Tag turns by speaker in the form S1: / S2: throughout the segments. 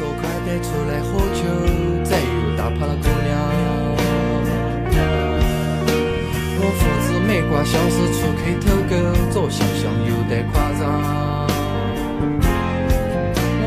S1: 后快点出来喝酒，再有打趴了姑娘。我父子每个小时出去偷狗，左想想右得夸张。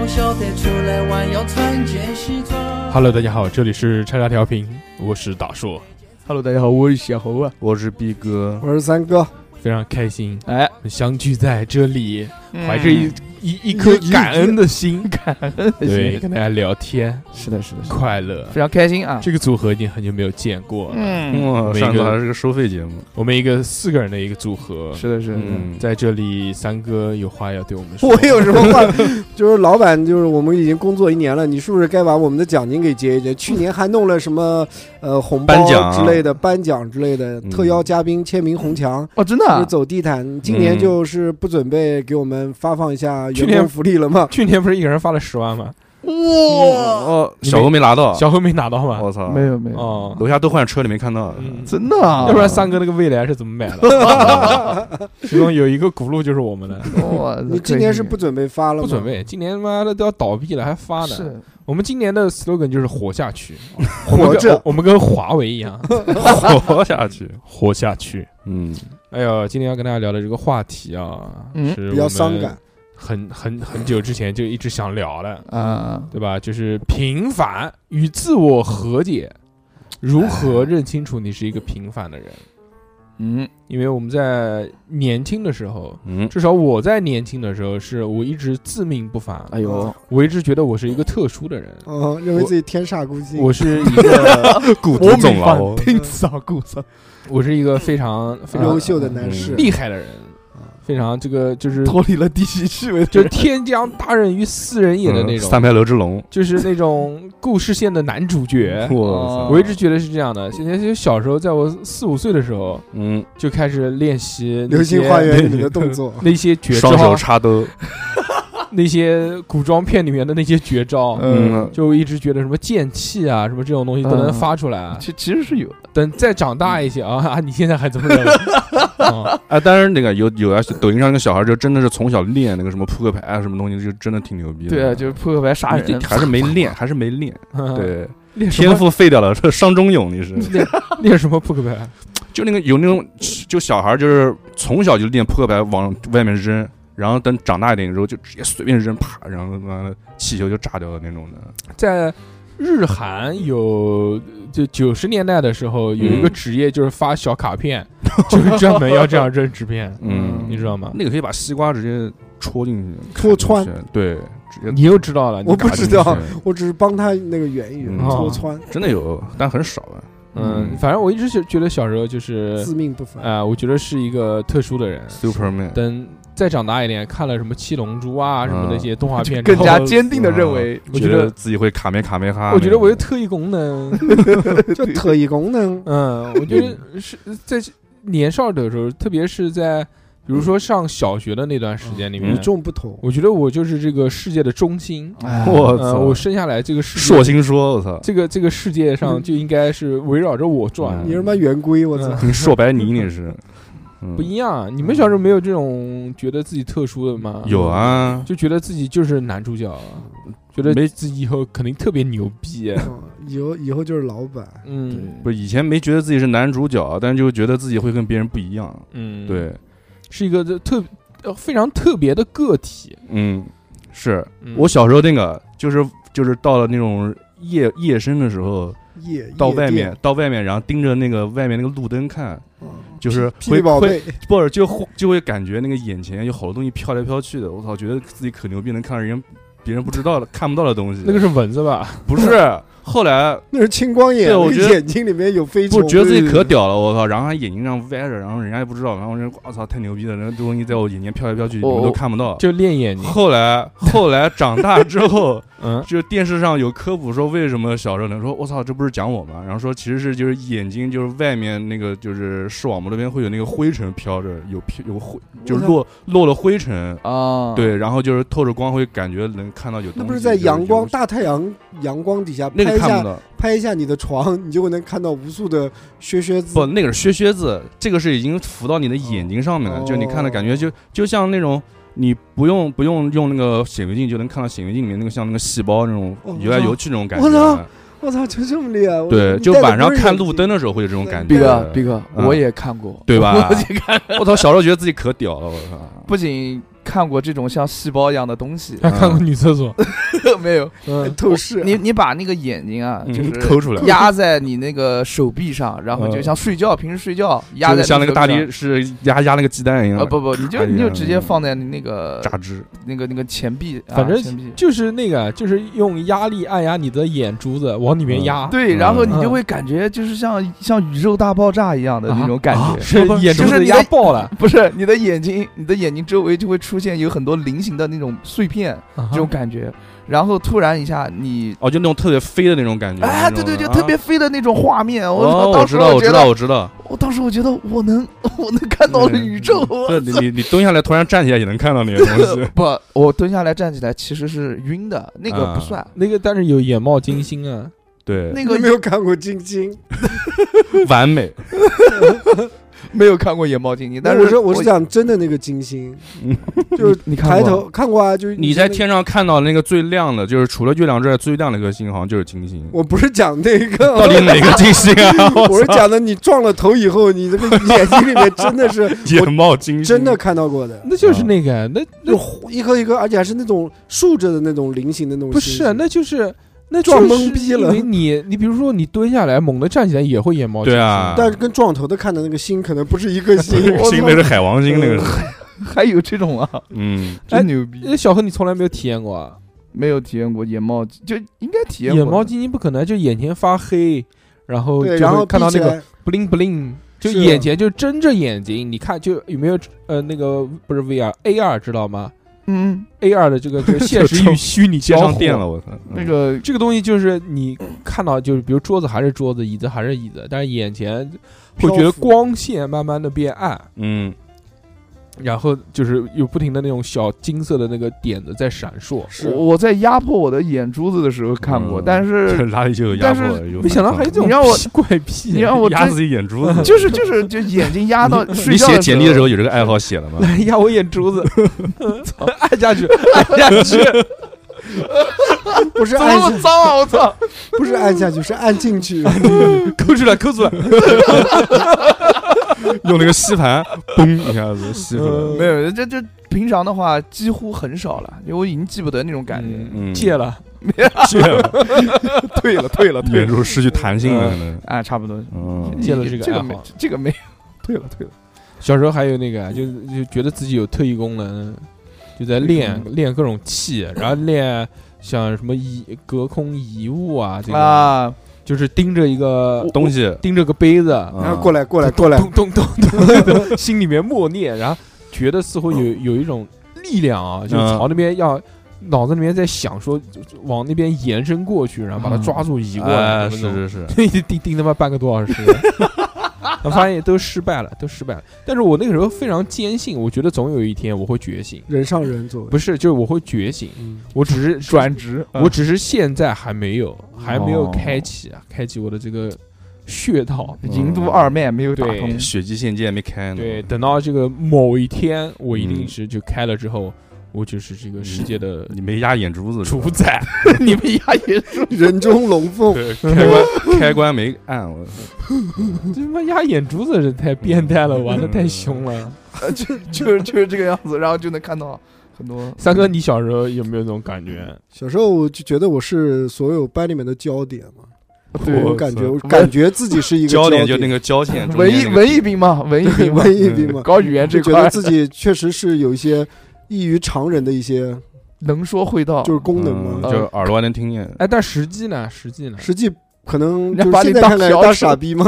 S1: 我晓得出来玩要穿件西装。
S2: Hello，大家好，这里是叉叉调频，我是大硕，
S3: Hello，大家好，我是小猴啊，
S4: 我是逼哥，
S3: 我是三哥。
S2: 非常开心
S3: 哎，
S2: 相聚在这里，怀着一、嗯一一颗感恩的心， 感
S3: 恩的心
S2: 对，跟大家聊天，
S3: 是的，是的，是的
S2: 快乐。
S3: 非常开心啊。
S2: 这个组合已经很久没有见过了，
S3: 嗯，
S4: 哇，
S2: 每
S4: 上次
S2: 个
S4: 还是个收费节目，
S2: 我们一个四个人的一个组合，
S3: 是的，是的。是的
S4: 嗯，
S2: 在这里，三哥有话要对我们说。
S5: 我有什么话？就是老板，就是我们已经工作一年了，你是不是该把我们的奖金给结一结？去年还弄了什么呃红包
S4: 颁奖
S2: 啊
S5: 之类的、颁奖之类的，
S4: 嗯
S5: 特邀嘉宾签名红墙，
S3: 哦，真的
S5: 就是
S3: 啊，
S5: 走地毯。今年就是不准备给我们发放一下
S2: 去
S5: 员
S2: 年
S5: 工福利了吗？
S2: 去年不是一个人发了十万吗？
S3: 哇，
S4: 哦，
S2: 你
S4: 小
S2: 没
S4: 欧没拿到，
S2: 小何没拿到吗？
S4: 我操，
S3: 没有啊没有，
S2: 哦，
S4: 楼下都换车，你没看到，
S2: 嗯
S3: 真的啊，
S2: 要不然三哥那个未来是怎么买的？ 其中有一个轱辘就是我们的，
S3: 哇，
S5: 你今年是不准备发了吗？
S2: 呃不准备，今年他妈的都要倒闭了还发呢。
S3: 是
S2: 我们今年的 slogan 就是活下去，
S5: 活着。
S2: 我们跟华为一样
S4: 活下去，
S2: 活下去。
S4: 嗯，
S2: 哎呦，今天要跟大家聊的这个话题啊，
S3: 嗯
S2: 是
S5: 比较伤感，，
S2: 很很很久之前就一直想聊的，
S3: 啊，
S2: 对吧？就是平凡与自我和解，如何认清楚你是一个平凡的人？
S3: 嗯，
S2: 因为我们在年轻的时候，
S4: 嗯，
S2: 至少我在年轻的时候，是我一直自命不凡，
S3: 哎呦，
S2: 我一直觉得我是一个特殊的人，
S5: 嗯，认为自己天煞孤星。
S2: 我是一个，
S4: 骨
S3: 我
S4: 头肿了，哦
S3: 听骚故事，
S2: 我是一个非常非常
S5: 优秀的男士，嗯
S2: 厉害的人，非常这个就是
S3: 脱离了地级趣味，
S2: 就是天将大任于斯人也的那
S4: 嗯
S2: 种，
S4: 三牌楼之龙，
S2: 就是那种故事线的男主角。
S4: 我
S3: 哦
S4: 操，
S2: 我一直觉得是这样的，现在就小时候，在我四五岁的时候
S4: 嗯，
S2: 就开始练习那
S5: 流星
S2: 些。
S5: 花园》里面的动作
S2: 那些绝
S4: 双手
S2: 招，
S4: 插兜，
S2: 那些古装片里面的那些绝招，
S3: 嗯，
S2: 就一直觉得什么剑气啊，什么这种东西都能
S3: 嗯
S2: 发出来啊。
S3: 其其实是有的，
S4: 嗯
S2: 等再长大一些啊 啊！你现在还这么认 为？啊
S4: 哎，当然那个有有啊，抖音上那个小孩就真的是从小练那个什么扑克牌啊，什么东西，就真的挺牛逼的，
S3: 对啊，就是扑克牌杀
S4: 你
S3: 人嗯
S4: 这，还是没练，还是没练，，对，
S2: 嗯练什
S4: 天
S2: 么？
S4: 赋废掉了，这伤中勇，你是。
S2: 练练什么扑克牌？
S4: 就那个有那种，就小孩儿就是从小就练扑克牌往外面扔，然后等长大一点之后就直接随便扔，啪，然后完了气球就炸掉了那种的。
S2: 在日韩有就九十年代的时候，有一个职业就是发小卡 片，就是专门要这样扔纸片，
S4: 嗯
S2: 你知道吗？
S4: 那个可以把西瓜直接戳进去，
S5: 戳穿
S4: 卡进去，对，直接
S2: 你又知道了，你
S5: 我不
S4: 卡进
S5: 知
S4: 去
S5: 道，我只是帮他那个圆一圆、
S4: 嗯
S5: 戳
S2: 哦
S5: 穿，
S4: 真的有，但很少啊了。
S2: 嗯，反正我一直是觉得小时候就是
S5: 自命不凡。
S2: 啊，我觉得是一个特殊的人。
S4: Superman，
S2: 等再长大一点，看了什么《七龙珠》啊，
S4: 嗯
S2: 什么那些动画片之
S3: 更
S2: 后，
S3: 加坚定的认为，
S2: 我觉
S4: 觉
S2: 得
S4: 自己会卡梅卡梅哈那种。
S2: 我觉得我有特异功能，
S5: 就
S2: 哎
S5: 特异功能，
S2: 嗯，我觉得是在年少的时候，特别是在比如说上小学的那段时间里
S4: 嗯
S2: 面
S5: 与，众不同。
S2: 我觉得我就是这个世界的中心。
S3: 哎
S4: 我
S2: 呃，
S4: 操，
S2: 我生下来这个世
S4: 硕
S2: 界，
S4: 星说，我操，
S2: 这个这个世界上就应该是围绕着我转
S4: 嗯。
S5: 你是妈圆规，我操！
S4: 你硕白泥你是？嗯
S2: 不一样，啊你们小时候没有这种觉得自己特殊的吗？
S4: 有，啊，
S2: 就觉得自己就是男主角，觉得
S4: 没
S2: 自己以后肯定特别牛逼。
S5: 嗯 以后以后就是老板，
S2: 嗯
S4: 不是以前没觉得自己是男主角，但就觉得自己会跟别人不一样。
S2: 嗯，，
S4: 对，
S2: 是一个特呃非常特别的个体。
S4: 嗯，是
S2: 嗯
S4: 我小时候那个，就是就是到了那种夜夜深的时候，
S5: 夜
S4: 到外面，到外面，然后盯着那个外面那个路灯看，就是
S5: 霹雳
S4: 会
S5: 啊宝
S4: 会
S5: 贝，
S4: 不是就会就会感觉那个眼前有好多东西飘来飘去的，我操，觉得自己可牛逼，能看到人家别人不知道的 看不到的东西。
S2: 那个是蚊子吧？
S4: 不是？后来
S5: 那是青光眼，
S4: 对我
S5: 那个
S4: 觉得
S5: 眼睛里面有飞虫
S4: 不，觉得自己可屌了，我操！然后还眼睛上歪着，然后人家也不知道，然后人家我操太牛逼了，然后东西在我眼前飘来飘去，你们
S3: 哦
S4: 都看不到。
S2: 就练眼睛。
S4: 后来后来长大之后。
S2: 嗯，
S4: 就电视上有科普说为什么小时候能说我操，这不是讲我吗？然后说其实是就是眼睛就是外面那个就是视网膜那边会有那个灰尘飘着，有飘有灰就是落落了灰尘，
S3: 啊，
S4: 对，然后就是透着光会感觉能看到有东西，
S5: 那不是在阳光
S4: 就是
S5: 大太阳阳光底下
S4: 那
S5: 拍
S4: 个
S5: 一
S4: 看不
S5: 下
S4: 到，
S5: 拍一下你的床，你就能看到无数的靴靴子
S4: 不，。那个是靴靴子，这个是已经浮到你的眼睛上面了，
S5: 哦
S4: 就你看的感觉就就像那种你不用不用用那个显微镜就能看到显微镜里面那个像那个细胞那种
S5: 哦
S4: 游来游去那种感
S5: 我操
S4: 觉。啊
S5: 我操，就这么厉害！我
S4: 对，
S5: 你
S4: 就
S5: 戴的
S4: 晚上
S5: 不是
S4: 看
S5: 眼
S4: 路
S5: 镜
S4: 灯的时候会有这种感觉。
S3: 毕哥，毕哥，
S4: 嗯
S3: 我也看 过，
S4: 对吧
S3: 我也看，
S4: 我操，小时候觉得自己可屌了，我操。
S3: 不仅看过这种像细胞一样的东西，
S2: 还看过女厕所，
S3: 没有，
S2: 嗯，
S5: 透视，
S3: 你你把那个眼睛啊，
S4: 嗯
S3: 就是
S4: 抠出来
S3: 压在你那个手臂上，然后就
S4: 嗯
S3: 像睡觉，平时睡觉压
S4: 就
S3: 在
S4: 是像那个大
S3: 手臂
S4: 力嗯士压压那个鸡蛋一
S3: 上。啊
S4: 样，
S3: 不不，你就
S4: 哎呀
S3: 你就直接放在你那个
S4: 榨汁。
S3: 那个那个前臂，啊
S2: 反正
S3: 前臂
S2: 就是那个，啊就是用压力按压你的眼珠子往里面压，
S3: 对，
S4: 嗯
S3: 然后你就会感觉就是像像宇宙大爆炸一样的那种感
S2: 啊
S3: 觉，
S2: 是眼珠子压爆 了，
S3: 不是你的眼睛，你的眼睛周围就会出现有很多菱形的那种碎片，
S2: 啊
S3: 这种感觉，然后突然一下你。
S4: 哦，就那种特别飞的那种感觉。
S3: 哎，
S4: 那
S3: 对
S4: 种
S3: 对，就
S4: 啊
S3: 特别飞的那种画面，
S4: 哦，
S3: 我
S4: 我
S3: 当时
S4: 知道，我知
S3: 觉得
S4: 道，我知道。
S3: 我当时我觉得我能 我能看到了宇宙，。
S4: 对，你你你蹲下来，突然站起来也能看到那个东西
S3: 不，我蹲下来站起来其实是晕的，那个不算，
S2: 那个但是有眼冒金星啊，
S4: 啊对，
S3: 那
S5: 有
S3: 个
S5: 没有看过晶晶？
S4: 完 美。
S3: 没有看过眼冒金星，但是
S5: 我是我是讲真的那个 金星，就是
S3: 你看
S5: 抬头看过啊，就是
S4: 你在。天上看到那个最亮的，就是除了月亮之外最亮的一颗星，好像就是金星。
S5: 我不是讲那个，
S4: 到底哪个金星啊？
S5: 我是讲的你撞了头以后，你这个眼睛里面真的是
S4: 眼冒金星，
S5: 真的看到过的，
S2: 那就是那个，啊那那
S5: 就一颗一颗，而且还是那种竖着的那种菱形的那种
S2: 不
S5: 星
S2: 是，
S5: 星。
S2: 啊那就是那
S5: 撞
S2: 就是
S5: 懵逼
S2: 因
S5: 了
S2: 为你你比如说你蹲下来，猛地站起来也会眼冒金
S4: 对
S2: 星，
S4: 啊，
S5: 但是跟撞头的看的那个星可能不是一个星。
S4: 星那是海王星，那个是，
S3: 还有这 种啊，
S4: 嗯，
S2: 哎
S3: 真牛逼！
S2: 那小何你从来没有体验过啊？
S3: 没有体验过眼冒，就应该体验过
S2: 眼冒金星不可能，就眼前发黑，然后
S5: 对，
S2: 就
S5: 然后
S2: 会看到那个
S5: 闭起
S2: bling bling，就是眼前就睁着眼睛，你看就有没有呃那个不是 VR AR 知道吗
S3: 嗯，
S2: ？AR 的这个就是现实与虚拟
S4: 接
S2: 交
S4: 上
S2: 互
S4: 电了，。我操，
S3: 嗯
S4: 嗯
S3: 那个
S2: 这个东西就是你看到，就是比如桌子还是桌子，椅子还是椅子，但是眼前会觉得
S5: 漂浮
S2: 光线慢慢的变暗，
S4: 嗯，
S2: 然后就是有不停的那种小金色的那个点子在闪烁。
S5: 是
S3: 我我在压迫我的眼珠子的时候看过，
S4: 嗯
S3: 来但
S4: 这
S3: 是
S4: 哪里就有压
S3: 但
S4: 迫
S3: 是
S4: 了，有
S2: 没
S4: 反
S2: 想到
S4: 抗
S2: 还有这种
S3: 你让我
S2: 屁 怪癖，
S3: 你让我
S4: 压
S3: 真
S4: 自己眼珠子，
S3: 就是就是就眼睛压到睡
S4: 你
S3: 觉
S4: 写简历的时
S3: 候，
S4: 候有这个爱好写了 吗？
S2: 来压我眼珠子，按下去，按下去，
S5: 来，不是
S3: 怎么
S5: 按
S3: 那
S5: 下，
S3: 么脏啊！我操！
S5: 不是按下去，是按进去。
S2: 抠出来，抠出来。
S4: 用那个吸盘，嘣一下子吸出
S5: 嗯
S4: 来，
S3: 没有，这这平常的话几乎很少了，因为我已经记不得那种感觉。
S4: 嗯，
S2: 戒了，
S4: 戒了，
S3: 退了，退了，
S4: 眼。珠失去弹性了，可能，
S3: 啊，差不多。
S4: 嗯，
S2: 戒了这
S3: 这
S2: 个爱
S3: 个
S2: 好
S3: 没，这个没有，退了，退了。
S2: 小时候还有那个，啊就就觉得自己有特异功能，就在练练各种气，然后练像什么移隔空移物啊，这个
S3: 啊，
S2: 就是盯着一个
S4: 嗯东西，啊
S2: 盯着个杯子，
S5: 然嗯后过
S4: 来，
S5: 来，过来，过来，
S2: 咚咚咚咚咚，心里面默念，然后觉得似乎有有一种力量啊，就是
S5: 嗯
S2: 朝那边要。脑子里面在想说，就就往那边延伸过去，然后
S5: 嗯
S2: 把它抓住移过来，
S4: 哎，
S2: 什
S4: 是
S2: 么那种
S4: 是是，
S2: 一直盯盯他妈半个多小时， 我发现都失败了，都失败了。但是我那个时候非常坚信，我觉得总有一天我会觉醒，
S5: 人上人左。
S2: 不是，就是我会觉醒，
S5: 嗯，
S2: 我只 是
S3: 转职，
S2: 我只是现在还没有，还没有
S3: 哦
S2: 开启，啊，开启我的这个穴道。
S3: 嗯银都二脉没有打
S2: 对
S3: 通。
S4: 血迹限界没开呢，
S2: 对，等到这个某一天，我一定
S4: 嗯
S2: 是就开了之后，我就是这个世界的
S4: 你没压眼珠子是吧，
S2: 主宰。
S3: 你们牙也是
S5: 人中龙凤，
S4: 对，开关开关没按，我
S2: 这他妈压眼珠子是太变态了，玩的太凶了。
S3: 呃就就是就是这个样子，然后就能看到很多。
S2: 三哥，你小时候有没有这种感觉？
S5: 小时候我就觉得我是所有班里面的焦点嘛，
S3: 对
S5: 我感觉我感觉自己是一个
S4: 焦
S5: 点
S4: 点就那个交线，
S3: 文艺文艺兵嘛，文艺兵嘛，
S5: 文艺兵嘛，
S3: 搞语言这
S5: 就觉
S3: 块
S5: 得自己确实是有一些异于常人的一些
S3: 能说会道，
S5: 就是功能
S4: 嗯
S5: 嘛，
S4: 就耳朵还能听见，
S2: 哎，但实际呢？实际呢？
S5: 实际可能
S3: 人家
S5: 就是
S3: 把你
S5: 现在
S3: 当
S5: 看来
S3: 小
S5: 大
S3: 丑
S5: 傻逼嘛，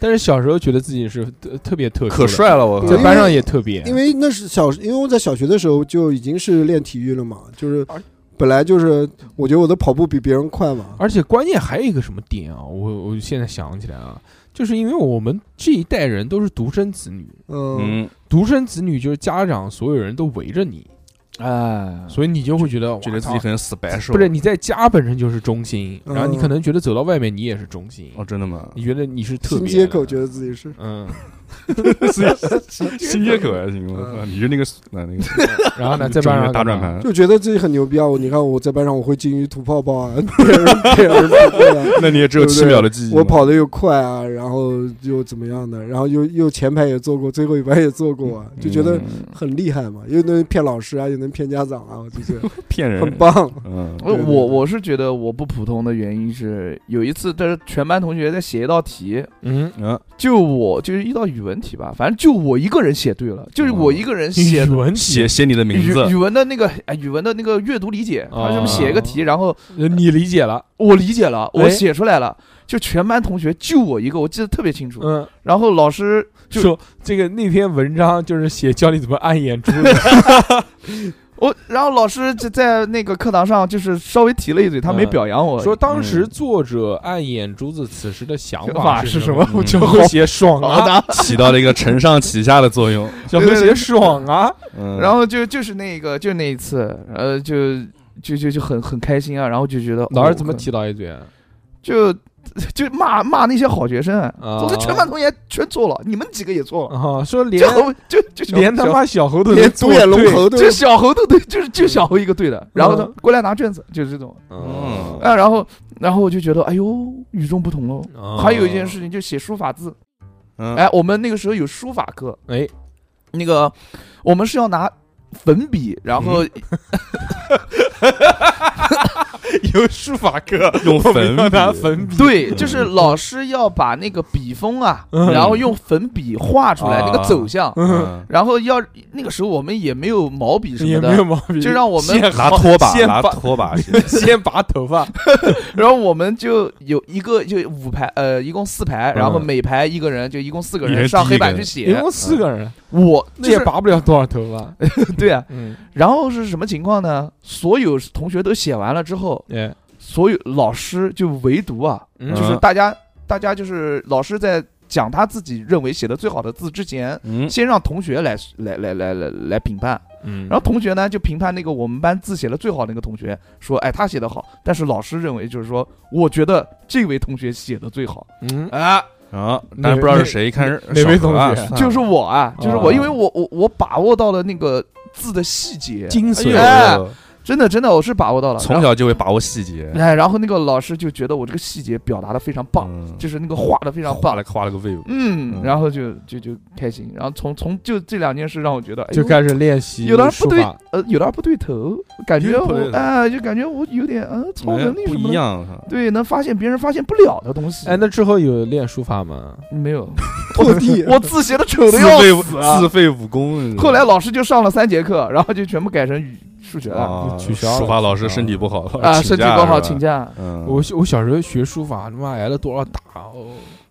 S2: 但是小时候觉得自己是特特别特殊的
S4: 可，帅了，我
S5: 对
S2: 在
S5: 因为
S2: 班上也特别，
S5: 因为那是小，因为我在小学的时候就已经是练体育了嘛，就是
S3: 而
S5: 本来就是我觉得我的跑步比别人快嘛，
S2: 而且关键还有一个什么点啊？我我现在想起来啊，就是因为我们这一代人都是独生子女，
S5: 嗯，
S4: 嗯，
S2: 独生子女就是家长所有人都围着你，
S3: 哎，
S2: 所以你就嗯会觉得
S4: 觉得自己。很 special。
S2: 哇不是你在家本身就是中心，
S5: 嗯
S2: 然后你可能觉得走到外面你也是中心，
S4: 哦，真的吗？
S2: 你觉得你是特
S5: 新
S2: 别
S5: 街口
S2: 觉
S5: 觉得自己是
S2: 嗯，
S4: 新街口还行，我操！你是那个那那个
S2: 然后呢， 在班上干嘛
S4: 打转，盘，
S5: 就觉得自己很牛逼啊！我你看我在班上我会金鱼吐泡泡啊， 别人别人不会啊，
S4: 那你也只有
S5: 对不
S4: 七
S5: 对
S4: 秒的记忆嘛。
S5: 我跑得又快啊，然后又怎么样的，然后又又前排也坐过，最后一排也坐
S4: 嗯
S5: 过啊，就觉得很厉害嘛，又能骗老师啊，又能骗家长啊，我就觉得
S4: 骗人，
S5: 很。棒。
S4: 嗯，
S3: 我
S5: 对对
S3: 我我是觉得我不普通的原因是，有一次但是全班同学在写一道题，
S2: 嗯，
S4: 啊，
S3: 就我就是一道语文题吧，反正就我一个人写对了，就是
S2: 哦
S3: 我一个人 写
S2: 语文
S4: 写写你的名
S3: 语
S4: 字
S3: 语，文的那个哎语文的那个阅读理解，
S2: 哦
S3: 他这么写一个题，然后
S2: 你理解了，
S3: 我理解了，
S2: 哎
S3: 我写出来了，就全班同学就我一个，我记得特别清楚。
S2: 嗯，
S3: 然后老师就
S2: 说这个那篇文章就是写教你怎么按眼珠，
S3: 我，然后老师就在那个课堂上就是稍微提了一嘴，他没
S2: 嗯
S3: 表扬我，
S2: 说当时作者按眼珠子此时的想
S3: 想
S2: 法
S3: 法
S2: 是
S3: 是
S2: 什
S3: 什
S2: 么
S3: 么？
S4: 嗯
S2: 就 会写爽
S3: 好
S2: 啊，
S3: 的，
S4: 起到了一个承上启下的作 用。
S2: 就会写爽啊，
S4: 嗯，
S3: 然后就就是那个就那一次，呃，就就就就很很开心啊，然后就觉得
S2: 老
S3: 哦
S2: 师怎么
S3: 可
S2: 提到一嘴啊？
S3: 就 就骂骂那些好学生，
S2: 啊
S3: 总之全班同学全错了，你们几个也错了，
S2: 啊，说连
S3: 就猴就就小
S2: 连他
S3: 小
S2: 妈嗯小猴都能
S5: 连独
S2: 做
S5: 眼龙
S2: 对，
S5: 猴都
S3: 就小猴都对，就是就小猴一个对的，然后呢过来拿卷子，就是这种
S2: 嗯
S3: 啊，然后然后我就觉得哎呦与众不同喽。
S2: 哦
S3: 还有一件事，情就写书法字，
S4: 嗯，
S3: 哎，我们那个时候有书法课，
S2: 哎，
S3: 那个我们是要拿粉笔，然后
S2: 嗯 有书法课，
S4: 用
S2: 我们
S4: 粉
S2: 要拿
S4: 笔
S2: 粉笔，
S3: 对，就是老师要把那个笔锋啊，
S2: 嗯
S3: 然后用粉笔画出来那个走向，
S2: 嗯，
S4: 嗯
S3: 然后要那个时候我们也没有毛笔什
S2: 也
S3: 么
S2: 没有
S3: 的，
S2: 毛病，
S3: 就让我
S2: 先
S3: 们
S4: 拿
S2: 好
S4: 拖把，
S2: 先
S4: 拿
S2: 把
S4: 拖把，
S2: 先拔头发，
S3: 然后我们就有一个就五排，呃，一共四排，然后
S2: 嗯
S3: 每排一个人，就一共四个
S4: 一人
S3: 人上
S4: 递一
S3: 黑
S4: 个
S3: 板去
S4: 人
S2: 一
S3: 写。
S2: 共四个人，
S3: 我
S2: 那
S3: 就
S2: 也
S3: 是
S2: 拔不了多少头发。
S3: 对啊，
S2: 嗯，
S3: 然后是什么情况呢？所有同学都写完了之后，
S2: 哎，
S3: 所有老师就唯独啊，
S2: 嗯
S3: 就是
S4: 嗯
S3: 大家大家就是老师在讲他自己认为写的最好的字之前，
S4: 嗯，
S3: 先让同学来来来来来来评判，
S2: 嗯，
S3: 然后同学呢就评判那个我们班字写的最好的那个同学，说哎他写的好，但是老师认为就是说，我觉得这位同学写的最好
S2: 嗯，
S3: 啊，
S4: 啊，
S2: 哪
S4: 但是不知道
S2: 哪
S4: 是谁，看是
S2: 哪位
S4: 小何啊
S2: 同学
S4: 算
S3: 就
S4: 了
S3: 是我啊，就是
S2: 哦
S3: 我，因为我我我把握到了那个字的细节，
S2: 精
S4: 哎
S2: 髓
S4: 呦
S3: 哎真的真的我是把握到了，
S4: 从小就会把握细节，
S3: 然后哎，然后那个老师就觉得我这个细节表达的非常棒，
S4: 嗯
S3: 就是那个画的非常
S4: 画
S3: 棒
S4: 了。画了个 wave，
S3: 嗯
S4: 嗯，
S3: 然后就就就开心，然后从从就这两件事让我觉得，哎呦
S2: 就开始练习
S3: 有点
S2: 书
S3: 不对
S2: 法，，
S3: 呃，有点不对头，感觉
S4: 有点不对
S3: 我
S4: 头
S3: 啊，就感觉我有点嗯，超能力
S4: 哎不
S3: 什么
S4: 一
S3: 的，
S4: 样，哈
S3: 对，能发现别人发现不了的东西。
S2: 哎，那之后有练书法吗？
S3: 没有，
S5: 破地，
S3: 我字写的丑的
S4: 自
S3: 要
S4: 废
S3: 死啊。
S4: 自废武功。啊
S3: 后来老师就上了三节课，然后就全部改成语数学了
S4: 啊，
S2: 取消了
S4: 书法老师身体不好
S3: 啊，身体不好请
S4: 假
S3: 假，
S4: 是吧。嗯，
S2: 我小我小时候学书法，他妈挨了多少打哦！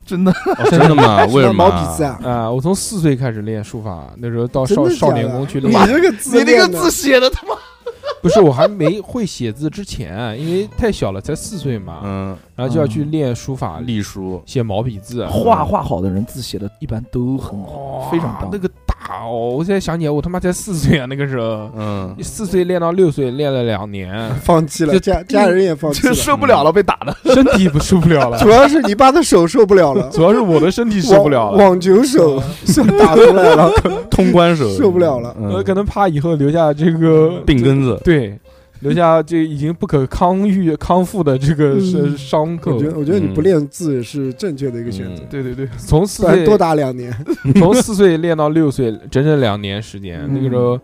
S3: 真的
S4: 哦真的吗？为什
S5: 什
S4: 么
S5: 么毛
S4: 啊？
S5: 笔字啊？
S2: 啊，我从四岁开始练书法，那时候到
S5: 真
S2: 少
S5: 的假
S2: 少
S5: 的
S2: 年宫去
S5: 你
S2: 练，
S5: 这个字
S3: 你那个
S5: 练的，
S3: 字写的他妈
S2: 不是我还没会写字之前，因为太小了，才四岁嘛，
S4: 嗯，
S2: 然后就要去练书法，
S4: 隶书，
S2: 写毛笔字，啊
S3: 画画好的人字写的一般都很好，非常
S2: 哇
S3: 棒
S2: 那。个大哦！我现在想起来，我他妈才四岁啊，那个时候
S4: 嗯，
S2: 四岁练到六岁，练了两年，
S5: 放弃了，
S2: 就
S5: 家家人也放弃
S3: 就
S5: 了，
S3: 受不了了，被打的。
S2: 身体不受不了了
S5: 主，要是你爸的手受不了了，
S2: 主要是我的身体 受不了
S5: 网
S2: 了，
S5: 网球手 手打出来了，
S4: 通关手
S5: 受不了了
S2: 呃，
S4: 嗯，
S2: 可能怕以后留下这个
S4: 病根子，
S2: 对，留下这已经不可康愈康复的这个是
S5: 嗯
S2: 伤
S5: 我
S2: 口
S5: 觉。得我觉得你不练字是正确的一个选择，
S4: 嗯
S3: 对对对，
S2: 从四
S5: 不然
S2: 岁
S5: 多打两年。
S2: 从四岁练到六岁，整整两年时间，
S5: 嗯
S2: 那个时候。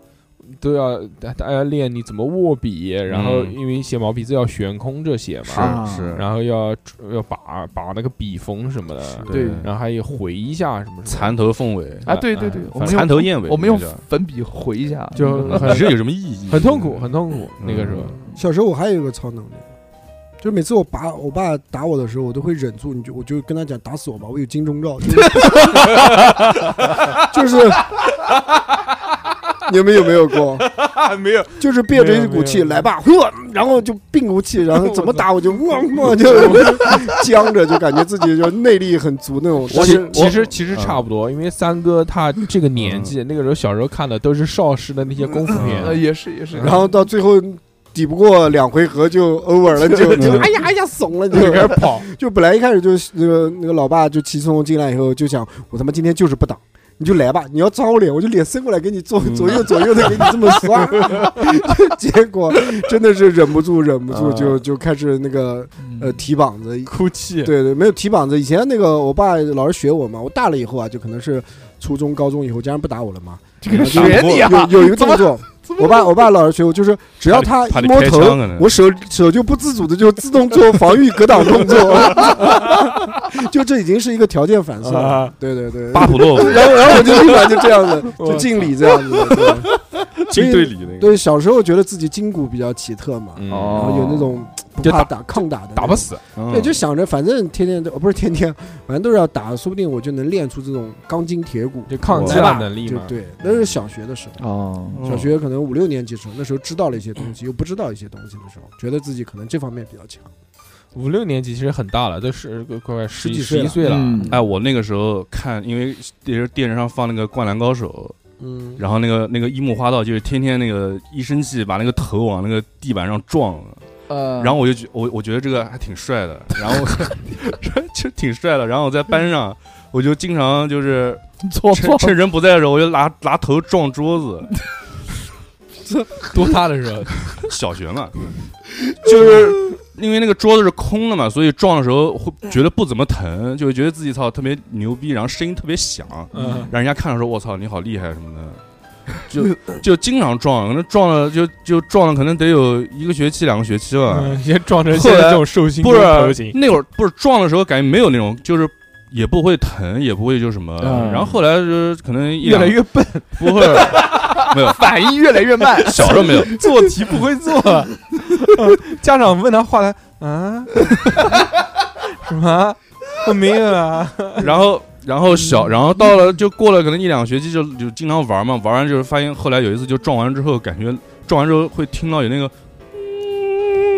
S2: 都要大大家练你怎么握笔，然后
S4: 嗯
S2: 因为写毛笔字要悬空着写嘛，
S3: 啊
S4: 是是，
S2: 然后要要把把那个笔锋什么的，
S3: 对
S2: 然后还有回一下什么什么
S4: 蚕头凤尾，
S3: 啊对对对
S2: 嗯
S3: 我们用
S4: 蚕头燕尾，
S3: 我们用
S4: 这叫
S3: 粉笔回一下，
S2: 就
S4: 你这
S2: 很
S4: 有什么意义？
S2: 很痛苦，很痛苦。
S4: 嗯
S2: 那个时候，
S5: 小时候我还有一个超能力，就是每次我爸我爸打我的时候，我都会忍住，你就我就跟他讲打死我吧，我 有金钟罩，就是就是你们有没有过？
S2: 啊，没有，
S5: 就是憋着一股
S2: 没
S5: 气
S2: 有没有
S5: 来吧，呵，然后就并股气，然后怎么打我就我 我就僵着，就感觉自己就内力很足那种。但
S2: 其
S5: 是
S2: 其实其实差不多，因为三哥他这个年纪，那个时候小时候看的都是邵氏的那些功夫
S3: 呃，
S2: 片，
S3: 也是也是。
S5: 然后到最后抵不过两回合就 over 了，就就哎呀哎呀怂了，就
S2: 就开始跑，
S5: 就本来一开始就是那个那个老爸就骑从进来以后就想，我他妈今天就是不挡。你就来吧，你要抓我脸，我就脸伸过来给你左
S4: 嗯
S5: 左右左右的给你这么刷， 结果真的是忍不住忍不住就
S2: 啊
S5: 就开始那个呃
S3: 嗯
S5: 提膀子，
S2: 哭泣，
S5: 对对，没有提膀子。以前那个我爸老是学我嘛，我大了以后啊，就可能是初中、高中以后，家人不打我了嘛。
S3: 这个
S5: 然后就
S3: 学你啊，
S5: 有有一个动作，我爸我爸老是学我，就是只要他
S4: 怕
S5: 一
S4: 你
S5: 摸
S4: 开
S5: 头
S4: 枪可，啊能
S5: 我手手就不自主的就自动做防御格挡动作， 就这已经是一个条件反射了
S2: 啊。
S5: 对对对，
S4: 巴甫洛夫
S5: 然后然后我就立马就这样 子，就敬礼这样子。对
S4: 军队里那个，
S5: 对，小时候觉得自己筋骨比较奇特嘛，
S2: 嗯哦
S5: 然后有那种不
S2: 就
S5: 怕
S2: 打
S5: 打抗打的那
S2: 打不
S5: 种
S2: 死，
S4: 嗯
S5: 对，就想着反正天天都哦不是天天，反正都是要打，说不定我就能练出这种钢筋铁骨，
S2: 就抗击
S5: 来吧
S2: 的能力
S5: 就
S2: 嘛。
S5: 对，那是小学的时候，
S3: 哦，
S2: 嗯
S5: 小学可能五六年级时候，那时候知道了一些东西，又不知道一些东西的时候，觉得自己可能这方面比较强。
S2: 五六年级其实很大了，都是快快十
S5: 十几岁
S2: 十一
S5: 了
S2: 岁了，
S3: 嗯
S4: 哎，我那个时候看，因为电视电视上放那个《灌篮高手
S5: 嗯》，，
S4: 然后那个那个樱木花道就是天天那个一生气把那个头往那个地板上撞，
S3: 呃，
S4: 然后我就觉我我觉得这个还挺帅的，然后就挺帅的，然后我在班上我就经常就是
S3: 错
S4: 趁
S3: 错
S4: 趁人不在的时候我就拿拿头撞桌子，
S2: 多大的时候？
S4: 小学嘛，就是因为那个桌子是空的嘛，所以撞的时候会觉得不怎么疼，就会觉得自己操特别牛逼，然后声音特别响，
S2: 嗯，
S4: 让人家看到说我操你好厉害什么的，就就经常撞，可能撞了就就撞了，可能得有一个学期两个学期吧。
S2: 嗯先撞成现在这种寿星
S4: 不
S2: 跟头
S4: 是
S2: 型，
S4: 那会儿不是撞的时候感觉没有那种就是。也不会疼，也不会就什么，
S3: 嗯
S4: 然后后来就是可能一
S2: 越来
S4: 两
S2: 越笨，
S4: 不会， 没有
S3: 反应越来越慢，
S4: 小时候没有，
S2: 做题不会做。家长问他话来啊，什么？我没有啊，
S4: 然后然后小，然后到了就过了可能一两个学期就就经常玩嘛，玩完就是发现后来有一次就撞完之后，感觉撞完之后会听到有那个。嗯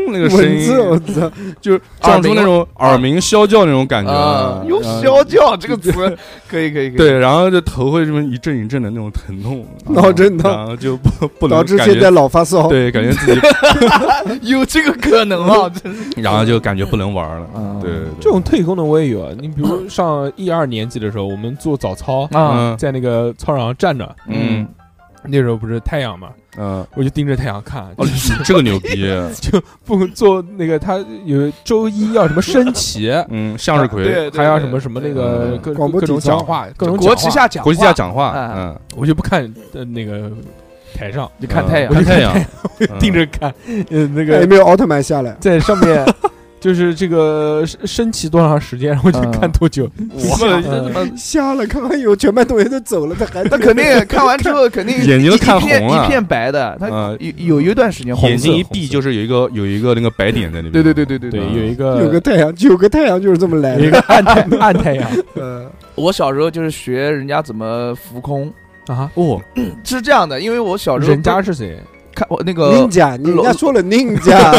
S4: 那个声
S5: 文
S4: 音
S5: 字我操，
S4: 就是撞出那种耳鸣啸叫那种感觉，
S3: 啊，
S4: 嗯
S3: 用“消叫”这个词，可以可以可以。
S4: 对，然后就头会这么一阵一阵的那种疼痛，
S5: 脑震荡
S4: 然后就不不能
S5: 导致
S4: 感
S5: 现
S4: 觉
S5: 在老发烧。
S4: 对感觉自
S3: 有这个可能啊，真是。
S4: 己，然后就感觉不能玩 了。
S3: 啊
S4: 对，对对
S2: 这种退功能我也有。啊。你比如上一二年级的时候，我们做早操，
S3: 啊，
S4: 嗯
S2: 在那个操场上站着，
S4: 嗯
S2: 那时候不是太阳嘛，
S4: 嗯，
S2: 我就盯着太阳看，
S4: 哦，你这个牛逼，
S2: 就 不做那个他有周一要什么升旗，
S4: 嗯，向日葵，
S3: 啊对对
S2: 还要什么什么那个
S4: 嗯
S2: 各
S5: 广播
S2: 各种
S5: 体操
S2: 讲话，各种
S3: 国
S2: 讲
S3: 旗
S2: 话
S3: 下讲话，
S4: 国际下讲话，
S3: 嗯
S4: 嗯，
S2: 我就不看呃那个台上，
S3: 你看太
S4: 嗯
S3: 阳
S4: 看太阳，嗯
S2: 盯着看，呃，那
S5: 哎，有
S2: 个
S5: 没有奥特曼下来？
S2: 在上面 就是这个升升旗多长时间，然后就
S3: 嗯
S2: 看多久。
S4: 哇，
S5: 下了，看完有全班同学都走了，他还
S3: 那肯定看完之后肯定
S4: 眼睛都看
S3: 一片
S4: 红了
S3: 一片白的，他
S4: 嗯
S3: 有有有一段时间红
S4: 眼睛一
S3: 色
S4: 闭就是有一个有一个那个白点在那边。
S3: 对对对对对
S2: 对，
S4: 嗯
S2: 有一
S5: 有个
S2: 个
S5: 太阳，有个太阳就是这么来
S2: 有一
S5: 的。
S2: 个暗太暗太阳
S5: 呃，
S3: 我小时候就是学人家怎么浮空，
S2: 啊，
S4: 哦，
S3: 是这样的，因为我小时候
S2: 人家是谁？
S3: 看我那个
S5: 宁，家，人家说了宁家，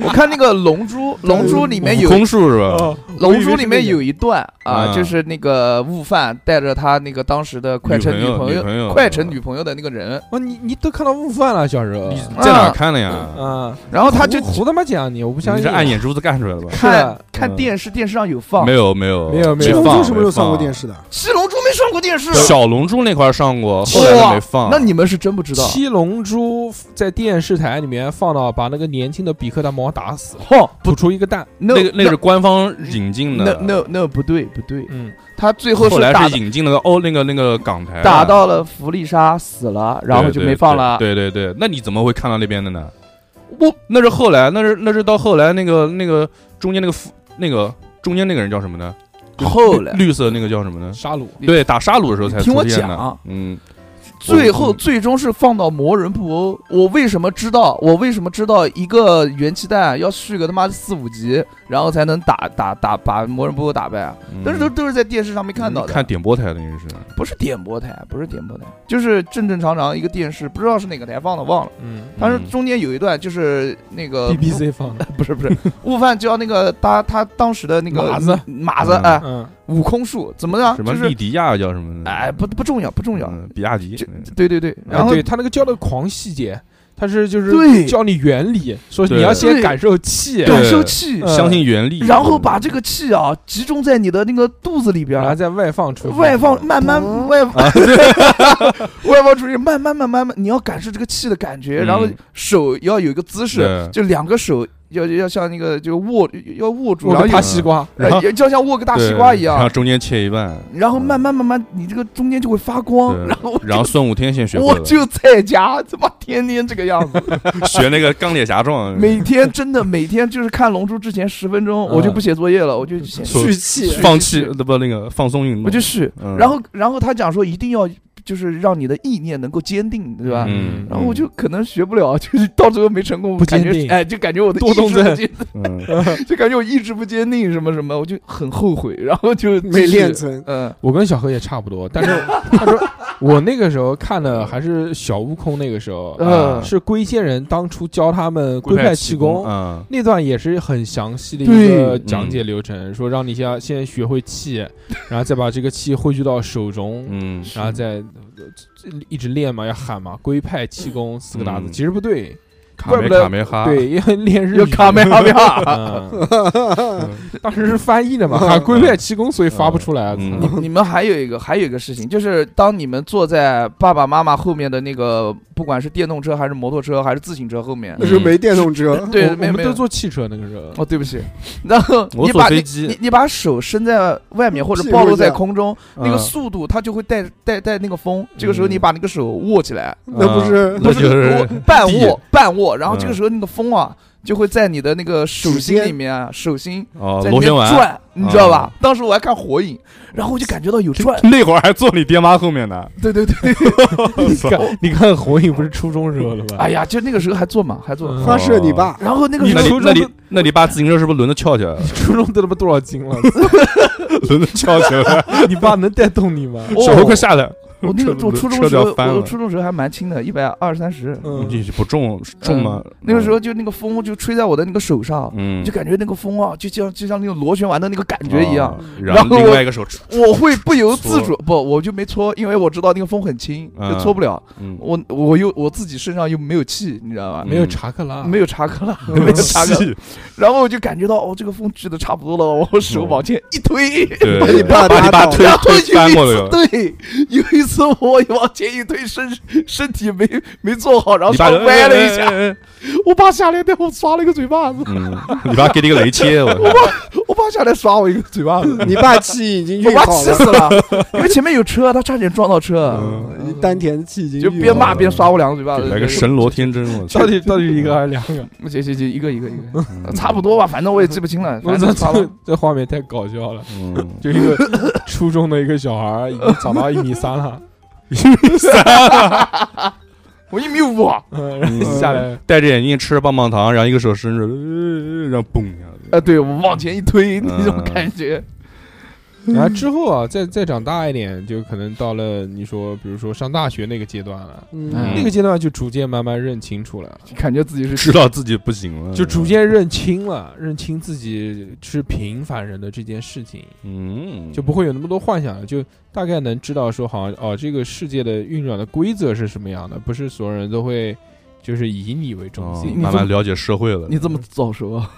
S3: 我看那个《龙珠》， 《龙珠》里哎面有
S4: 悟空术是吧？
S2: 哦
S3: 《龙珠》里面有一段
S4: 嗯
S3: 啊，就是那个悟饭带着他那个当时的快成
S4: 女朋友女
S3: 友
S4: 朋友
S3: 快成女朋友的那个人，
S2: 哦，你你都看到悟饭了，小时候
S4: 你嗯在哪儿
S3: 啊
S4: 看嗯的呀？
S2: 啊，
S3: 然哦后他就啊
S2: 胡胡他妈讲你，我不相
S4: 你
S2: 信。
S4: 是按眼珠子干出来的吧？
S2: 是
S3: 看
S2: 的
S3: 看
S4: 嗯
S3: 电视，电视上有放
S4: 没。有没有
S2: 没有没
S5: 七
S2: 有
S5: 龙
S4: 放
S5: 珠什么时
S4: 没
S5: 候上过
S4: 放
S5: 电视的？
S3: 七龙珠没上过电视，
S4: 小龙珠那块儿上过，后来就
S3: 哇
S4: 没放。
S3: 那你们是真不知道。
S2: 七龙珠在电视台里面放到把那个年轻的比克大魔王打死，
S3: 哼，
S2: 吐出一个蛋。
S3: 那
S4: 那个那个是官方引进
S3: 那
S4: 的，
S3: 那那不对不对，
S2: 嗯，
S3: 他最后
S4: 后来
S3: 打
S4: 是引进了个哦那个那个港台
S3: 打到了弗利莎死了，然后就没放了。
S4: 对对对，对对那你怎么会看到那边的呢？
S3: 我
S4: 那是后来，那是那是到后来那个那个中间那个夫那个中间那个人叫什么呢？
S3: 后来
S4: 嗯绿色那个叫什么呢？
S2: 杀戮。
S4: 对，打沙鲁的时候才
S3: 你听我
S4: 出现的
S3: 讲
S4: 嗯，
S3: 最后最终是放到魔人布欧。我为什么知道？我为什么知道一个元气弹啊要续个他妈四五级，然后才能打打打把魔人布欧打败啊？但是都都是在电视上面看到的，
S4: 嗯看点播台等于是，
S3: 不是点播台，不是点播台，就是正正常常一个电视，不知道是哪个台放的，忘了。
S2: 嗯
S3: 但是中间有一段就是那个
S2: BBC 放的，
S3: 不是不是悟饭教那个他他当时的那个
S2: 马子
S3: 马子
S4: 嗯
S3: 哎
S2: 嗯，
S3: 悟空术怎么样？
S4: 什么
S3: 啊就是
S4: 利迪亚叫什么的，
S3: 哎不不重要不重要，
S4: 嗯，比亚迪
S3: 就
S4: 嗯
S3: 对对对，然
S2: 然
S3: 后
S2: 啊后对他那个教的狂细节，他是就是
S3: 对
S2: 教你原理，说
S4: 对
S2: 你要先
S3: 对
S2: 感受气，
S3: 感受气，
S2: 嗯
S4: 相信原力，
S3: 呃然后把这个气啊集中在你的那个肚子里边
S2: 然后
S3: 儿，
S2: 再外放出去，
S3: 外放慢慢
S5: 哦
S3: 外 外放出去，慢慢慢慢慢，你要感受这个气的感觉，
S4: 嗯
S3: 然后手要有一个姿势
S4: 对，
S3: 就两个手要要像那个就握要握住，
S2: 我
S3: 然后
S2: 个
S3: 有
S2: 大西瓜，
S3: 呃
S4: 然后
S3: 要要像握个大西
S4: 对
S3: 瓜一
S4: 然后
S3: 样，
S4: 中间切一半，嗯
S3: 然后慢慢慢慢，你这个中间就会发光，
S4: 对
S3: 然后我就
S4: 然后孙武天先学会
S3: 我
S4: 了，
S3: 就在家 他妈天天这个样子，
S4: 学那个钢铁侠状，
S3: 每天真的每天就是看《龙珠》之前十分钟，
S2: 嗯
S3: 我就不写作业了，我就写，
S4: 所
S5: 蓄气，
S4: 放弃呃不那个放松运动，
S3: 我就续。
S4: 嗯
S3: 然后然后他讲说一定要就是让你的意念能够坚定，对吧？
S4: 嗯，
S3: 然后我就可能学不了， 就是到最后没成功，
S2: 不
S3: 感
S2: 坚
S3: 觉
S2: 定
S3: 哎，就感觉我的
S2: 多
S3: 意志
S2: 动
S3: 不
S2: 症
S3: 坚，
S4: 嗯
S3: 就感觉我意志不坚定什么什么，我就很后悔，然后就
S5: 没
S3: 继续
S5: 练成。
S3: 嗯
S2: 我跟小何也差不多，但是他说我那个时候看的还是小悟空那个时候，啊
S3: 嗯
S2: 是 龟仙人当初教他们龟派
S4: 派
S2: 气功。
S4: 嗯，
S2: 那段也是很详细的
S3: 对
S2: 一个讲解流程，说让你先要先学会气，然后再把这个气汇聚到手中，
S4: 嗯，
S2: 然后再呃一直练嘛，要喊嘛，龟派气功四个大字，
S4: 嗯
S2: 其实不对，
S4: 卡梅卡梅哈，
S2: 对，因为练日语
S3: 有卡梅哈梅哈。
S2: 嗯，当时是翻译的嘛，喊龟派啊气功，所以发不出来。
S4: 嗯
S2: 嗯
S3: 你们还有一个还有一个事情，就是当你们坐在爸爸妈妈后面的那个，不管是电动车还是摩托车还是自行车后面
S5: 那，时候没电动车，
S3: 对，
S2: 我
S3: 没
S2: 我
S3: 有没
S2: 们都
S3: 有。
S2: 坐汽车那个时 候，
S3: 哦，对不起， 然后
S4: 我
S3: 你
S4: 坐
S3: 把
S4: 飞
S3: 你
S4: 机
S3: 你你把手伸在外面或 者
S5: 屁股
S3: 暴露在
S5: 这样
S3: 空中，
S4: 嗯
S3: 那个速度它就会带带带那个风。这个时候你把那个手握起来，
S5: 那不是
S4: 嗯
S3: 不
S4: 那就是
S3: 握半
S4: 地
S3: 握半握，然后这个
S4: 嗯
S3: 时候那个风啊就会在你的那个手
S5: 指
S3: 心
S5: 尖
S3: 里面啊，手心
S4: 哦
S3: 在里
S4: 螺
S3: 面
S4: 旋丸，嗯
S3: 转，你知道吧？当时我还看火影，然后我就感觉到有 转，
S4: 那会儿还坐你爹妈后面呢，
S3: 对对对。
S2: 你看你看火影不是初中时候的吧？
S3: 哎呀，就那个时候还做嘛，还做。
S2: 嗯
S5: 发射你爸，
S3: 然后那个
S2: 你
S3: 时
S4: 那
S3: 候
S4: 你
S2: 初
S4: 那
S2: 中
S4: 你那你爸自行车是不是轮子翘起 来了？
S2: 初中都他妈多少 斤了？
S4: 轮子翘起来了，
S2: 你爸能带动你 吗？
S3: 哦
S4: 小猴快吓的，
S3: 我那个我初中
S4: 车
S3: 时
S4: 都
S3: 候，
S4: 要翻
S3: 我
S4: 了
S3: 初中时候还蛮轻的，一百二三十。嗯
S2: 嗯，
S4: 你不重重吗？
S3: 哦那个时候就那个风就吹在我的那个手上，
S4: 嗯，
S3: 就感觉那个风啊，就像就像那个螺旋丸的那个感觉一样
S4: 哦。
S3: 然
S4: 然
S3: 后
S4: 后另
S3: 我
S4: 外一个手，
S3: 我会不由自主
S4: 搓，
S3: 不，我就没搓，因为我知道那个风很轻，
S4: 嗯
S3: 就搓不了。
S4: 嗯，
S3: 我我又我自己身上又没有气，你知道吧？
S2: 没有查克
S4: 嗯
S2: 拉，
S3: 没有查 克拉，没有查克拉，然后我就感觉到哦，这个风聚的差不多了，我手
S4: 嗯
S3: 往前一推，
S4: 对，
S5: 把你爸
S4: 把你
S5: 打
S4: 爸
S5: 倒
S4: 推
S3: 然后有一
S4: 推翻过来
S3: 次，
S4: 了，
S3: 对，有一次我往前一推，身身体没没做好，然后
S4: 你
S3: 稍
S4: 爸
S3: 微
S4: 就
S3: 歪了一，
S4: 哎
S3: 下，
S4: 哎哎哎
S3: 我爸下来对我刷了一个嘴巴子，
S4: 嗯，你爸给你个雷切，我
S3: 我爸下来刷我一个嘴巴子，
S5: 你爸气已经
S3: 我
S5: 运
S3: 爸
S5: 好
S3: 气
S5: 了，
S3: 死 了，因为前面有车，他差点撞到车，
S5: 嗯丹田气已经
S3: 就
S5: 运
S3: 边
S5: 好
S3: 骂
S5: 了
S3: 边刷我两个嘴巴子，
S4: 来个神罗天真，我操嗯
S2: 到，底到底一个还是两 个？
S3: 行行行，一个一个一个，差不多吧，反正我也记不清了，
S2: 我
S3: 反
S2: 这
S3: 正刷了
S2: 这。这画面太搞笑了，
S4: 嗯，
S2: 就一个初中的一个小孩儿已经长到一米三了，
S3: 我一米五啊，
S2: 嗯，然后下来
S4: 戴着眼镜吃着棒棒糖，然后一个手伸着，呃然后嘣一下子，
S3: 呃，对我往前一推那种
S4: 嗯
S3: 感觉，
S2: 然后之后啊，再再长大一点，就可能到了你说，比如说上大学那个阶段了，
S5: 嗯
S2: 那个阶段就逐渐慢慢认清楚了，
S3: 感觉自己是
S4: 知道自己不行了，
S2: 就逐渐认清了，认清自己是平凡人的这件事情，
S4: 嗯，
S2: 就不会有那么多幻想了，就大概能知道说，好像哦，这个世界的运转的规则是什么样的，不是所有人都会就是以你为中
S4: 哦
S2: 心。
S3: 你
S4: 慢慢了解社会了。
S3: 你这么早熟啊。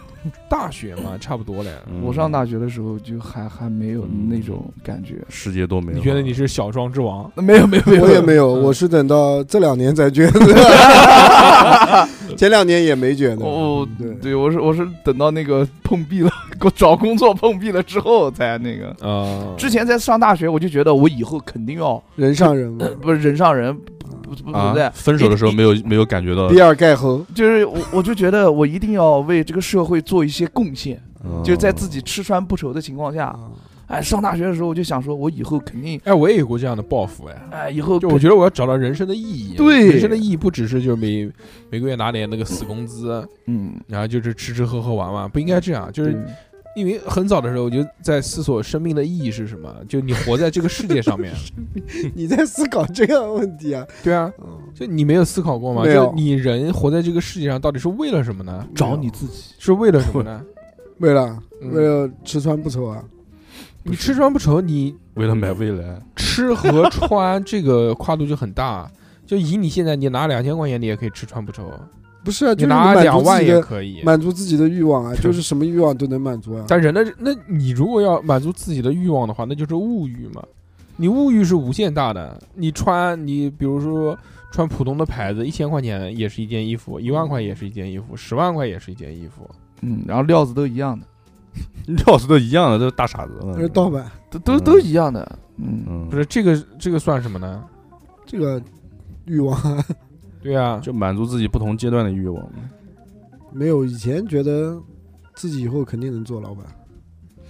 S2: 大学嘛，差不多了。
S4: 嗯
S3: 我上大学的时候就还还没有那种感觉，
S4: 世界多美好，
S2: 你觉得你是小庄之王？
S3: 没有没有没有，
S5: 我也没有，
S2: 嗯
S5: 我是等到这两年才觉得，前两年也没觉得。
S3: 我
S5: 对
S3: 哦对我是我是等到那个碰壁了，给我找工作碰壁了之后才那个。
S2: 啊，
S3: 之前在上大学，我就觉得我以后肯定要
S5: 人上人嘛，
S3: 不是人上人，不不不
S4: 啊
S3: 不对，，
S4: 分手的时候没有没有感觉到，
S5: 比尔盖侯，
S3: 就是我我就觉得我一定要为这个社会做一些贡献，
S4: 嗯
S3: 就在自己吃穿不愁的情况下，
S5: 啊
S3: 哎，上大学的时候我就想说，我以后肯定，
S2: 哎，我也有过这样的抱负哎，
S3: 哎，以后
S2: 就我
S3: 肯
S2: 觉得我要找到人生的意义，
S3: 对
S2: 人生的意义不只是就是每每个月拿点那个死工资，
S3: 嗯，
S2: 然后就是吃吃喝喝玩玩，不应该这样。就是
S3: 对
S2: 因为很早的时候我就在思索生命的意义是什么，就你活在这个世界上面，
S5: 你在思考这个问题啊？
S2: 对啊，
S5: 嗯，
S2: 就你没有思考过吗？
S5: 没有
S2: 就你人活在这个世界上到底是为了什么呢？
S3: 找你自己，
S2: 是为了什么呢？
S5: 为了
S2: 嗯
S5: 为了吃穿不愁啊，
S2: 你吃穿不愁，你
S4: 为了买未来，
S2: 吃和穿这个跨度就很大。就以你现在，你拿两千块钱，你也可以吃穿不愁；
S5: 不是啊，就是
S2: 你拿
S5: 满
S2: 两
S5: 足自
S2: 万
S5: 己
S2: 也
S5: 的
S2: 可以。
S5: 满足自己的欲望啊，就是什么欲望都能满足啊。
S2: 但人的那，你如果要满足自己的欲望的话，那就是物欲嘛。你物欲是无限大的，你穿你比如说穿普通的牌子，一千块钱也是一件衣服，一万块也是一件衣服，十万块也是一件衣服。
S3: 嗯，然后料子都一样的，
S4: 料子都一样的，都是大傻子了
S5: 那是盗版，
S3: 都都
S4: 嗯
S3: 都一样的，嗯，
S4: 嗯，
S2: 不是这个这个算什么呢？
S5: 这个欲望啊
S2: 对啊，
S4: 就满足自己不同阶段的欲望。
S5: 没有以前觉得自己以后肯定能做老板，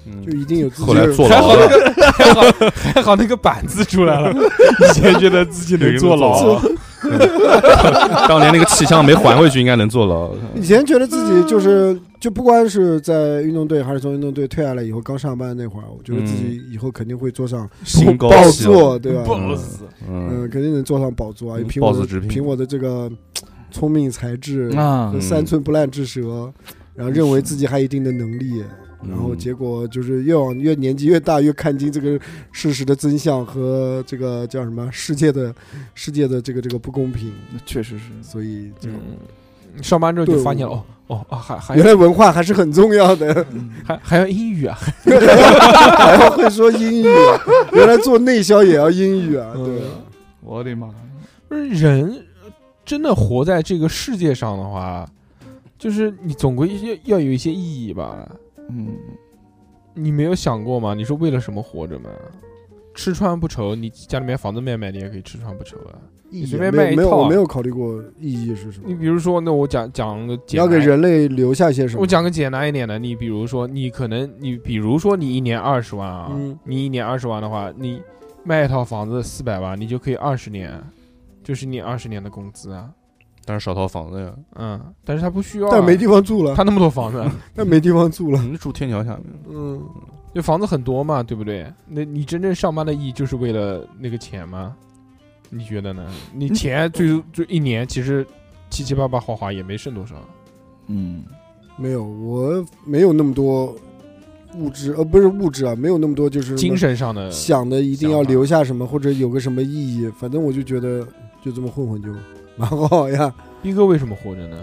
S4: 嗯
S5: 就一定有自己
S4: 后来
S5: 有
S4: 坐
S2: 还好那
S4: 牢了，
S2: 个还好 还好那个板子出来了，以前觉得自己能坐牢，
S4: 了。当年那个气枪没还回去，应该能坐 牢。
S5: 以前觉得自己就是，就不光是在运动队，还是从运动队退下来以后，刚上班那会儿，我觉得自己以后肯定会坐上
S4: 心高
S5: 宝
S4: 气傲
S5: 座，对吧？
S2: 暴死。
S4: 嗯
S5: 嗯，，肯定能坐上宝座啊！
S4: 嗯
S5: 凭我
S4: 豹
S5: 的
S4: 子直聘
S5: 凭我的这个聪明才智，
S3: 啊
S5: 和三寸不烂之舌，然后认为自己还有一定的能力，然后结果就是越往越年纪越大，越看清这个事实的真相和这个叫什么世界的世界的这个这个不公平，
S3: 那确实是，
S5: 所以就
S2: 嗯，上班之后就发现了，哦哦啊，还还
S5: 原
S2: 要
S5: 来文化还是很重要的。
S2: 还还要英语啊，
S5: 还要会说英语，啊原来做内销也要英语
S2: 嗯
S5: 啊！对啊，
S3: 我的妈，
S2: 不是人真的活在这个世界上的话，就是你总归要要有一些意义吧？
S3: 嗯，
S2: 你没有想过吗？你是为了什么活着吗？吃穿不愁，你家里面房子卖卖，你也可以吃穿不愁啊。
S5: 意义
S2: 随
S5: 没
S2: 便卖
S5: 有
S2: 一
S5: 没有
S2: 套啊
S5: 我没有考虑过意义是什么
S2: 你。比如说，那我讲讲个
S5: 你
S2: 简
S5: 要
S2: 单
S5: 给人类留下些什么？
S2: 我讲个简单一点的，你比如说，你可能你比如说你一年二十万啊，
S5: 嗯
S2: 你一年二十万的话，你卖一套房子四百万，你就可以二十年，就是你二十年的工资啊。
S4: 但是少套房子呀，
S2: 嗯，但是他不需要啊、
S5: 但没地方住了，
S2: 他那么多房子，啊
S5: 但没地方住了。
S4: 你住天桥下面，
S5: 嗯，
S2: 就房子很多嘛，对不对？那你真正上班的意义就是为了那个钱吗？你觉得呢？你钱最最一年其实七七八八花花也没剩多少，
S3: 嗯，
S5: 没有，我没有那么多物质，呃，不是物质啊，没有那么多就是
S2: 精神嗯上的
S5: 想的一定要
S2: 想法
S5: 留下什么或者有个什么意义。反正我就觉得就这么混混就蛮好呀。
S2: 逼哥为什么活着呢？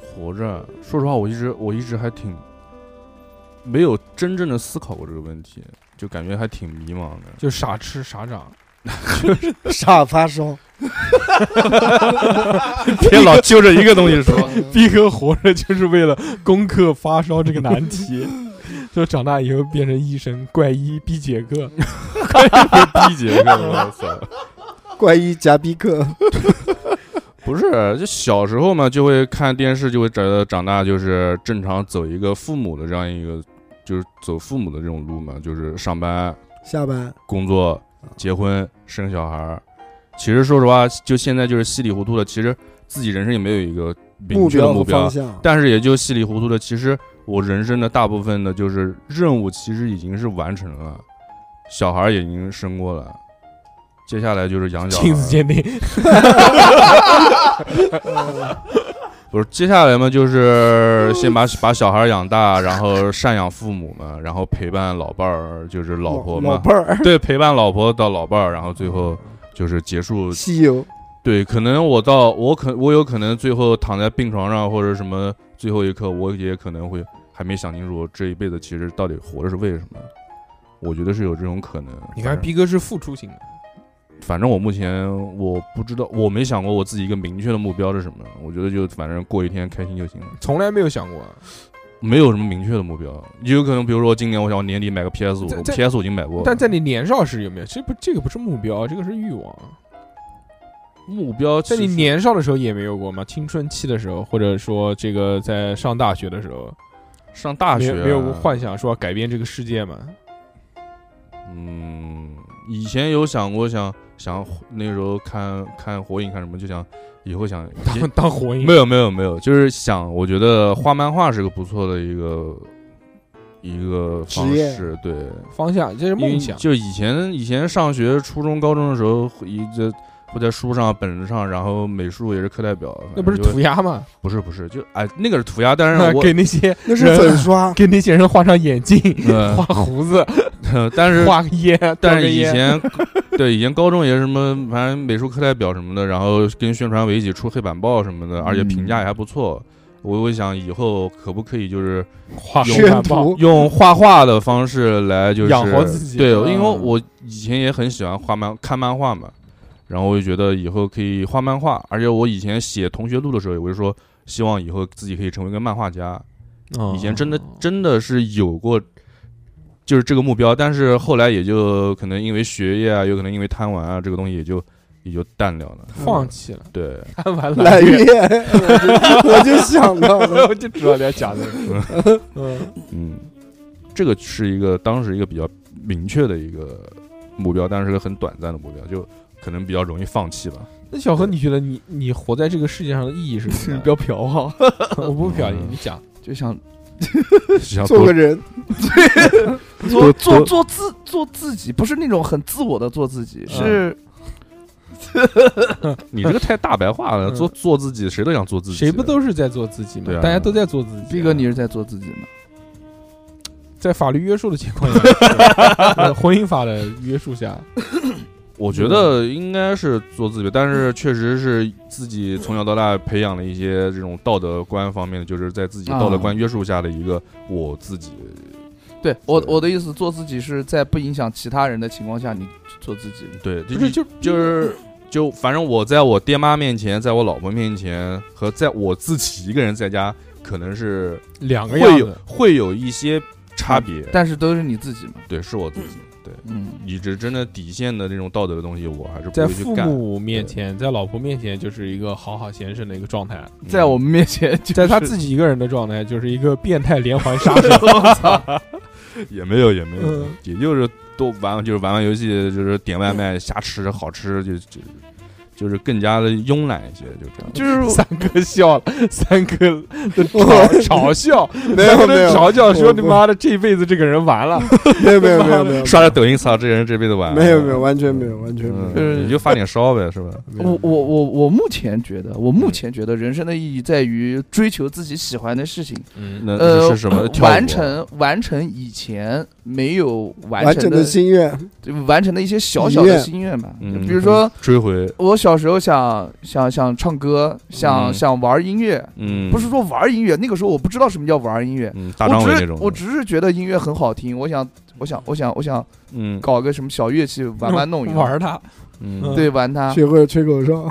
S4: 活着。啊说实话，我一直我一直还挺没有真正的思考过这个问题，就感觉还挺迷茫的。
S2: 就傻吃傻长，
S5: 傻发烧，
S4: 别老揪着一个东西 说，
S2: 逼哥活着就是为了攻克发烧这个难 题，就长大以后变成医生，怪医逼杰 克。
S4: 逼姐，我操！
S5: 怪医夹逼克，
S4: 不是，就小时候嘛，就会看电视，就会觉得长大就是正常走一个父母的这样一个，就是走父母的这种路嘛，就是上班、
S5: 下班
S4: 工作、结婚、生小孩儿。其实说实话，就现在就是稀里糊涂的，其实自己人生也没有一个明
S5: 目
S4: 确的
S5: 标
S4: 目
S5: 和
S4: 标
S5: 方，向，
S4: 但是也就稀里糊涂的。其实我人生的大部分的就是任务，其实已经是完成了，小孩儿也已经生过了，接下来就是养小孩
S2: 亲
S4: 儿。
S2: 子鉴定，
S4: 不是，接下来嘛，就是先把把小孩养大，然后赡养父母嘛，然后陪伴老伴儿，就是老婆
S5: 老
S4: 嘛，
S5: 伴儿，
S4: 对，陪伴老婆到老伴儿，然后最后就是结束。
S5: 西游
S4: 对，可能我到我可我有可能最后躺在病床上或者什么最后一刻，我也可能会还没想清楚我这一辈子其实到底活着是为什么。我觉得是有这种可能。
S2: 你
S4: 反
S2: 看
S4: 正
S2: 逼哥是付出型的，
S4: 反正我目前我不知道，我没想过我自己一个明确的目标是什么。我觉得就反正过一天开心就行了。
S2: 从来没有想过啊。
S4: 没有什么明确的目标，也有可能，比如说今年我想年底买个 PS 五
S2: 在在
S4: ，PS 五已经买过了，
S2: 但在你年少时有没有？其实不，这个不是目标，这个是欲望。
S4: 目标
S2: 在
S4: 其
S2: 你
S4: 实
S2: 年少的时候也没有过吗？青春期的时候，或者说这个在上大学的时候，啊
S4: 上大学啊
S2: 没有没有过幻想说要改变这个世界吗？
S4: 嗯，以前有想过想想那时候看看火影看什么，就想以后想
S2: 当 当火影
S4: 没有没有没有，就是想我觉得画漫画是个不错的一个一个方
S5: 职业
S4: 式，对，
S2: 方向，这是
S4: 因为
S2: 梦想。
S4: 就以前以前上学初中高中的时候，一这会在书上本子上，然后美术也是课代表，
S2: 那不是
S4: 反正就
S2: 涂鸦吗？
S4: 不是不是就哎那个是涂鸦，但是我
S2: 给那些
S5: 那是
S2: 人
S5: 粉 刷，
S2: 给那些人画上眼镜，
S4: 呃
S2: 画 胡子，
S4: 但是
S2: 画个烟，叼
S4: 但
S2: 个
S4: 是以
S2: 烟
S4: 前对以前高中也是什么，反正美术课代表什么的，然后跟宣传委一起出黑板报什么的，而且
S2: 嗯
S4: 评价也还不错。我我想以后可不可以就是
S2: 画
S4: 有
S2: 黑板
S5: 宣
S2: 报，
S5: 图，
S4: 用画画的方式来就是
S2: 养活自己
S4: 对，
S2: 嗯
S4: 因为我以前也很喜欢画漫看漫画嘛，然后我就觉得以后可以画漫画，而且我以前写同学录的时候，我就说希望以后自己可以成为一个漫画家。以前
S2: 哦
S4: 真的真的是有过，就是这个目标，但是后来也就可能因为学业啊，有可能因为贪玩啊，这个东西也就也就淡掉了。
S2: 放弃了，
S4: 对，
S2: 看完
S5: 揽
S2: 了，
S5: 月，我就 想到 了，
S2: 我就知道你要讲这个。 嗯，
S4: 嗯，这个是一个当时一个比较明确的一个目标，但是个很短暂的目标，就可能比较容易放弃 吧。
S2: 那小何，你觉得你你活在这个世界上的意义是 什么？
S3: 不要嫖啊！
S2: 我不表演
S4: 嗯，
S2: 你讲。
S3: 就想
S4: 想
S5: 做
S4: 多
S5: 个人，
S3: 做
S4: 多
S3: 做
S4: 多
S3: 做自做自己，不是那种很自我的做自己，是
S4: 你这个太大白话了，
S2: 嗯
S4: 做做自己，谁都想做自己，啊
S2: 谁不都是在做自己吗
S4: 对？啊
S2: 大家都在做自己。
S3: 毕哥，你是在做自己吗？
S2: 在法律约束的情况下呃，婚姻法的约束下，
S4: 我觉得应该是做自己，但是
S2: 嗯
S4: 确实是自己从小到大培养了一些这种道德观方面的，就是在自己道德
S2: 啊
S4: 观约束下的一个我自己。
S3: 对我
S4: 对
S3: 我的意思，做自己是在不影响其他人的情况下，你做自己。
S4: 对，就
S2: 不是就
S4: 就是就反正我在我爹妈面前，在我老婆面前，和在我自己一个人在家，可能是
S2: 两个样嗯
S4: 会有
S2: 子。
S4: 会有一些差别。
S3: 但是都是你自己嘛。
S4: 对，是我自己。对，
S3: 嗯，
S4: 你这真的底线的这种道德的东西，我还是不
S2: 在
S4: 会去
S2: 父
S4: 干。
S2: 母面前，在老婆面前，就是一个好好先生的一个状态；
S4: 嗯
S3: 在我们面前就是，
S2: 在他自己一个人的状态，就是一个变态连环杀手。
S4: 也没有，也没有，
S2: 嗯
S4: 也就是多玩，就是玩玩游戏，就是点外卖，瞎吃好吃，就就就是更加的慵懒一些，就这样。
S3: 就是
S2: 三哥笑了，三哥的嘲
S5: 我
S2: 嘲笑，
S5: 没有
S2: 三哥
S5: 没
S2: 的
S5: 有
S2: 嘲笑说
S5: 我
S2: 你
S5: 不
S2: 妈的这辈子这个人完了，
S5: 没有没有没有
S3: 嗯
S5: 没有
S4: 刷着抖音，操，这人这辈子完了
S5: 没有没嗯有，完全没有完全没有，
S4: 嗯，你就发点烧呗，是吧？
S3: 我我我我目前觉得，我目前觉得人生的意义在于追求自己喜欢的事情，
S2: 嗯，
S4: 那
S3: 呃，
S4: 是什么？跳舞啊
S3: 完成完成以前没有完
S5: 完
S3: 成
S5: 整的心愿，
S3: 就完成的一些小小的心愿吧，
S4: 嗯
S3: 比如说。
S4: 追回，
S3: 我小时候想想想唱歌，想、
S4: 嗯
S3: 想玩音乐，
S4: 嗯，
S3: 不是，说玩音乐，那个时候我不知道什么叫玩音乐，
S4: 嗯，大张伟
S3: 我只
S4: 那
S3: 是
S4: 种的，
S3: 我只是觉得音乐很好听，我想我想我想我想
S4: 嗯
S3: 搞个什么小乐器玩玩弄一弄，
S2: 玩他，
S4: 嗯，
S3: 对玩 它。
S5: 学会了吹口哨，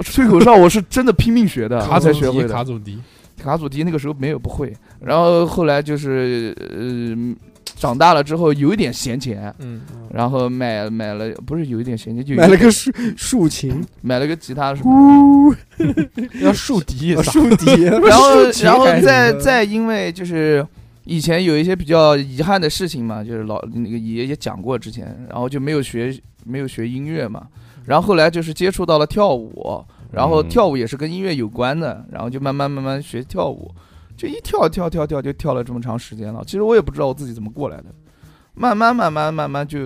S3: 吹口哨我是真的拼命学的，
S2: 卡
S3: 啊我
S2: 祖
S3: 才学
S2: 笛，
S3: 会
S2: 卡
S3: 的。
S2: 祖笛，
S3: 卡祖笛那个时候没有不会，然后后来就是呃长大了之后有一点闲钱，
S2: 嗯，
S3: 然后买买了不是有一点闲钱就有
S5: 买了个竖竖琴，
S3: 买了个吉他什么的。
S5: 呜，
S2: 要竖笛，
S5: 啊竖笛，
S3: 然后
S5: 竖，琴
S3: 然后
S5: 还行
S3: 再再因为就是以前有一些比较遗憾的事情嘛，就是老那个也也讲过之前，然后就没有学没有学音乐嘛，然后后来就是接触到了跳舞，然后
S4: 嗯
S3: 跳舞也是跟音乐有关的，然后就慢慢慢慢学跳舞，就一跳跳跳跳就跳了这么长时间了，其实我也不知道我自己怎么过来的，慢慢慢慢慢慢就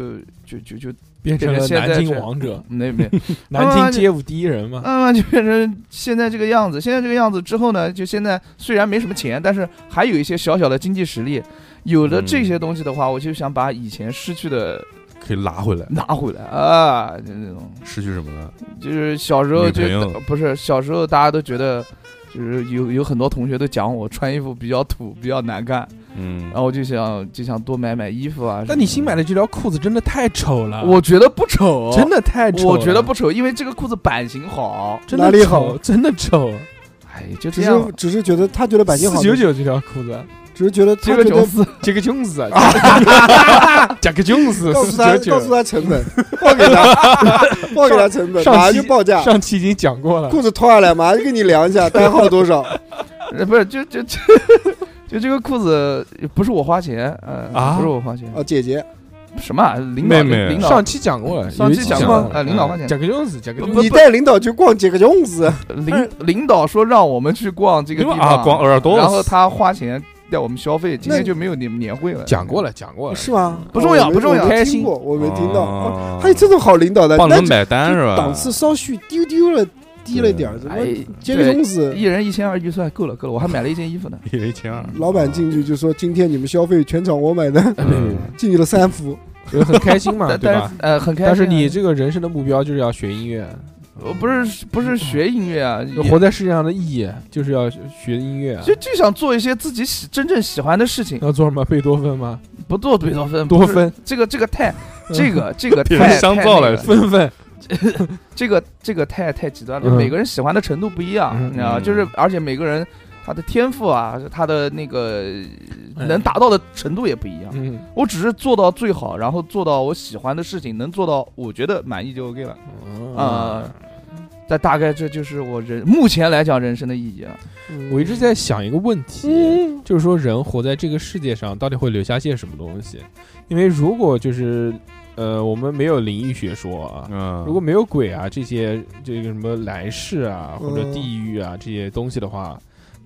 S3: 就就就
S2: 变成了
S3: 现在啊
S2: 南京
S3: 这
S2: 王者，
S3: 没没
S2: 南京街舞第一人 嘛，
S3: 慢慢啊就变成现在这个样子。现在这个样子之后呢，就现在虽然没什么钱，但是还有一些小小的经济实力。有了这些东西的话，我就想把以前失去的
S4: 嗯可以拉回来。
S3: 拿回来啊，就那种
S4: 失去什么了？
S3: 就是小时候就呃
S4: 女朋友
S3: 不是小时候大家都觉得。就是有有很多同学都讲我穿衣服比较土，比较难看，
S4: 嗯
S3: 然，后我就想就想多买买衣服啊。
S2: 但你新买的这条裤子真的太丑了，
S3: 我觉得不丑，
S2: 真的太丑了，啊
S3: 我觉得不丑，因为这个裤子版型好。
S2: 真的
S5: 哪里
S2: 丑
S5: 好
S2: 真的丑，
S3: 哎，就这
S5: 只
S3: 样
S5: 是
S3: 了，
S5: 只是觉得他觉得版型好
S2: 四，九九这条裤子，
S5: 只是觉得
S3: 这
S5: 他
S3: 个
S5: 觉
S3: 琼
S5: 得
S3: 斯
S2: 杰克琼斯，啊 杰克琼斯
S5: 告
S2: 四
S5: 诉他
S2: 九
S5: 告诉
S2: 九，
S5: 他成本，报给他报给他成本，
S2: 上
S5: 马上
S2: 期
S5: 就报价，
S2: 上期已经讲过了，
S5: 裤子脱下来马上就给你量一下单号多少，
S3: 呃，不是，就就就就这个裤子不是我花钱，嗯、
S2: 啊
S3: 不是我花钱，
S5: 哦，姐姐，
S3: 什么啊领导
S4: 妹妹
S3: 领导
S2: 呃上期讲过了，
S3: 上期讲
S2: 过嗯
S3: 过，哎，领导花钱。
S2: 讲个嗯样子，讲个样
S3: 不
S2: 子，
S5: 你带领导去逛几个粽子，
S3: 领领导说让我们去逛这个
S4: 因
S3: 地
S4: 为啊，
S3: 方，
S4: 光耳朵，
S3: 然后他花钱要我们消费，今
S5: 那
S3: 天就没有年年会了。
S2: 讲过了，讲过了，
S5: 是吗？
S3: 不重要
S5: 哦我没
S3: 不重要
S5: 我没
S2: 开
S5: 听
S2: 心
S5: 过，我没听到。哦
S4: 哦
S5: 还有这种好领导的，
S4: 帮你
S5: 那
S4: 们
S5: 就
S4: 买单
S5: 就是
S4: 吧？
S5: 档次稍许丢丢了，低了一点儿，怎么
S3: 哎，
S5: 接个
S3: 对
S5: 粽子？
S3: 一人一千二预算够了够了，我还买了一件衣服呢。
S4: 一人一千二，
S5: 老板进去就说：“今天你们消费全场我买单，
S2: 哎，没没
S5: 进去了三幅。
S2: 没，很开 心嘛，
S3: 但
S2: 对
S3: 但
S2: 吧
S3: 是？呃很开心啊。
S2: 但是你这个人生的目标就是要学音乐，
S3: 我不是不是学音乐啊，也
S2: 活在世界上的意义就是要学音乐啊。
S3: 就就想做一些自己喜真正喜欢的事情，
S2: 要做什么？贝多芬吗？
S3: 不做贝多芬，
S2: 多
S3: 不是
S2: 芬，嗯
S3: 这个这个太这个这个
S4: 别
S3: 太
S4: 人香
S3: 太
S4: 皂
S3: 那
S4: 了
S3: 个
S2: 芬芬，
S3: 这个这个太太极端了，
S2: 嗯
S3: 每个人喜欢的程度不一样，
S2: 嗯
S3: 你知道吧？就是而且每个人他的天赋啊，他的那个呃能达到的程度也不一样。
S2: 哎嗯，
S3: 我只是做到最好，然后做到我喜欢的事情，能做到我觉得满意就 OK 了。
S2: 嗯
S3: 啊、但大概这就是我人目前来讲人生的意义啊。
S5: 嗯”
S2: 我一直在想一个问题，就是说人活在这个世界上，到底会留下些什么东西？因为如果就是呃，我们没有灵异学说啊，
S4: 嗯，
S2: 如果没有鬼啊这些这个什么来世啊或者
S5: 嗯
S2: 地狱啊这些东西的话。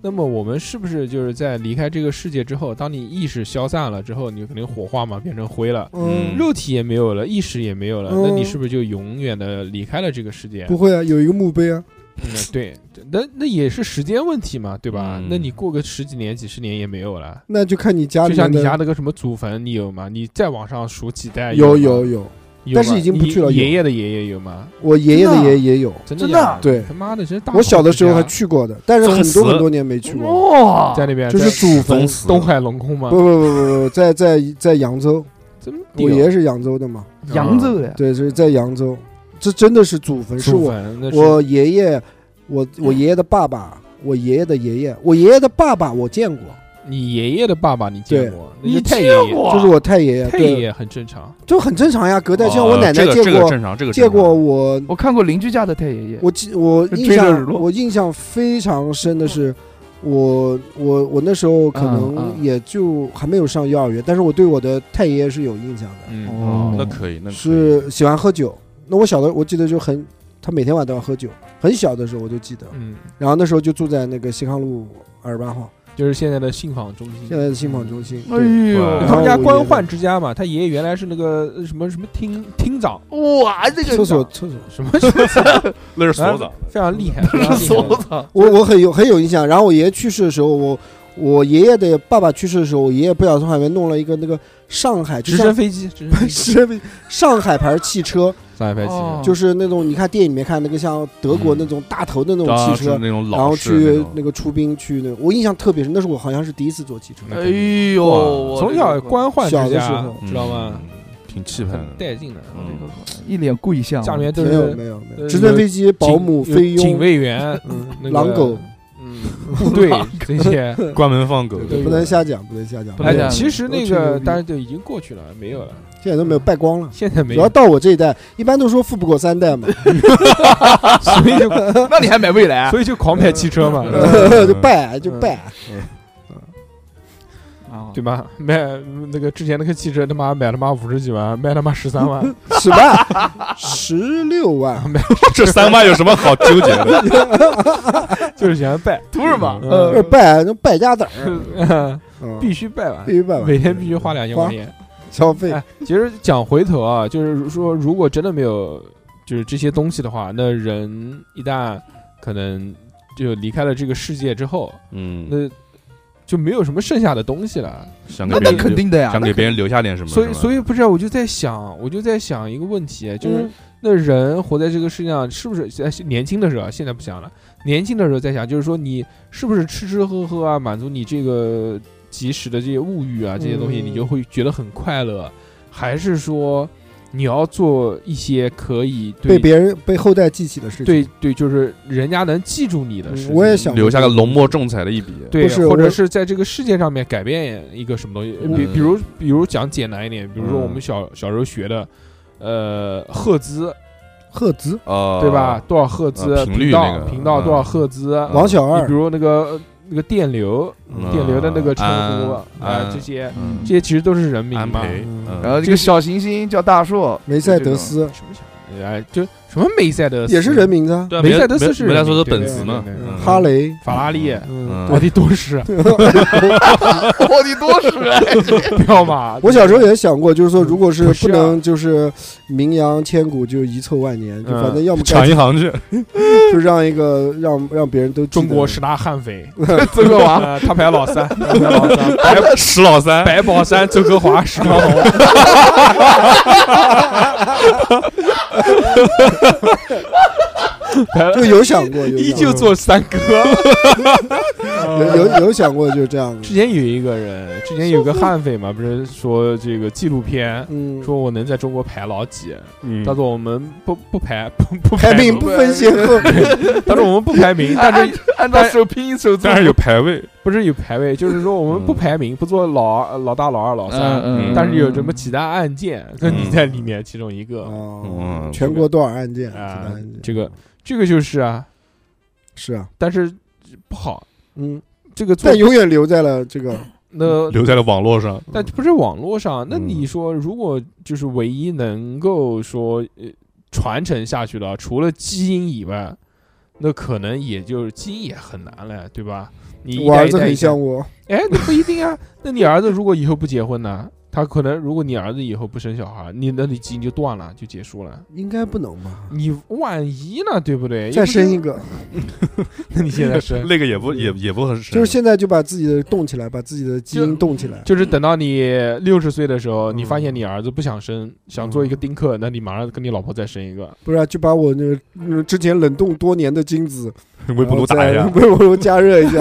S2: 那么我们是不是就是在离开这个世界之后，当你意识消散了之后，你肯定火化嘛，变成灰了，
S5: 嗯，
S2: 肉体也没有了，意识也没有了，那你
S5: 嗯
S2: 是不是就永远的离开了这个世界？
S5: 不会啊，有一个墓碑啊，
S2: 嗯，对，那那也是时间问题嘛，对吧？
S4: 嗯
S2: 那你过个十几年、几十年也没有了。
S5: 那就看你家
S2: 就
S5: 里
S2: 像
S5: 面
S2: 你家那
S5: 的
S2: 个什么祖坟，你有吗？你再往上数几代
S5: 有
S2: 有吗
S5: 有有，
S2: 有吗，
S5: 但是已经不
S2: 你
S5: 去了有
S2: 爷爷的爷爷有吗？
S5: 我爷爷的
S3: 真的啊
S5: 爷爷有，
S2: 真
S3: 真
S2: 假
S3: 的啊
S5: 对
S2: 他妈的，真大好
S5: 我小的时候还
S2: 之
S5: 去过的，但是很
S4: 宗祠
S5: 多很多年没去过了。
S3: 哇
S2: 家在那边
S5: 就是
S2: 在
S5: 祖坟
S4: 宗，祠
S2: 东海龙宫
S5: 不
S2: 吗？
S5: 不不不不，在在在扬州，
S2: 真
S5: 我
S2: 屌
S5: 爷是扬州的嘛，
S2: 嗯
S3: 扬州的呀，
S5: 对，是在扬州，这真的是祖坟，是
S2: 祖
S5: 我
S2: 坟，那是
S5: 我爷爷，
S4: 嗯
S5: 我我爷爷的爸爸，我爷爷的爷爷，我爷爷的爸爸我见过，
S2: 你爷爷的爸爸，你见过？那
S3: 你
S2: 就太
S3: 见
S2: 爷爷，
S3: 过？
S5: 就是我太爷爷，
S2: 太爷
S5: 对，
S2: 爷很正常。
S5: 就很正常呀，隔代像
S4: 哦
S5: 我奶奶
S4: 这个
S5: 见
S4: 这个
S5: 过
S4: 正常，这个
S5: 见
S4: 正常
S5: 过我
S3: 我看过邻居家的太爷爷，
S5: 我记我
S3: 就
S5: 印
S3: 追着
S5: 象
S3: 日落
S5: 我印象非常深的
S4: 嗯
S5: 是，我我我那时候可
S3: 嗯
S5: 能
S3: 嗯
S5: 也就还没有上幼儿园，但是我对我的太爷爷是有印象的，
S2: 嗯，
S3: 哦
S4: 那可以，那可以
S5: 是喜欢喝酒。那我小的我记得就很，他每天晚上都要喝酒，很小的时候我就记得。
S2: 嗯，
S5: 然后那时候就住在那个西康路二十八号，
S2: 就是现在的信访中心，
S5: 现在的信访中心。
S3: 哎
S5: 对
S4: 对
S3: 呦，
S2: 他们家
S5: 然后我
S2: 官
S5: 爷爷
S2: 宦之家嘛，他爷爷原来是那个呃什么什么厅厅长，
S3: 哇，这个哦
S5: 厕所厕所，
S2: 什么 非
S4: 那是
S5: 哎
S4: 所长，
S2: 常厉害，非常厉
S3: 所
S2: 害。
S3: 长，
S5: 我我很有很有印象。然后我爷爷去世的时候，我我爷爷的爸爸去世的时候，我爷爷不小心还面弄了一个那个上海
S2: 直
S5: 就
S2: 升
S5: 像
S2: 飞机，直升飞机，
S5: 是上海牌汽车。
S2: 上海牌
S3: 哦
S2: 机，
S5: 就是那种你看电影里面看那个像德国那种大头的那
S4: 当然
S5: 种汽
S4: 啊是
S5: 车，
S4: 那种
S5: 然后
S4: 老式那
S5: 去
S4: 种
S5: 那个出兵去那，我印象特别深，那是我好像是第一次坐汽车，
S2: 那
S3: 哎
S2: 肯定
S3: 呦，
S2: 哇
S3: 我
S2: 从
S3: 这
S2: 小
S3: 个
S2: 官宦
S5: 小
S2: 之
S5: 的时
S2: 家
S5: 候，
S4: 嗯
S2: 知道吗？？
S4: 挺气派
S2: 很
S4: 的，
S2: 带劲的，
S4: 嗯，
S3: 一脸贵相，啊
S2: 下面都
S5: 没有
S2: 是
S5: 没有没
S2: 呃
S5: 有，直升飞机、保姆、
S2: 警
S5: 菲
S2: 有警
S5: 佣、
S2: 卫员、
S5: 嗯
S2: 那个
S5: 狼狗，
S2: 嗯，部队这些。
S4: 关门放狗，
S2: 对
S5: 不能瞎讲，不能瞎讲
S2: 不
S3: 能，瞎
S2: 对，
S3: 讲
S2: 其实那
S5: 都挺牛
S2: 个
S5: 逼
S2: 当然就已经过去了，没有了，
S5: 现在都没有败光了。
S2: 现在没
S5: 主要
S2: 有，
S5: 到我这一代，一般都说富不过三代嘛，
S2: 所以 就
S3: 那你还买未来啊？
S2: 所以就狂买汽车嘛，
S5: 就败就败。
S3: 啊
S2: 对吧？买那个之前那个汽车他妈买他妈五十几万，卖他妈十三万，
S5: 十万，十六万，
S4: 这三万有什么好纠结 的？
S2: 就是想拜，
S3: 图什么？
S2: 嗯
S5: 就是呃败那败家子儿，嗯
S2: 必须拜完
S5: 必，须败吧，
S2: 每天必须花两千块钱。
S5: 消费
S2: 哎，其实讲回头啊，就是说，如果真的没有就是这些东西的话，那人一旦可能就离开了这个世界之后，
S4: 嗯，
S2: 那就没有什么剩下的东西了。
S4: 想给
S3: 那
S4: 别
S3: 那
S4: 人
S3: 肯
S4: 留，
S3: 定的呀
S4: 想，给别人留下点什么，
S2: 所以，
S4: 是吧
S2: 所以不知道，我就在想，我就在想一个问题，啊
S5: 嗯
S2: 就是那人活在这个世界上，是不是呃年轻的时候啊？现在不想了，年轻的时候在想，就是说你是不是吃吃喝喝啊，满足你这个及时的这些物欲啊，这些东西，
S5: 嗯
S2: 你就会觉得很快乐，还是说你要做一些可以对
S5: 被别人被后代记起的事情。
S2: 对对，就是人家能记住你的
S5: 嗯
S2: 事情，
S5: 我也想
S4: 留下个浓墨重彩的一笔，
S2: 对
S5: 不，是
S2: 或者
S5: 我
S2: 是在这个世界上面改变一个什么东西，
S5: 我
S2: 比比如比如讲简单一点，比如说
S4: 嗯
S2: 我们小小时候学的，呃，赫兹
S5: 赫兹，
S4: 啊，
S2: 对吧？？多少赫兹
S4: 啊频率
S2: 道
S4: 那个
S2: 频道多少
S4: 嗯
S2: 赫兹？
S5: 王小
S2: 你
S5: 二
S2: 呃比，如那个那个电流、
S4: 嗯
S2: 电流的那个称呼啊、
S4: 安安
S2: 这些
S4: 嗯
S2: 这些其实都是人名
S4: 安
S2: 嘛。
S4: 培，
S5: 嗯
S4: 嗯
S3: 然后这个小行星叫大树，
S5: 梅赛德 斯
S2: 什么小哎，就什么梅赛德斯
S5: 也是人，名字啊，
S4: 对啊
S2: 梅
S4: 梅
S2: 赛德斯是
S4: 梅赛
S2: 人
S4: 德斯
S2: 名对
S4: 本
S2: 对
S4: 茨
S2: 对
S4: 嘛
S2: 对对
S4: 嗯
S5: 哈雷，
S2: 法拉利、
S5: 嗯，
S2: 奥迪都是
S3: 我的哦多啊是
S2: 彪马。
S5: 我小时候也想过，就是说，如果是
S2: 不是
S5: 不
S2: 啊
S5: 能就是名扬千古，就遗臭万年，就
S2: 嗯
S5: 反正要么
S4: 抢
S5: 干
S4: 银行去，
S5: 就让一个让让别人都记得
S2: 中国十大悍 匪，
S3: 这 个王，
S2: 呃他排老三，他排老三白
S4: 石老三，
S2: 白宝山、周格华、史长红，
S5: 就有想 过，有
S2: 依
S5: 想
S2: 旧做三哥。
S5: 有有有想过就是这样的
S2: 之，前有一个人，之前有个悍匪嘛，不是说这个纪录片，
S5: 嗯，
S2: 说我能在中国排老几？
S4: 嗯
S2: 他说我们不不排不不
S5: 排名
S2: 名
S5: 不，分先后，
S2: 他说我们不排名，但是
S3: 按照手拼音手字
S4: 但是有排位，
S2: 不是有排位，就是说我们不排名，不做老二老大、老二、老三，
S4: 嗯
S2: 但是有什么几大案件，那你在里面其中一个
S5: 哦
S4: 嗯
S5: 全国多少案件？几大
S2: 啊
S5: 案件，
S2: 这个这个就是啊，
S5: 是啊，
S2: 但是不好，
S5: 嗯，
S2: 这个做
S5: 但永远留在了这个，
S2: 那
S4: 留在了网络上，
S2: 但不是网络上，那
S4: 嗯
S2: 你说如果就是唯一能够说呃传承下去的，啊除了基因以外，那可能也就是基因也很难了，对吧？你一
S5: 我
S2: 代
S5: 儿
S2: 一
S5: 子
S2: 代
S5: 很
S2: 一代
S5: 像，我，
S2: 哎，那不一定啊。那你儿子如果以后不结婚呢？他可能如果你儿子以后不生小孩，你那你基因就断了，就结束了。
S5: 应该不能吧？
S2: 你万一呢，对不对？
S5: 再生一
S2: 个，
S5: 个，
S2: 那你 现在生。
S4: 那个也不也也不很
S5: 就是现在就把自己的动起来，把自己的基因动起来。
S2: 就是等到你六十岁的时候，你
S5: 嗯
S2: 发现你儿子不想生，想做一个丁克，那你马上跟你老婆再生一个，
S5: 不是、啊，就把我那个嗯之前冷冻多年的精子
S4: 微波炉打一下
S5: 然后，再 微波炉加热一下，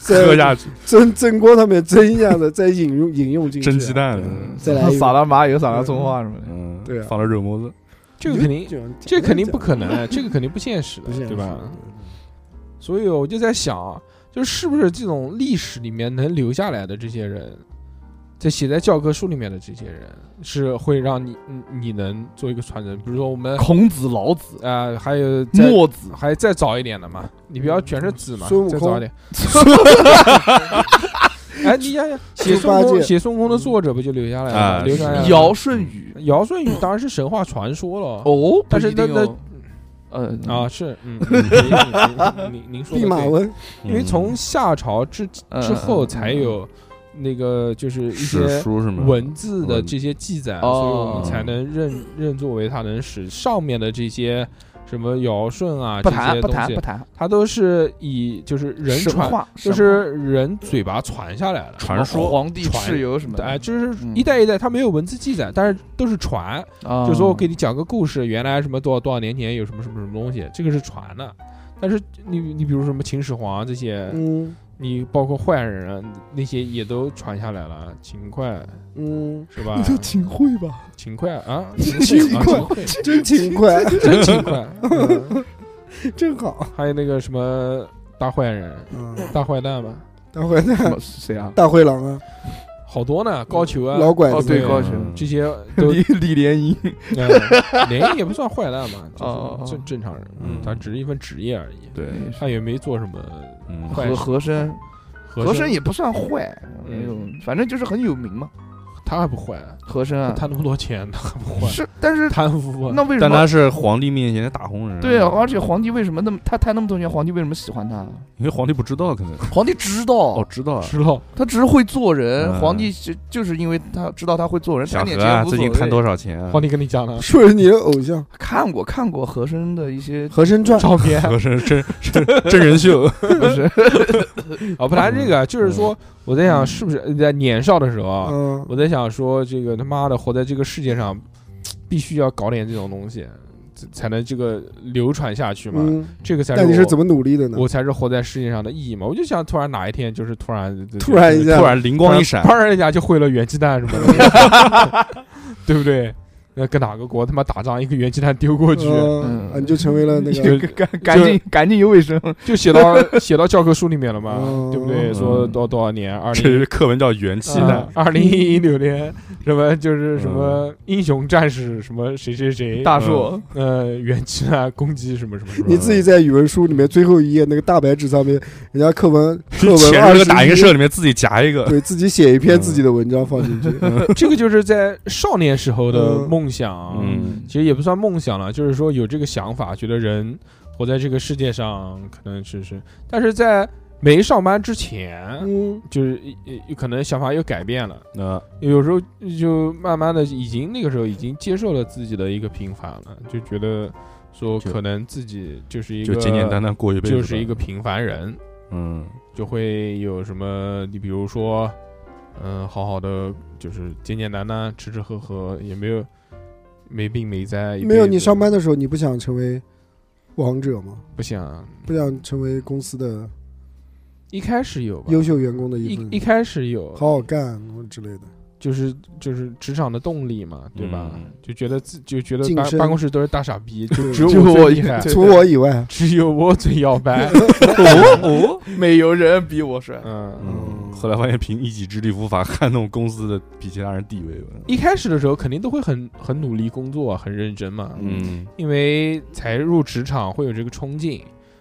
S5: 再
S4: 喝下去，
S5: 蒸蒸锅上面蒸一下子，再引用引用进去，
S4: 蒸鸡
S2: 啊
S4: 蛋，
S5: 嗯，再来一
S3: 撒
S5: 个，
S3: 了麻油，撒了葱花什么的。
S4: 嗯，
S5: 对啊
S4: 放了肉沫子，
S2: 这个肯定，
S5: 样
S2: 这肯定不可能，这个肯定不现实的
S5: 不啊现，
S2: 对
S5: 实
S2: 吧？所以我就在想，啊就是是不是这种历史里面能留下来的这些人，在写在教科书里面的这些人，是会让你你你能做一个传承。比如说我
S5: 哦
S2: 们
S3: 孔子、老子、
S2: 啊、还有再
S3: 墨子，
S2: 还再早一点的嘛，你不要全是子嘛
S5: 孙悟，
S2: 再
S5: 空
S2: 早一 点。哎，你想想，写
S5: 猪
S2: 孙
S5: 八
S2: 悟空
S5: 戒
S2: 写孙悟空的作者不就留下来了
S4: 啊
S2: 吗？留下来了
S4: 嗯
S3: 尧舜禹。
S2: 尧舜禹当然是神话传说了。
S3: 哦，
S2: 但是那那
S3: 呃
S2: 啊，是， 嗯，嗯您您您说的
S5: 弼马
S2: 对，
S5: 温
S2: 因
S3: 嗯
S2: 为
S4: 嗯
S2: 从夏朝之之后才有那个就是一
S4: 史
S2: 些
S4: 书是吗？
S2: 文字的
S4: 文
S2: 这些记载，
S3: 哦
S2: 所以我们才能认认作为它能使上面的这些什么尧舜啊
S3: 不
S2: 这
S3: 谈
S2: 些
S3: 不
S2: 东
S3: 谈不
S2: 西，
S3: 谈，啊
S2: 它都是以就是人
S3: 神
S2: 传，
S3: 话
S2: 就是人嘴巴传下来的。
S4: 传说，
S3: 皇帝蚩尤什么的，
S2: 哎，就是
S3: 嗯
S2: 一代一代，它没有文字记载，但是都是传，
S3: 啊
S2: 就说我给你讲个故事，原来什么多少多少年前有什么什么什么东西，这个是传的。但是你你比如什么秦始皇这些，
S5: 嗯
S2: 你包括坏人啊那些也都传下来了，秦桧
S5: 嗯，
S2: 是吧
S5: 你？都挺会 吧？
S2: 秦桧啊，
S5: 秦
S2: 啊
S5: 桧真勤快，
S2: 真秦桧，嗯
S5: 真好。
S2: 还有那个什么大坏人、
S5: 嗯，
S2: 大坏蛋嘛，
S5: 大灰
S3: 什
S5: 蛋
S3: 么谁啊？
S5: 大灰狼啊，
S2: 好多呢，高俅啊，
S5: 老拐
S3: 哦
S5: 子，
S3: 对，
S2: 对
S3: 高俅，
S4: 嗯
S2: 这些都
S3: 李李莲英，
S2: 嗯连也不算坏蛋嘛，
S3: 哦哦
S2: 就
S3: 哦
S2: 是正正常人，
S4: 嗯
S2: 他只是一份职业而已，
S4: 对，
S2: 他也没做什么
S4: 嗯
S2: 坏事
S3: 和和珅，
S2: 和
S3: 和
S2: 珅
S3: 珅也不算坏，
S2: 嗯
S3: 那种反正就是很有名嘛。
S2: 他还不坏啊。
S3: 和珅
S2: 他
S3: 啊，
S2: 贪那么多钱，他还不坏，
S3: 是，但是
S2: 贪污啊
S3: 那！为什
S4: 但他
S3: 么？
S4: 是皇帝面前的大红人，
S3: 对啊，而且皇帝为什么那么他贪那么多钱？皇帝为什么喜欢他？啊
S4: 因为皇帝不知道，可能
S3: 皇帝知道
S4: 哦，，知道啊，
S2: 知道
S3: 他只是会做人。
S4: 嗯
S3: 皇帝就就是因为他知道他会做人，贪
S4: 小何
S3: 点钱
S4: 啊，
S3: 无所
S4: 最
S3: 谓
S4: 近。贪多少钱啊？
S2: 皇帝跟你讲了
S5: 说是你的偶像
S3: 看过看过和珅的一些
S5: 《，和珅传》
S2: 照片
S4: 和珅真真真人秀，
S3: 不是
S2: 啊，不谈这个，就是说我在想，是不是在年少的时候啊，
S5: 嗯，
S2: 我在想说这个他妈的活在这个世界上，必须要搞点这种东西，才才能这个流传下去嘛。
S5: 嗯，
S2: 这个才
S5: 但你是
S2: 我
S5: 怎么努力的呢？
S2: 我才是活在世界上的意义嘛。我就想，突然哪一天就是突然
S5: 突然一下
S2: 啊
S4: 突然灵光一闪
S2: 突，然一下就会了元气弹什么的，对不对？那跟哪个国他妈打仗，一个元气弹丢过去，
S5: 嗯，啊你就成为 了那
S2: 就嗯
S5: 个，
S3: 赶赶紧赶紧有卫生，
S2: 就写到写到教科书里面了嘛
S5: 嗯，
S2: 对不对？说多多少年，二
S4: 这
S2: 零
S4: 是课文叫《元气弹》
S2: 啊，二零一六 年，什么就是什么英雄战士，什么谁谁谁，
S3: 大 树
S2: 呃元气弹 攻击什么什么什么，
S5: 你自己在语文书里面最后一页那个大白纸上面，人家课文课
S4: 就
S5: 文
S4: 前那
S5: 二十
S4: 个打印社里面自己夹一个，
S5: 对自己写一篇自己的文章放进去，
S2: 这个就是在少年时候的
S5: 嗯
S2: 梦想，
S4: 嗯
S2: 其实也不算梦想了，就是说有这个想法，觉得人活在这个世界上可能只是，但是在没上班之前，
S5: 嗯，
S2: 就是呃呃可能想法又改变了，
S4: 那
S2: 有时候就慢慢的已经那个时候已经接受了自己的一个平凡了，就觉得说
S4: 就
S2: 可能自己就是一
S4: 就
S2: 个
S4: 简简单单过一辈子吧，
S2: 就是一个平凡人，
S4: 嗯
S2: 就会有什么？你比如说，嗯、好好的就是简简单单吃吃喝喝，也没有没病没灾。
S5: 没有你上
S2: 班
S5: 班的时候你不想成为王者吗？
S2: 不想，
S5: 不想成为公司的
S2: 一开始有吧，
S5: 优秀员工的一
S2: 一
S5: 份
S2: 一
S5: 子，
S2: 开始有，
S5: 好好干之类的。
S2: 就是就是职场的动力嘛，对吧？
S4: 嗯
S2: 就觉得自就觉得
S5: 晋
S2: 办
S5: 升
S2: 办公室都是大傻逼，就只有
S3: 就我
S2: 我最厉
S3: 一
S2: 害
S3: 对，
S5: 除我以外，
S2: 只有我最摇摆。
S3: 哦哦，没有人比我帅，
S2: 嗯，
S4: 嗯，后来发现凭一己之力无法撼动公司的比其他人地位吧，
S2: 一开始的时候肯定都会很很努力工作，很认真嘛，
S4: 嗯
S2: 因为才入职场会有这个冲劲，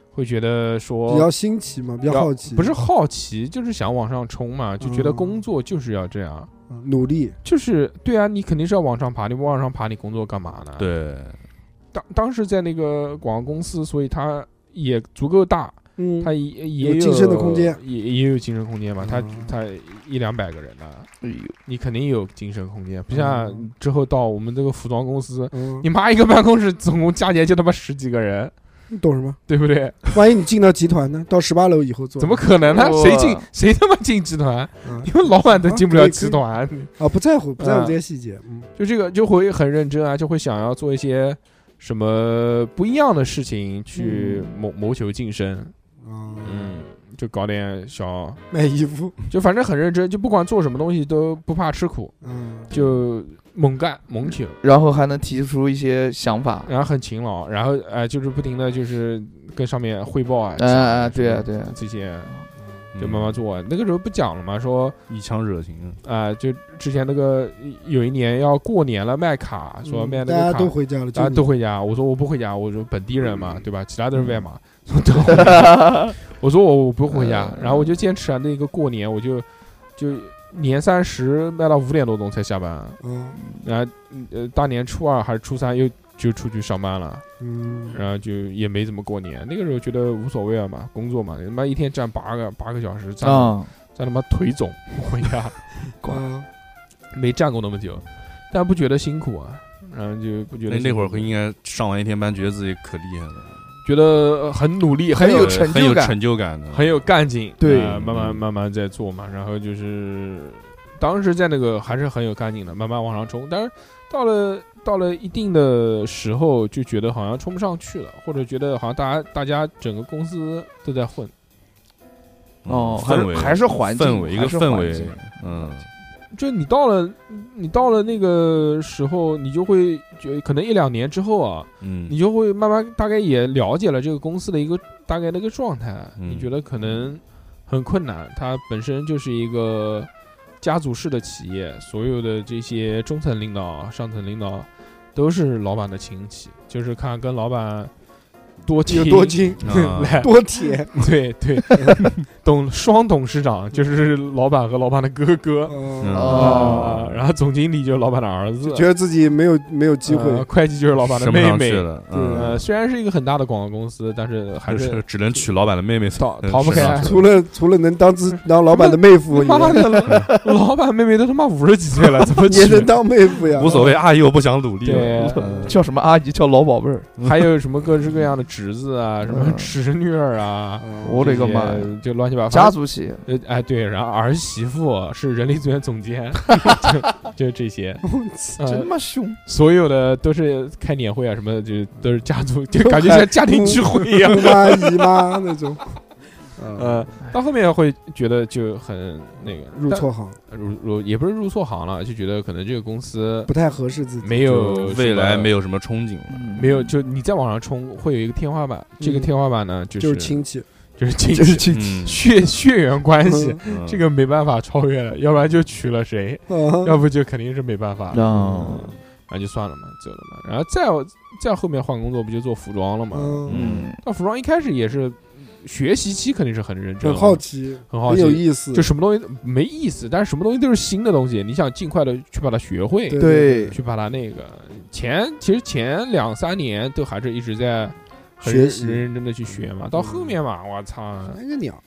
S2: 会觉得说
S5: 比较新奇嘛，比较好奇，
S2: 不是好奇，就是想往上冲嘛，就觉得工作就是要这样，
S5: 嗯努力，
S2: 就是对啊，你肯定是要往上爬，你不往上爬，你工作干嘛呢？，
S4: 对，
S2: 当当时在那个广告公司，所以他也足够大，
S5: 嗯
S2: 他也也
S5: 有晋升的空间
S2: 也也有晋升空间嘛，他
S5: 嗯
S2: 他一两百个人啊呢，
S3: 哎呦，
S2: 你肯定有晋升空间，不像
S5: 嗯
S2: 之后到我们这个服装公司，
S5: 嗯，
S2: 你妈一个办公室总共加起来就他妈十几个人，
S5: 你懂什么？
S2: 对不对？
S5: 万一你进到集团呢？到十八楼以后做
S2: 怎么可能呢？
S3: 哇
S2: 谁进谁他妈进集团？
S5: 嗯
S2: 你们老板都进不
S5: 啊
S2: 了
S5: 可以
S2: 集团。
S5: 啊？不在乎，不在乎
S2: 嗯
S5: 这些细节，嗯
S2: 就这个就会很认真啊，就会想要做一些什么不一样的事情去谋谋求晋升，
S5: 啊，
S2: 嗯，就搞点小，
S5: 卖衣服，
S2: 就反正很认真，就不管做什么东西都不怕吃苦，
S5: 嗯，
S2: 就猛干猛求，
S3: 然后还能提出一些想法，
S2: 然后很勤劳，然后哎、就是不停的就是跟上面汇报啊，
S3: 哎哎，
S2: 讲
S3: 对
S2: 什
S3: 啊
S2: 么
S3: 对啊，
S2: 这些
S4: 嗯
S2: 就慢慢做啊。那个时候不讲了嘛，说
S4: 一腔热情，
S2: 啊、就之前那个有一年要过年了卖卡，说
S5: 嗯
S2: 卖那
S5: 大
S2: 个
S5: 家
S2: 卡
S5: 都回家了，
S2: 大家
S5: 就
S2: 都
S5: 你嗯
S2: 回家。我说我不回家，我说本地人嘛，对吧？其他都是外码。我说 我我不回家，
S5: 呃
S3: 嗯
S2: 然后我就坚持啊。那个过年我就就年三十卖到五点多钟才下班，
S5: 嗯
S2: 然后呃大年初二还是初三又就出去上班了，
S5: 嗯，
S2: 然后就也没怎么过年。那个时候觉得无所谓了啊嘛，工作嘛，他妈一天站八个八个小时，站
S3: 啊，
S2: 站他妈腿肿回家。
S5: 啊
S2: 没站过那么久，但不觉得辛苦啊，然后就不觉得
S4: 那那
S2: 辛苦
S4: 会儿应该上完一天班，觉得自己可厉害了，
S2: 觉得很努力，很
S3: 很有
S2: 有
S4: 对
S3: 成就
S4: 很有
S3: 感
S4: 成就感的，
S2: 很有干劲，
S3: 对
S2: 呃慢
S4: 嗯
S2: 慢慢慢在做嘛，然后就是当时在那个还是很有干劲的，慢慢往上冲，但是到了到了一定的时候，就觉得好像冲不上去了，或者觉得好像大家大家整个公司都在混，
S4: 嗯
S3: 哦，还
S4: 氛围
S3: 是还是环境，
S4: 氛围一个
S3: 还是
S4: 氛
S3: 环
S4: 围
S3: 境，
S4: 嗯，
S2: 就你到了你到了那个时候，你就会觉可能一两年之后啊，
S4: 嗯，
S2: 你就会慢慢大概也了解了这个公司的一个大概的一个状态，
S4: 嗯
S2: 你觉得可能很困难，它本身就是一个家族式的企业，所有的这些中层领导、上层领导都是老板的亲戚，就是看跟老板多
S5: 有
S2: 亲
S5: 多金
S4: 啊
S2: 来，
S5: 多铁，
S2: 对对，董双董事长就是老板和老板的哥哥
S5: 嗯，
S3: 哦
S2: 啊，然后总经理就是老板的儿子，
S5: 觉得自己没有没有机
S2: 呃
S5: 会，
S2: 会计就是老板的
S4: 升不
S2: 妹
S4: 上
S2: 妹
S4: 去。了，
S2: 呃，
S4: 嗯，
S2: 虽然是一个很大的广告公司，但是还
S4: 还
S2: 是
S4: 是只能娶老板的妹妹，
S2: 逃
S4: 嗯
S2: 逃不
S4: 升上
S2: 开
S4: 去
S5: 除了除了能 当自当老板的妹夫以
S2: 妈
S5: 外，
S2: 的，老老板妹妹都他妈五十几岁了，怎么
S5: 也能
S2: 娶？
S5: 当妹夫呀，
S4: 无所谓，阿姨我不想努力
S2: 对
S4: 了，，
S3: 啊
S2: 嗯
S3: 叫什么阿姨，叫老宝贝儿，
S2: 还有什么各式各样的侄子啊，什么
S3: 嗯
S2: 侄女儿啊，
S5: 嗯，
S3: 我勒个妈呀！
S2: 这些就乱七八糟。
S3: 家族企业，
S2: 呃哎对，然后儿媳妇是人力资源总监，就就这些，
S3: 真
S2: 呃
S3: 他，妈凶！
S2: 所有的都是开年会啊什么的，就都是家族，就感觉像家庭聚会一样。
S5: 姑妈姨妈那种， 啊
S2: 呃，到后面会觉得就很那个
S5: 入错行
S2: 但呃入入也不是入错行了，就觉得可能这个公司
S5: 不太合适自己，
S2: 没有
S4: 就未来没
S2: 有
S4: 有什么憧憬了。
S2: 没有，就你再往上冲会有一个天花板，这个
S5: 嗯
S2: 天花板呢就是
S5: 就是亲戚，
S2: 就是 亲
S3: 就是
S2: 戚
S3: 亲戚，
S4: 嗯，
S2: 血 血缘关系，
S4: 嗯
S2: 这个没办法超越了，要不然就娶了谁，
S5: 嗯
S2: 要不就肯定是没办法了。
S3: 啊，
S2: 然后就算了嘛，走了嘛。然后再再后面换工作不就做服装了嘛？
S5: 嗯，
S4: 嗯，
S2: 那服装一开始也是学习期肯定是很认真，
S5: 很好，奇，
S2: 很好
S5: 很有
S2: 奇，
S5: 意思，
S2: 就什么东西没意思，但是什么东西都是新的东西，你想尽快的去把它学会，
S5: 对
S3: 对，
S2: 去把它那个前其实前两三年都还是一直在。很
S5: 学
S2: 认
S5: 习嗯
S2: 认认真的去学嘛，到后面嘛，我操，
S5: 那个鸟，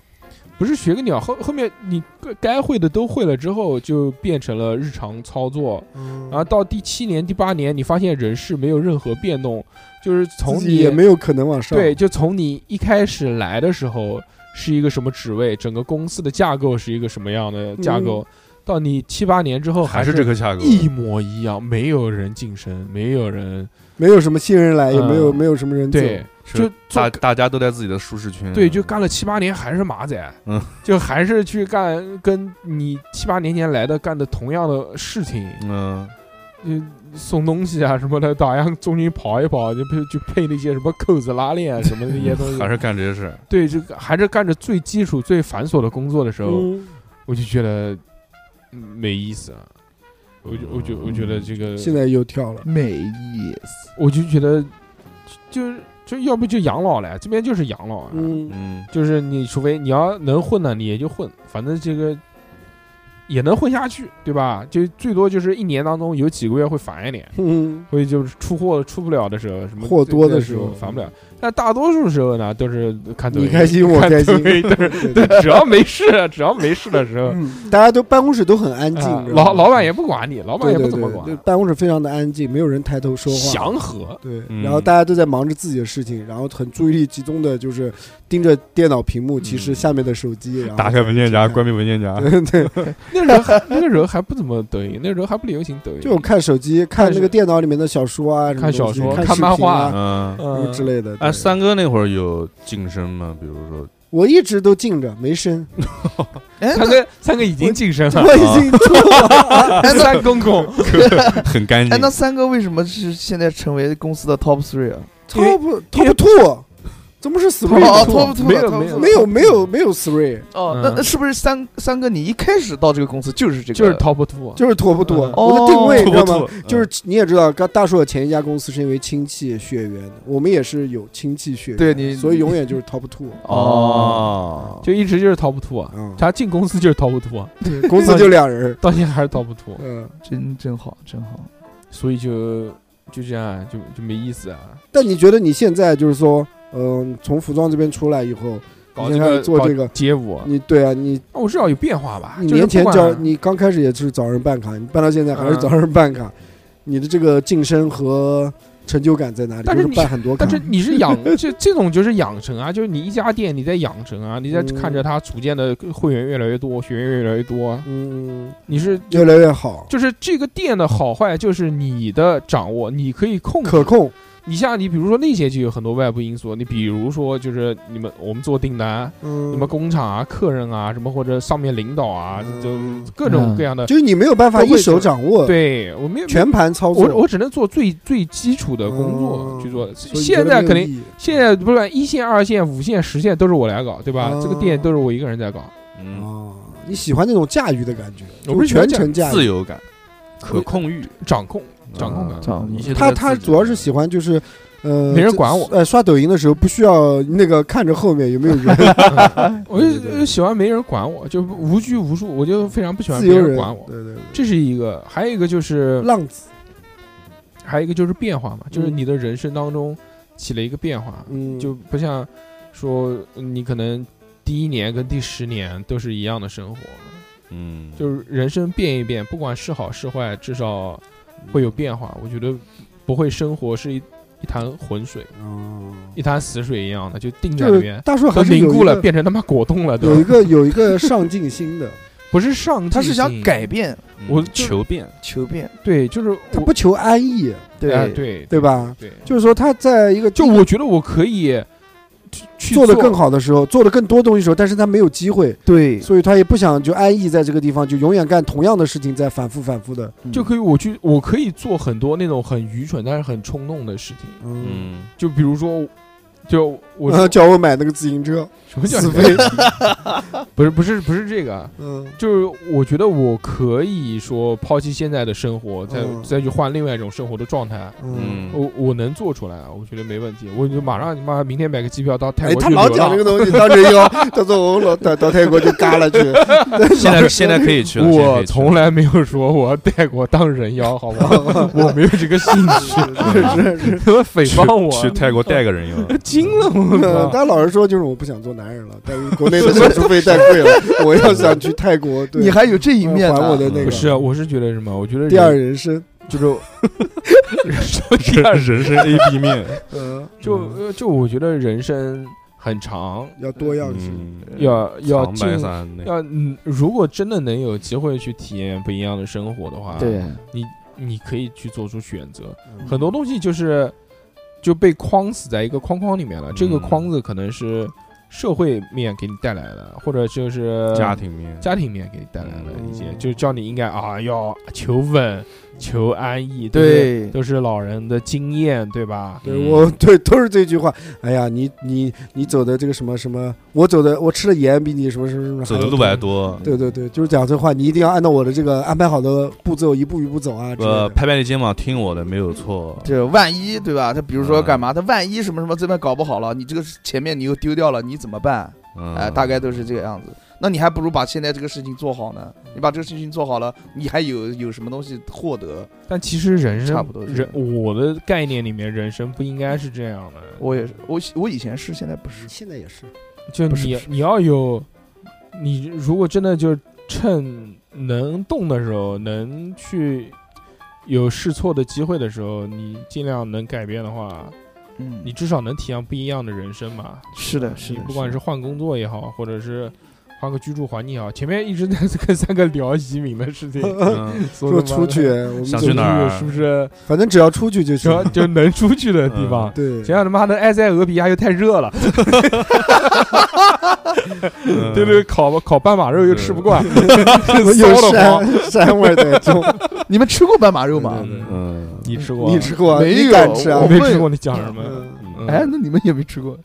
S2: 不是学个鸟，后后面你该该会的都会了之后，就变成了日常操作，
S5: 嗯
S2: 然后到第七年、第八年，你发现人事没有任何变动，就是从
S5: 自
S2: 你
S5: 己也没有可能往上，
S2: 对，，就从你一开始来的时候是一个什么职位，整个公司的架构是一个什么样的架构，到你七八年之后
S4: 还
S2: 是
S4: 是这个价格，
S2: 一模一样，没有人晋升，没有人
S5: 没有什么新人来，也没有
S2: 嗯
S5: 没有什么人走，
S2: 对，就
S4: 大
S2: 做
S4: 嗯大家都在自己的舒适圈，
S2: 对，就干了七八年还是马仔，
S4: 嗯，
S2: 就还是去干跟你七八年前来的干的同样的事情，
S4: 嗯，
S2: 嗯，送东西啊什么的，打样中间跑一跑，就配就配那些什么扣子、拉链啊什么的那些东西，
S4: 还是干这些事儿，
S2: 对，就还是干着最基础、最繁琐的工作的时候，
S5: 嗯，
S2: 我就觉得嗯没意思啊。我就我就我觉得这个，
S5: 嗯现在又跳
S2: 啊
S5: 了，
S3: 没意思，
S2: 我就觉得就就要不就养老了，这边就是养老啊，
S5: 嗯，
S4: 嗯，
S2: 就是你除非你要能混呢，你也就混，反正这个也能混下去，对吧？就最多就是一年当中有几个月会烦一点。
S5: 嗯，
S2: 会就是出货出不了的时候，什么
S5: 货多的
S2: 的
S5: 时候嗯
S2: 烦不了。但大多数时候呢，都是看抖
S5: 你
S2: 音，
S5: 开心我
S2: 看
S5: 开
S2: 抖
S5: 心，
S2: 音都是
S5: 对，
S2: 只要没事，只要没事的时候，
S5: 嗯大家都办公室都很安静
S2: 啊，
S5: 知道吗
S2: 老老板也不管你，老板
S5: 对
S2: 也
S5: 对
S2: 不
S5: 对，
S2: 怎么
S5: 对
S2: 管，
S5: 办公室非常的安静，没有人抬头说话，
S2: 祥和。
S5: 对，
S4: 嗯
S5: 然后大家都在忙着自己的事情，然后很注意力集中的就是盯着电脑屏幕，其实下面的手机，然后
S4: 嗯打开文件夹，关闭文件夹，
S5: 对对，
S2: 那时候还那个时候还不怎么抖 音，那时候还不流行抖音，
S5: 就看手机，看那个电脑里面的小说啊，什么
S2: 看小
S5: 东西
S2: 说
S5: 看
S2: 看
S5: 视频
S2: 漫画
S5: 啊
S4: 嗯，
S5: 什么
S2: 嗯
S5: 之类的。
S4: 哎，
S5: 对
S4: 三哥那会儿有晋升吗？比如说，
S5: 我一直都静着，没声，
S3: 哎，
S2: 三哥三哥已经晋升了，啊
S5: 我已 经做了，
S2: 三公公，
S4: 很干
S3: 哎，
S4: 净
S3: 那，三哥为什么是现在成为公司的 top three 啊？
S2: 因为
S5: top top two，怎么是 three？
S3: 哦
S2: 错
S3: top two，
S2: 啊没有
S3: top
S2: 没有
S3: two
S5: 没有没有没有 three，
S3: 哦
S2: 嗯，
S3: 那那是不是三三哥你一开始到这个公司就是这个？
S2: 就是 top two，
S5: 就是 top two，
S2: 嗯
S5: 我的定位你
S4: 吐
S5: 知
S4: 不
S5: 道吗
S4: 吐？？
S5: 就是你也知道，刚大叔的前一家公司是因为亲戚血缘，我们也是有亲戚血缘，
S3: 对你
S5: 所以永远就是 top two
S4: 嗯哦，
S2: 就一直就是 top two，
S5: 啊，
S2: 他进公司就是 top two，
S5: 对公司就俩人 儿，
S2: 到现在还是 top two，
S5: 嗯。
S3: 真真好，真好。
S2: 所以就就这样，就就没意思啊。
S5: 但你觉得你现在就是说，嗯、从服装这边出来以后，
S2: 搞
S5: 你
S2: 这
S5: 现在
S2: 个
S5: 做
S2: 搞
S5: 这个
S2: 街舞，
S5: 你对啊，你
S2: 那我至少有变化吧。
S5: 你
S2: 就是
S5: 年
S2: 不
S5: 前
S2: 管啊
S5: 找你刚开始也是找人办卡，你办到现在还是找人办卡，你的这个晋升和成就感在哪里？
S2: 但是
S5: 就
S2: 你
S5: 办很多卡，
S2: 但是你是 养这这种就是养成啊，就是你一家店你在养成啊，你在
S5: 嗯
S2: 看着它逐渐的会员越来越多，学员越来越多啊，
S5: 嗯，
S2: 你是
S5: 越来越好，
S2: 就是这个店的好坏就是你的掌握，你可以控制。
S5: 可控，
S2: 你像你比如说那些就有很多外部因素，你比如说就是你们我们做订单，
S5: 嗯，
S2: 你们工厂啊、客人啊什么或者上面领导啊，就
S5: 嗯
S2: 各种
S3: 嗯
S2: 各样的。
S5: 就是你没有办法
S2: 都
S5: 一
S2: 会
S5: 手
S2: 做
S5: 掌握，，
S2: 对我没有
S5: 全盘操作，
S2: 我我只能做最最基础的工作
S5: 嗯
S2: 去做。
S5: 所以觉得
S2: 现在
S5: 没有
S2: 肯定，
S5: 意义
S2: 现在不管一线、二线、五线、十线都是我来搞，对吧
S5: 哦？
S2: 这个店都是我一个人在搞，
S4: 嗯，
S5: 哦，你喜欢那种驾驭的感觉，
S2: 我
S5: 就
S2: 不是喜欢
S5: 全程驾驭
S4: 自。由感、可控欲、
S2: 掌控
S5: 啊
S2: 掌控感。
S3: 嗯掌控
S4: 一切都
S5: 他
S4: 在
S5: 他
S4: 自己
S5: 主要是喜欢就是，呃，
S2: 没人
S5: 这
S2: 管我
S5: 呃，刷抖音的时候不需要那个看着后面有没有人，
S2: 我就
S5: 对对对
S2: 就喜欢没人管我，就无拘无束，我就非常不喜 欢
S5: 自
S2: 别
S5: 由
S2: 人
S5: 人
S2: 管我。
S5: 对对对，
S2: 这是一个，还有一个就是，
S5: 浪子，
S2: 还有一个就是变化嘛，就是
S5: 嗯
S2: 你的人生当中起了一个变化，
S5: 嗯，
S2: 就不像说你可能第一年跟第十年都是一样的生活，
S4: 嗯，
S2: 就是人生变一变，不管是好是坏，至少会有变化。我觉得不会生活是一一潭浑水，
S5: 哦，
S2: 一潭死水一样的，就定在
S5: 就
S2: 那
S5: 是
S2: 边，
S5: 大叔
S2: 都
S5: 还是
S2: 凝
S5: 有
S2: 固
S5: 一
S2: 了，
S5: 个
S2: 变成他妈果冻了，
S5: 有
S2: 对
S5: 一
S2: 吧？
S5: 个有一个上进心 的，
S2: 不是上进心，
S3: 他是想改变，
S4: 嗯
S2: 我就
S4: 求变，
S3: 求变，
S2: 对，就是我
S5: 他不求安逸，
S2: 哎
S3: 对，
S2: 对
S5: 对吧？
S2: 对，
S5: 就是说他在一个
S2: 就我觉得我可以。去
S5: 做的更好的时候，做的更多东西的时候，但是他没有机会，
S3: 对，
S5: 所以他也不想就安逸在这个地方，就永远干同样的事情，在反复反复的。
S2: 就可以我去，我可以做很多那种很愚蠢但是很冲动的事情，
S5: 嗯，
S4: 嗯，
S2: 就比如说，就我
S5: 然后 叫我买那个自行车，
S2: 什么叫
S5: 啊死飞。
S2: 不是不是不是这个啊，
S5: 嗯
S2: 就是我觉得我可以说抛弃现在的生活，再、
S5: 嗯
S2: 再去换另外一种生活的状态。
S5: 嗯，
S2: 我我能做出来啊，我觉得没问题。我就马上你妈明天买个机票到泰
S5: 哎，
S2: 国
S5: 他
S2: 去
S5: 老
S2: 流
S5: 讲这
S2: 浪
S5: 个。东西，当时要，他说我老到到泰国就嘎了去，
S4: 现在现在可以去了，现在
S2: 我
S4: 可以去了
S2: 从来没有说我要带过当人妖，好不好？ 我没有这个兴趣，
S5: 是是是，
S2: 他们诽
S4: 去
S2: 谤我，啊
S4: 去泰国带个人 妖，
S2: 惊了 我
S5: 嗯
S2: 操！
S5: 他老是说就是我不想做男人了，但是国内的手术费太贵了，我要想去泰国，对，
S3: 你还有这一
S5: 嗯
S3: 面
S5: 还我的
S3: 呢。
S5: 那个
S2: 不是啊，我是觉得什么？我觉得
S5: 第二
S2: 人
S5: 人生，
S2: 就是
S4: 这人生 A B 面，
S5: 嗯，
S2: 就呃就我觉得人生很长，
S5: 要多样性，
S4: 嗯，
S2: 要要
S4: 长
S2: 尽
S4: 白山那个，
S2: 要嗯，如果真的能有机会去体验不一样的生活的话，
S3: 对，
S2: 你你可以去做出选择。
S5: 嗯
S2: 很多东西就是就被框死在一个框框里面了，这个
S4: 嗯
S2: 框子可能是社会面给你带来的，或者就是
S4: 家庭面，
S2: 家庭面给你带来的一些，
S5: 嗯
S2: 就叫你应该啊要求稳、求安逸，都是，
S3: 对，
S2: 都是老人的经验，对吧？
S5: 对我对都是这句话。哎呀，你你你走的这个什么什么，我走的我吃的盐比你什么什么什么
S4: 走的路
S5: 还
S4: 还
S5: 要
S4: 多，
S5: 对对对，就是讲这话，你一定要按照我的这个安排好的步骤一步一步走啊之类
S4: 呃，
S5: 的。
S4: 拍拍你肩膀，听我的，没有错。
S3: 这万一对吧？他比如说
S4: 嗯
S3: 干嘛？他万一什么什么这边搞不好了，你这个前面你又丢掉了，你怎么办？
S4: 嗯
S3: 哎，大概都是这个样子。那你还不如把现在这个事情做好呢。你把这个事情做好了，你还有有什么东西获得？
S2: 但其实人生
S3: 差不多是
S2: 人我的概念里面，人生不应该是这样的。
S3: 我也是，我我以前是，现在不是。
S5: 现在也是，
S2: 就
S3: 不是
S2: 你
S3: 不是
S2: 你要有，你如果真的就趁能动的时候，能去有试错的机会的时候，你尽量能改变的话，
S3: 嗯
S2: 你至少能体验不一样的人生嘛。
S3: 是的，是
S2: 你
S3: 的，
S2: 不管
S3: 是
S2: 是换工作也好，或者是换个居住环境也好，前面一直在跟三个聊移民的 事情，
S4: 嗯
S2: 说
S5: 说
S2: 他妈的
S5: 出去，我们
S4: 想
S5: 走
S4: 去哪儿
S2: 是不是
S5: 反正只要出去就
S2: 只
S5: 行
S2: 要。就能出去的地 方？
S5: 对，
S2: 谁让他妈的埃塞俄比亚又太热了，
S3: 嗯
S4: 嗯
S2: 对不对？？烤烤斑马肉又吃不惯，
S5: 有
S2: 骚得慌。
S5: 山山味儿在 中，
S3: 你们吃过斑马肉吗？
S5: 对对对
S4: 嗯，
S2: 你吃过？
S5: 你吃过啊？
S3: 没
S5: 你
S3: 有
S5: 敢吃啊
S2: 我？
S3: 我
S2: 没
S3: 会
S2: 吃过，你讲什么？
S5: 嗯
S4: 嗯
S3: 哎，，那你们也没吃过。
S5: 嗯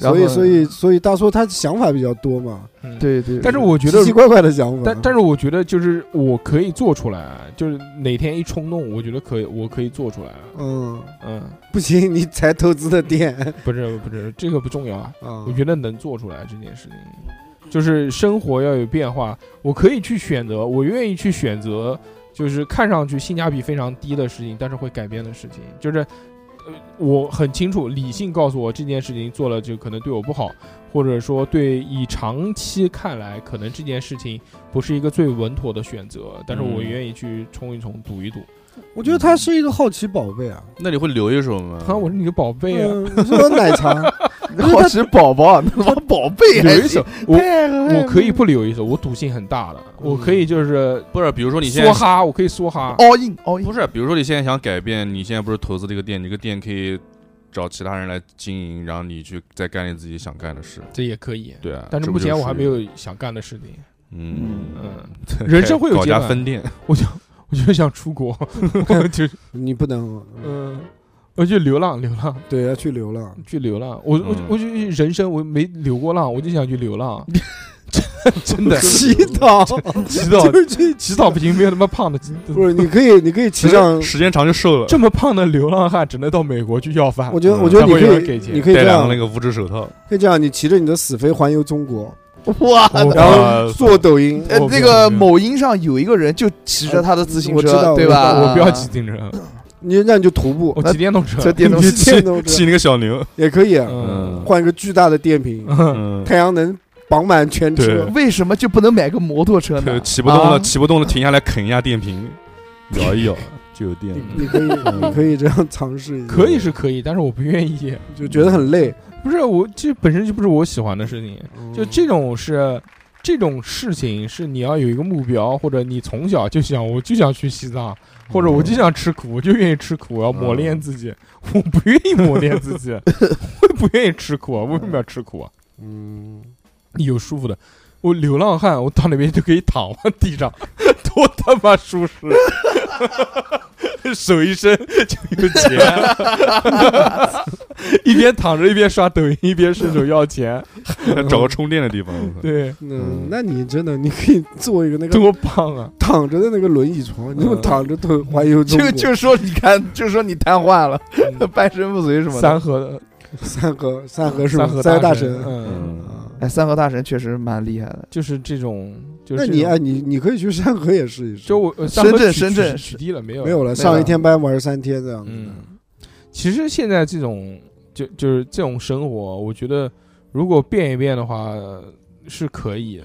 S3: 然后
S5: 所以所以所以大叔他想法比较多嘛，
S2: 嗯。
S3: 对对，
S2: 但是我觉
S5: 奇
S2: 得，
S5: 奇怪怪的想法。
S2: 但但是我觉得，就是我可以做出来，啊就是哪天一冲动，我觉得可以，我可以做出来。啊
S5: 嗯，
S2: 嗯，
S5: 不行，你才投资的店
S2: 不是不是，这个不重要啊。
S5: 啊
S2: 我觉得能做出来这件事情，就是生活要有变化，我可以去选择，我愿意去选择，就是看上去性价比非常低的事情，但是会改变的事情，就是。呃，我很清楚，理性告诉我这件事情做了就可能对我不好，或者说对以长期看来，可能这件事情不是一个最稳妥的选择，但是我
S4: 嗯
S2: 愿意去冲一冲、赌一赌。
S5: 我觉得他是一个好奇宝贝啊。
S4: 那你会留一手吗？
S2: 啊，我是你的宝贝啊！
S5: 嗯，你说奶茶，
S3: 好奇宝宝， 他妈啊宝贝还
S2: 留一手
S3: 行，，
S2: 我
S3: 太恶心
S2: 我可以不留一手，我赌性很大的，我可以就是
S4: 不是，比如说你现在
S2: 梭哈，我可以梭哈。
S3: all in all in，
S4: 不是，啊比如说你现在想改变，你现在不是投资这个店，你这个店可以找其他人来经营，然后你去再干你自己想干的事。
S2: 这也可以，
S4: 对啊，
S2: 但是
S4: 这
S2: 目
S4: 不就
S2: 前我还
S4: 属
S2: 没
S4: 于，
S2: 有想干的事情。
S4: 嗯
S2: 嗯，
S4: 嗯，
S2: 人生会有
S4: 搞
S2: 阶
S4: 家
S2: 段
S4: 分 店，
S2: 我就想出国，就是
S5: 你不能，
S2: 嗯，我就流浪，流浪，
S5: 对，要去流浪。
S2: 去流浪。我我
S4: 嗯
S2: 我就人生我没流过浪，我就想去流浪。 真的，
S5: 祈祷，
S2: 祈祷
S5: 就是去
S2: 祈祷不行，没有那么胖的，
S5: 不是，你可以，你可以骑上。
S4: 时间长就瘦了，
S2: 这么胖的流浪汉只能到美国去啊要饭
S5: 我。觉得，
S4: 嗯
S5: 我觉得你
S2: 才会有人
S5: 可
S2: 给
S5: 以，
S2: 钱
S5: 你可以
S4: 戴
S5: 这
S4: 两
S5: 样
S4: 个那，个五指手套，
S5: 可以这样，你骑着你的死飞环游中国，
S2: 啊
S3: 哇，
S2: 我
S5: 然后
S4: 哇
S5: 做抖音。
S3: 呃，
S2: 我
S3: 那
S2: 不
S3: 个
S2: 不
S3: 某音上有一个人就骑着他的自行
S5: 我知道
S3: 车，对吧？
S2: 我不要骑，自行车，
S5: 你那你就徒步，
S2: 我骑电动车
S3: 这。电动
S5: 你
S3: 车
S5: 电动车
S4: 骑那个 小牛，
S5: 也可以啊，
S2: 嗯，
S5: 换一个巨大的电瓶，
S4: 嗯，
S5: 太阳能绑满全车
S4: 对。
S3: 为什么就不能买个摩托车呢？
S4: 骑不动
S3: 啊
S4: 了，骑不动了，停下来啃一下电瓶，摇一摇就有电
S5: 你
S4: 了。
S5: 你可以，你可以这样尝试一下，
S2: 可以是可以，但是我不愿意。
S5: 就觉得很累。嗯
S2: 不是我，这本身就不是我喜欢的事情。就这种是这种事情是你要有一个目标，或者你从小就想我就想去西
S5: 嗯
S2: 藏，或者我就想吃苦，我就愿意吃苦，我要磨练自己。我不愿意磨练自 己，我也不愿意吃苦啊，为什么要吃苦啊？
S5: 嗯，
S2: 你有舒服的，我流浪汉，我到那边就可以躺在地上， 多他妈舒 适，手一伸就有 钱，一边躺着一边刷抖音，一边伸手要钱，
S4: 找个充电的地方。我操
S2: 对，
S5: 嗯，那你真的你可以做一个那个
S2: 多棒啊！
S5: 躺着的那个轮椅床，你
S2: 嗯
S5: 们躺着都环游中
S3: 就
S5: 国，
S3: 就说你看，就说你瘫痪了，
S2: 嗯
S3: 半身不遂什么的。
S2: 三河
S5: 三河三河是吧
S2: 三？河
S5: 三河大
S2: 神，
S5: 神。
S2: 嗯，
S5: 啊
S3: 哎，三河大神确实蛮厉害的。
S2: 就是这种，就是
S5: 那
S2: 这
S5: 你
S2: 种
S5: 哎，你你可以去山河也试一试。
S2: 就我呃三河
S3: 深圳
S2: 取
S3: 深圳
S2: 取取缔了没有？
S5: 没有了，
S3: 对
S5: 上
S3: 了
S5: 一天班玩三天这样子的。
S2: 嗯，其实现在这种就就是这种生活，我觉得如果变一变的话呃是可以的，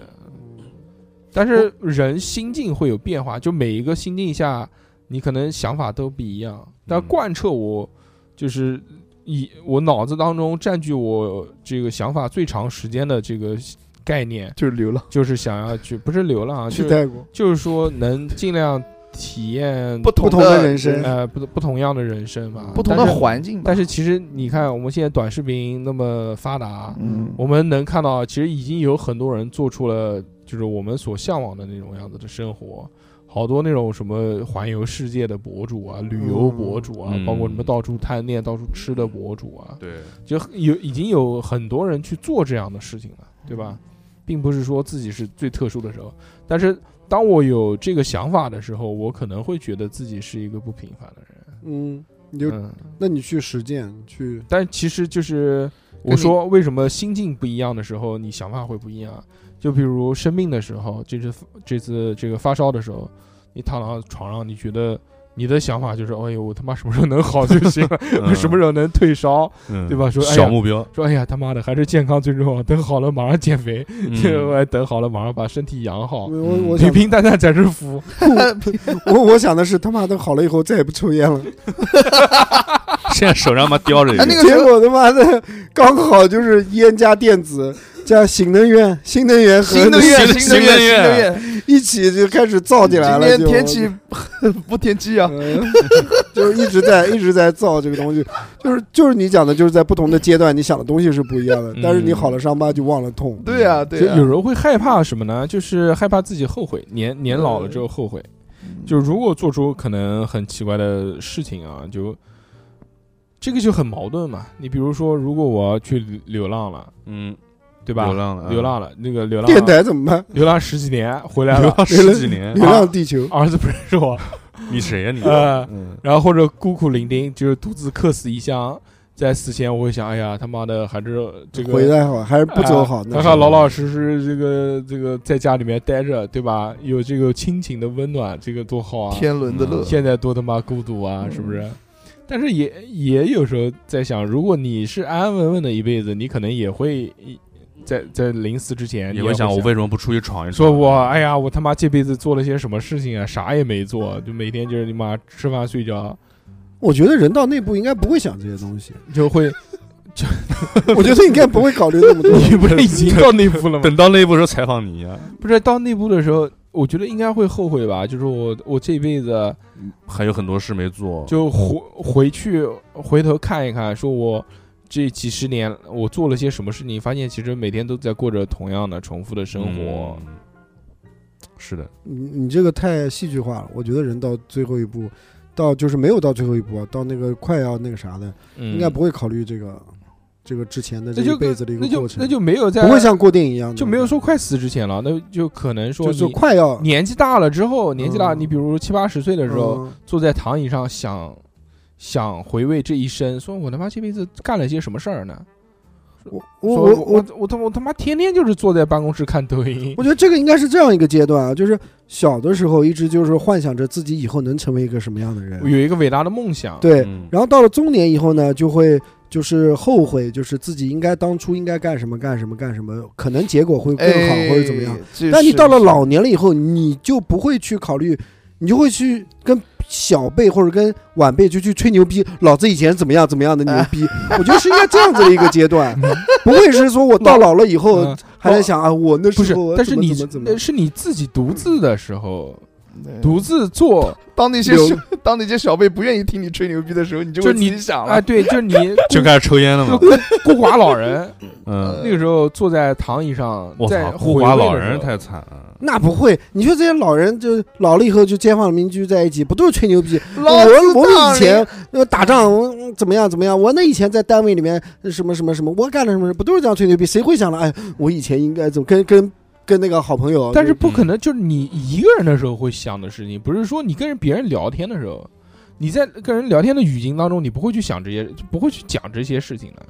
S2: 但是人心境会有变化，就每一个心境下，你可能想法都不一样。但
S4: 嗯
S2: 贯彻我就是以我脑子当中占据我这个想法最长时间的这个概念，
S3: 就是流浪，
S2: 就是想要去不是流浪啊，就
S5: 去
S2: 是
S5: 泰国，
S2: 就是说能尽量体验
S3: 不同
S5: 不同的人生
S2: 呃不不同样的人生吧，
S3: 不同的
S2: 但是
S3: 环境吧。
S2: 但是其实你看，我们现在短视频那么发达，
S3: 嗯，
S2: 我们能看到，其实已经有很多人做出了就是我们所向往的那种样子的生活。好多那种什么环游世界的博主啊，旅游博主啊，
S4: 嗯
S2: 包括什么到处探店、到处吃的博主啊，
S4: 对，
S2: 就有已经有很多人去做这样的事情了，对吧？
S3: 嗯
S2: 并不是说自己是最特殊的时候，但是当我有这个想法的时候，我可能会觉得自己是一个不平凡的人。
S5: 嗯，你就
S2: 嗯，
S5: 那你去实践，去
S2: 但其实就是我
S3: 跟你
S2: 说，为什么心境不一样的时候，你想法会不一样？就比如生病的时候，这次这次这个发烧的时候，你躺到床上，你觉得你的想法就是，哎呦，我他妈什么时候能好就 行了，
S4: 嗯
S2: 什么时候能退烧，
S4: 嗯
S2: 对吧说哎呀
S4: 小 目标，
S2: 说哎呀他妈的还是健康最重要，等好了马上减肥，
S4: 嗯
S2: 等好了马上把身体养好，
S5: 我我我
S2: 平
S5: 想
S2: 平淡淡才是福。
S5: 我我想的是他妈的好了以后再也不抽 烟了，
S4: 现在手上嘛叼着一
S3: 哎，那
S4: 个，
S3: 个
S5: 结
S3: 时候
S5: 果他妈的刚好就是烟加电子加新能源，新能源和
S3: 新能源，
S4: 新
S3: 能
S4: 新
S3: 新
S4: 能
S3: 能
S4: 源
S3: 源。
S5: 一起就开始造起来
S3: 今
S5: 了。
S3: 天
S5: 啊就
S3: 天气 不天气啊，
S5: 嗯就是一直在一直在造这个东西，就是就是你讲的，就是在不同的阶段，你想的东西是不一样的
S2: 嗯。
S5: 但是你好了伤疤就忘了痛，
S3: 对啊，
S2: 就
S3: 对啊
S2: 有，人会害怕什么呢？就是害怕自己后悔，年年老了之后后悔。
S3: 嗯
S2: 就如果做出可能很奇怪的事情啊，就这个就很矛盾嘛。你比如说，如果我要去流流浪了，
S4: 嗯，
S2: 对吧？
S4: 流浪啊嗯了，
S2: 流浪了那个流浪
S5: 电台怎么办？
S2: 流浪十几年回来
S4: 流
S2: 了，
S4: 浪十几年
S5: 流，浪地球，
S2: 儿子不认识我，
S4: 你谁呀你？
S2: 呃，
S4: 嗯
S2: 然后或者孤苦伶仃，就是独自客死异乡。在死前，我会想，哎呀，他妈的，还是这个
S5: 回来好还是不走好
S2: 哎
S5: 呢
S2: 还？好老老实实这个这个在家里面待着，对吧？有这个亲情的温暖，这个多好啊！
S3: 天伦的乐
S4: 嗯，
S2: 现在多他妈孤独啊，是不是？
S5: 嗯
S2: 但是也也有时候在想，如果你是安安稳稳的一辈子，你可能也会一在在临死之前，你
S4: 你
S2: 也
S4: 会
S2: 会
S4: 想我为什么不出去闯一闯？
S2: 说我哎呀，我他妈这辈子做了些什么事情啊？啥也没做，就每天就是你妈吃饭睡觉，
S5: 我觉得人到内部应该不会想这些东西，
S2: 就会
S5: 我觉得应该不会考虑 那么多。
S2: 你不是已经到那步了吗？
S4: 等到那部时候采访你呀，
S2: 不是到那步的时候，我觉得应该会后悔吧。就是我我这辈子
S4: 还有很多事没做，
S2: 就回回去回头看一看，说我这几十年我做了些什么事情，发现其实每天都在过着同样的重复的生活。
S4: 嗯。是的，
S5: 你你这个太戏剧化了，我觉得人到最后一步，到就是没有到最后一步啊，到那个快要那个啥的，
S2: 嗯
S5: 应该不会考虑这个这个之前的这
S2: 那就
S5: 一辈子的一
S2: 那
S5: 个
S2: 就
S5: 过程，
S2: 那就没有在
S5: 不会像过电影一样的，
S2: 就没有说快死之前了，那就可能说
S5: 就是
S2: 你
S5: 快要
S2: 年纪大了之后，年纪大，
S5: 嗯
S2: 你比如七八十岁的
S5: 的
S2: 时候，坐在躺椅上想想回味这一生，说我他妈这辈子干了些什么事儿呢？
S5: 嗯我
S2: 说
S5: 我我
S2: 我
S5: 我
S2: 我他我他妈天天就是坐在办公室看抖音
S5: 我，觉得这个应该是这样一个阶段啊，就是小的时候一直就是幻想着自己以后能成为一个什么样的
S2: 我
S5: 人，
S2: 有一个伟大的梦想。
S5: 对，
S4: 嗯
S5: 然后到了中年以后呢，就会。就是后悔，就是自己应该当初应该干什么干什么干什么，可能结果会更好
S3: 哎，
S5: 或者怎么样。
S3: 这是？
S5: 但你到了老年了以后，你就不会去考虑你就会去跟小辈或者跟晚辈就去吹牛逼，老子以前怎么样怎么样的牛 逼。我觉得是应该这样子的一个阶段，不会是说 我到老了以后
S2: 嗯
S5: 还在想啊，我那
S2: 不是
S5: 时候，
S2: 但是你
S5: 怎么怎么
S2: 呃
S5: 怎
S2: 是你自己独自的时候，
S3: 对
S2: 独自做，
S3: 当那些
S5: 留
S3: 小当那些小辈不愿意听你吹牛逼的时候，你就
S2: 就
S3: 会
S2: 是
S3: 自
S2: 你
S3: 己想
S2: 哎，
S3: 了。
S2: 对，就是 你
S4: 就开始抽烟了嘛。
S2: 孤寡老人，
S4: 嗯，
S2: 那个时候坐在躺椅上，
S4: 我
S2: 在
S4: 操，孤寡老人
S5: 哦
S4: 太惨了。
S5: 那不会，你说这些老人就老了以后就街坊邻居在一起，不都是吹牛逼？
S3: 老子
S5: 我我
S3: 当
S5: 以前
S3: 年
S5: 呃打仗嗯怎么样怎么样？我那以前在单位里面呃什么什么什么，我干了什么事，不都是这样吹牛逼？谁会想到哎，我以前应该怎么跟跟跟那个好朋友？
S2: 但是不可能，就是你一个人的时候会想的事情，不是说你跟人别人聊天的时候，你在跟人聊天的语境当中，你不会去想这些，不会去讲这些事情的。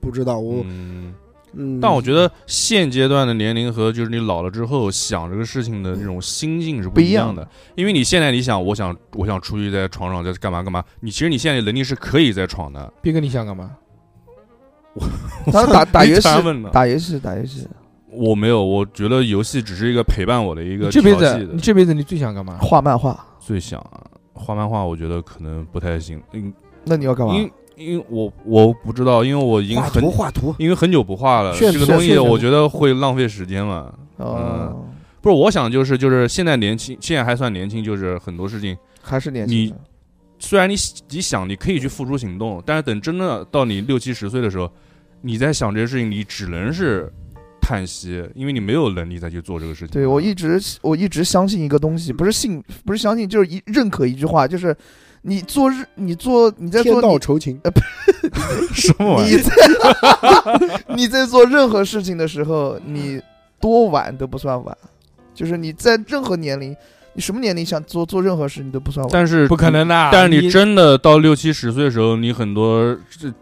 S5: 不知道我
S4: 嗯，
S5: 嗯，
S4: 但我觉得现阶段的年龄和就是你老了之后想这个事情的那种心境是不一样的，因为你现在你想，我想我想出去在床上在干嘛干嘛，你其实你现在能力是可以在床的。
S2: 别跟你想干嘛？
S3: 他打打游戏，
S4: 你问呢？
S3: 打游戏，打游戏，
S4: 我没有，我觉得游戏只是一个陪伴我的一
S2: 你
S4: 个
S2: 这辈
S4: 调剂
S2: 子，
S4: 的
S2: 你这辈子你最想干嘛？
S3: 画漫画。
S4: 最想啊画漫画，我觉得可能不太行，嗯，
S3: 那你要干嘛？
S4: 因因为我我不知道，因为我已经
S5: 画
S4: 很
S5: 图画图，
S4: 因为很久不画了，
S5: 炫
S4: 这个
S5: 炫
S4: 东西
S5: 炫
S4: 我觉得会浪费时间嘛。
S3: 哦，
S4: 不是，我想就是就是现在年轻，现在还算年轻，就是很多事情，
S3: 还是年轻
S4: 你
S3: 人。
S4: 虽然你你想你可以去付诸行动，但是等真的到你六七十岁的时候，你在想这些事情，你只能是叹息，因为你没有能力再去做这个事情。
S3: 对 我一直我一直相信一个东西，不是信，不是相信，就是一认可一句话，就是你做日，你做你在
S5: 天
S3: 做
S5: 道
S3: 你
S5: 酬勤，
S4: 什么玩意
S3: 你在你在 做任何事情的时候，你多晚都不算晚，就是你在任何年龄，你什么年龄想做做任何事，你都不算晚。
S4: 但是
S2: 不可。能的。啊
S4: 但是你
S2: 你
S4: 真的到六七十岁的时候，你很多这这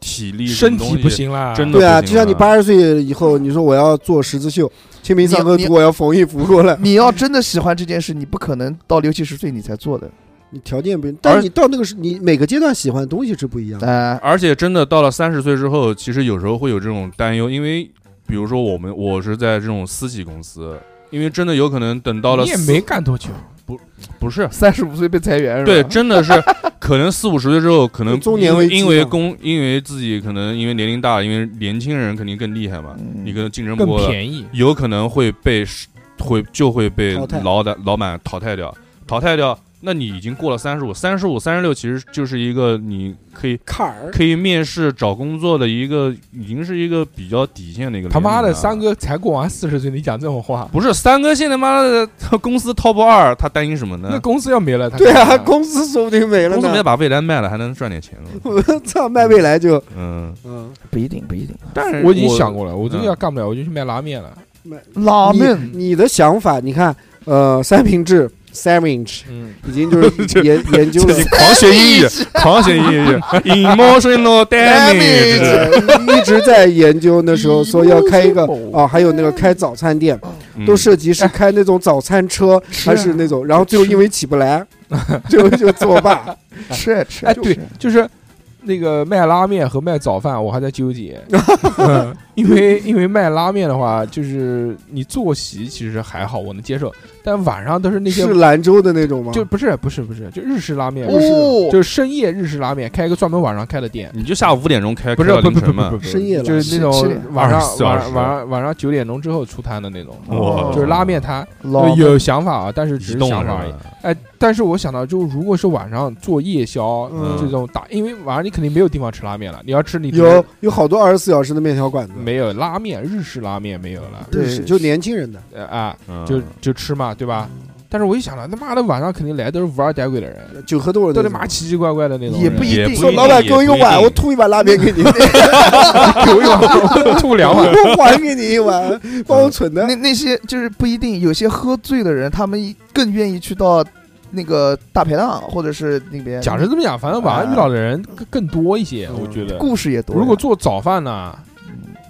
S4: 体力、
S2: 身体不，行啦，
S4: 真的
S5: 对啊，
S4: 不行
S5: 就像你
S4: 了
S5: 八十岁以后，你说我要做十字绣，清明上河
S3: 你
S5: 图我要缝一幅过来，
S3: 你要真的喜欢这件事，你不可能到六七十岁你才做的。
S5: 你条件不一样，但是你到那个时，你每个阶段喜欢的东西是不一样的。
S2: 嗯
S3: 哎、
S4: 而且真的到了三十岁之后，其实有时候会有这种担忧，因为比如说我们我是在这种私企公司，因为真的有可能等到了
S2: 你也
S4: 四
S2: 没干多久，
S4: 不是
S3: 三十五岁被裁员是吧？
S4: 对，真的是可能四五十岁之后，可能
S5: 中年危机
S4: 因为
S5: 嘛
S4: 公因为自己可能因为年龄大，因为年轻人肯定更厉害嘛，
S3: 嗯
S4: 你可能竞争不
S2: 更
S4: 过了，
S2: 便宜。
S4: 有可能会被是会就会被
S5: 淘汰
S4: 老板老板淘汰掉，淘汰掉。那你已经过了三十五、三十五、三十六，其实就是一个你可以
S5: 坎儿，
S4: 可以面试找工作的一个，已经是一个比较底线的啊一个。
S2: 他妈的，三，哥才过完四十岁，你讲这种话，
S4: 不是三哥，现在妈的公司 top 二，他担心什么
S2: 那
S4: 呢？
S2: 公司要没了，他
S5: 对啊，
S2: 干嘛
S5: 公司说不定没了
S4: 公司没
S5: 呢。
S4: 把未来卖了，还能赚点钱了。
S5: 我操，卖未来就
S4: 嗯，
S5: 嗯，
S3: 不一定，不一定。啊
S4: 但是
S2: 我已经想，过了，我这
S4: 嗯
S2: 要干不了，我就去卖拉面了。
S3: 拉
S5: 你
S3: 面
S5: 你的想法，你看，呃，三 明治 sandwich
S2: 嗯，
S5: 已经就是 研研究
S4: 最
S5: 了
S4: 近。狂学英语，狂学英语，emotional damage。
S5: 呃一直在研究，那 时候说要开一个
S3: 嗯
S5: 啊，还有那个开早餐店，
S4: 嗯
S5: 都涉及是开那种早餐车，
S2: 哎
S3: 吃
S5: 还是那种，然后最后因为起不来，就就作罢。
S3: 吃啊吃啊，
S2: 哎，
S3: 就是
S2: 对，就是那个卖拉面和卖早饭，我还在纠结，嗯因为因为卖拉面的话，就是你坐席其实还好，我能接受，但晚上都是 那些
S5: 是兰州的那种吗？
S2: 就不是不是不是，就日式拉面，
S3: 哦，
S2: 就是深夜日式拉面，开一个专门晚上开的店，
S4: 你就下午五点钟开，
S2: 不
S4: 开
S2: 是
S4: 到
S2: 不
S4: 凌
S2: 不不
S4: 晨
S2: 不
S4: 嘛
S2: 不，。不
S5: 深夜了
S2: 就是那
S3: 七七
S2: 种
S3: 点
S2: 晚上
S4: 24
S2: 晚
S4: 小
S2: 上
S4: 时
S2: 晚上晚上九点钟之后出摊的那种，
S4: 哇
S2: 就是拉面摊，
S3: 老
S2: 有想法啊，但是只
S4: 移
S2: 是
S4: 动
S2: 想
S4: 了
S2: 法而已
S4: 是。吧
S2: 哎，但是我想到，就如果是晚上做夜宵
S5: 嗯
S2: 这种打，因为晚上你肯定没有地方吃拉面了，你要吃你
S5: 有有好多二十四小时的面条馆子，
S2: 没有拉面，日式拉面没有了，
S5: 日式就年轻人的。
S2: 呃啊，
S4: 嗯
S2: 就就吃嘛，对吧？但是我一想到，他妈的晚上肯定来都是无二歹鬼的人，
S5: 九合豆
S2: 都
S5: 的
S2: 得
S5: 那
S2: 妈
S5: 种。
S2: 奇奇怪怪的那种人，
S3: 也不一
S4: 也
S3: 定
S4: 不
S5: 说老板
S4: 也
S5: 给我一个
S4: 不一
S5: 碗，
S4: 定
S5: 我吐一碗拉面给你，
S2: 有一碗 吐 两碗，嗯
S5: 我还给你 一碗，帮我存的
S3: 那。那些就是不一定，有些喝醉的人，他们一更愿意去到那个大排档，或者是那边。
S2: 讲是这么讲，反正晚上遇到的人更更多一些，
S5: 嗯
S2: 我觉得。
S3: 故事也多呀。
S2: 如果做早饭呢，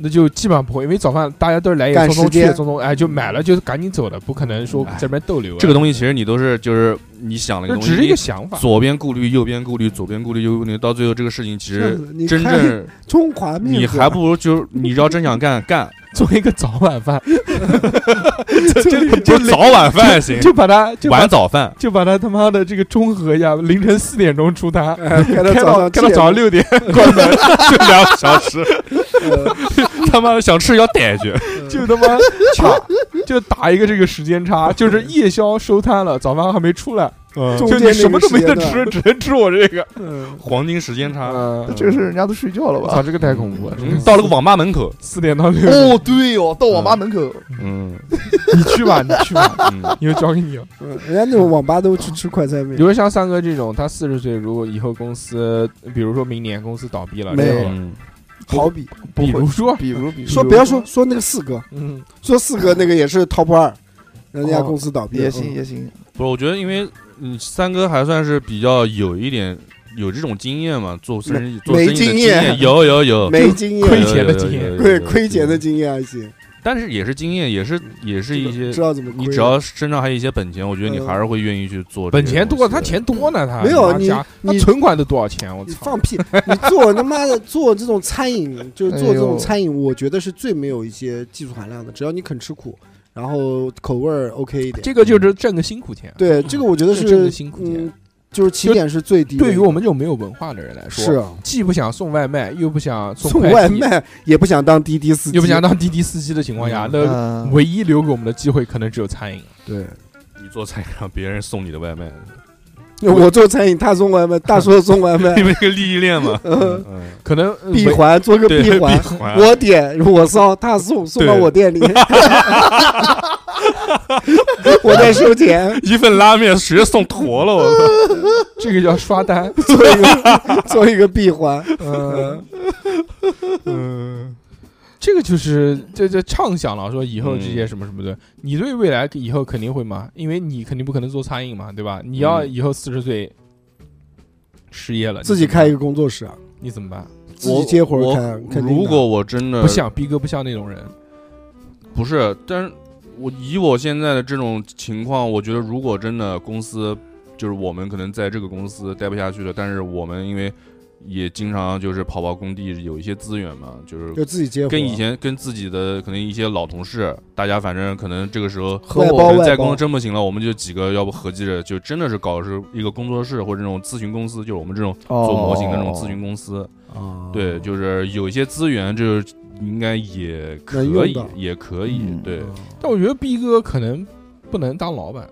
S2: 那就基本上不会，因为早饭大家都是来也
S5: 赶
S2: 匆匆
S5: 时
S2: 去也
S5: 间
S2: 匆匆，哎，就买了就赶紧走了，不可能说
S4: 哎
S2: 在这边逗留啊。
S4: 这个东西其实你都是就是你想了一
S2: 这
S4: 个东西，
S2: 只是一个
S4: 你
S2: 想法，
S4: 左边顾虑，右边顾虑，左边顾虑，右边顾虑，到最后这个事情其
S5: 这样
S4: 实
S5: 子你
S4: 真
S5: 看
S4: 正
S5: 中华面子啊，
S4: 你还不如就是你要真想干干，
S2: 做一个早晚饭，
S4: 不是早晚饭也行，
S2: 就把它就把
S4: 晚早饭。
S2: 就把它他妈的这个中和一下，凌晨四点钟出摊，
S5: 哎开到
S2: 开
S5: 早
S2: 到
S5: 上
S2: 开到早上六点，
S4: 关门就两个小时，
S5: 七点呃
S4: 他妈的想吃要逮 去。
S2: 就他妈打 就打一个这个时间差，就是夜宵收摊了，早饭还没出来，
S5: 呃 中
S2: 就
S5: 间
S2: 你
S5: 那
S2: 什么
S5: 个嗯
S2: 都
S5: 时
S2: 没得
S5: 间段
S2: 吃，只能吃我这个。
S4: 黄金时间差，嗯
S2: 嗯，
S3: 这个事人家都睡觉了
S2: 我
S3: 吧
S2: 操，？这个太恐怖了，
S5: 嗯
S2: 真的
S4: 到了个网吧门口，
S2: 四点到六点，
S3: 哦，对哦，到网吧门口，
S4: 嗯，
S2: 你去吧，你去吧，
S4: 嗯
S2: 以后交给你啊了。
S5: 嗯人家那种网吧都去吃快餐面
S2: 比，如像三哥这种，他四十岁，如果以后公司，比如说明年公司倒闭了，
S5: 没有
S2: 这种
S4: 嗯
S5: 好比
S3: 不
S2: 比
S3: 会
S2: 如，说，
S3: 比如，比如
S5: 说不要说说那个四哥，
S2: 嗯，
S5: 说四哥那个也是 top 二，人家
S3: 哦
S5: 公司倒闭了嗯
S3: 也行，也行，
S4: 不是，我觉得因为嗯三哥还算是比较有一点有这种经验嘛，做生意做
S5: 没
S4: 生意的
S5: 经
S4: 经
S5: 验
S4: 有有有，
S5: 没经验，
S2: 亏钱的经验
S4: 有有有有有有
S5: 对
S4: 有
S5: 亏钱的经验还行，
S4: 但是也是经验，也是也是一
S5: 知
S4: 些，
S5: 道怎么亏。嗯
S4: 你只要身上还有一些本钱，我觉得你还是会愿意去做这些
S2: 本
S4: 东西
S2: 钱
S4: 的。
S2: 多，他钱多呢，他
S5: 没有
S2: 他
S5: 你
S2: 家他
S5: 你
S2: 存款都多少钱？我
S5: 你
S2: 操
S5: 放，屁！你做他妈的做这种餐饮，就是做这
S3: 哎
S5: 种
S3: 呦
S5: 餐饮，我觉得是最没有一些技术含量的。只要你肯吃苦，然后口味儿 OK 一点。
S2: 这个就是挣个辛苦钱。
S5: 对这个，我觉得
S2: 这真
S5: 是
S2: 的辛苦点
S5: 嗯，就是起点是最低的。
S2: 对于我们这种没有文化的人来说，
S5: 是啊
S2: 既不想送外卖，又不想
S5: 送
S2: 快
S5: 外
S2: 递，
S5: 卖也不想当滴滴司机，
S2: 又不想当滴滴司机的情况下，那
S3: 嗯，
S2: 唯一留给我们的机会可能只有餐饮。
S5: 对。
S4: 你做菜让别人送你的外 卖，
S5: 我做餐饮，他送外卖，大叔送外 卖
S4: 你，们一个利益链嘛，
S5: 嗯
S4: 嗯，
S2: 可能呃
S5: 闭
S2: 唯
S5: 环做个
S4: 对，
S5: 闭环，
S4: 环
S5: 我点我烧，他送送到
S4: 对
S5: 我 店里，我在收钱，
S4: 一份拉面直接送坨了，我操！
S2: 这个叫刷 单。
S5: 做一个做一个闭环，
S2: 嗯，这个就是这这畅想了，说以后这些什么什么的，你对未来以后肯定会嘛，因为你肯定不可能做餐饮嘛，对吧？你要
S4: 嗯
S2: 以后四十岁失业了，
S5: 自己开一个工作室啊，
S2: 你怎么办？
S5: 自己接活
S4: 我
S5: 儿干，肯定的
S4: 如果我真的
S2: 不像逼哥不像那种人，
S4: 不是，但是我以我现在的这种情况，我觉得如果真的公司就是我们可能在这个公司待不下去了，但是我们因为也经常就是跑跑工地，有一些资源嘛，就是
S5: 就自己接活儿，啊
S4: 跟以前跟自己的可能一些老同事，大家反正可能这个时候
S3: 和
S5: 外包
S4: 可
S3: 我
S4: 能在
S5: 包
S4: 公司真不行了，我们就几个要不合计着，就真的是搞是一个工作室或者这种咨询公司，就是我们这种
S5: 哦
S4: 做模型的这种咨询公司。
S5: 啊，
S4: 对，就是有一些资源，就是应该也可
S5: 能
S4: 以
S5: 用到，
S4: 也可以。
S3: 嗯
S4: 对，
S2: 但我觉得逼哥可能不能当老板。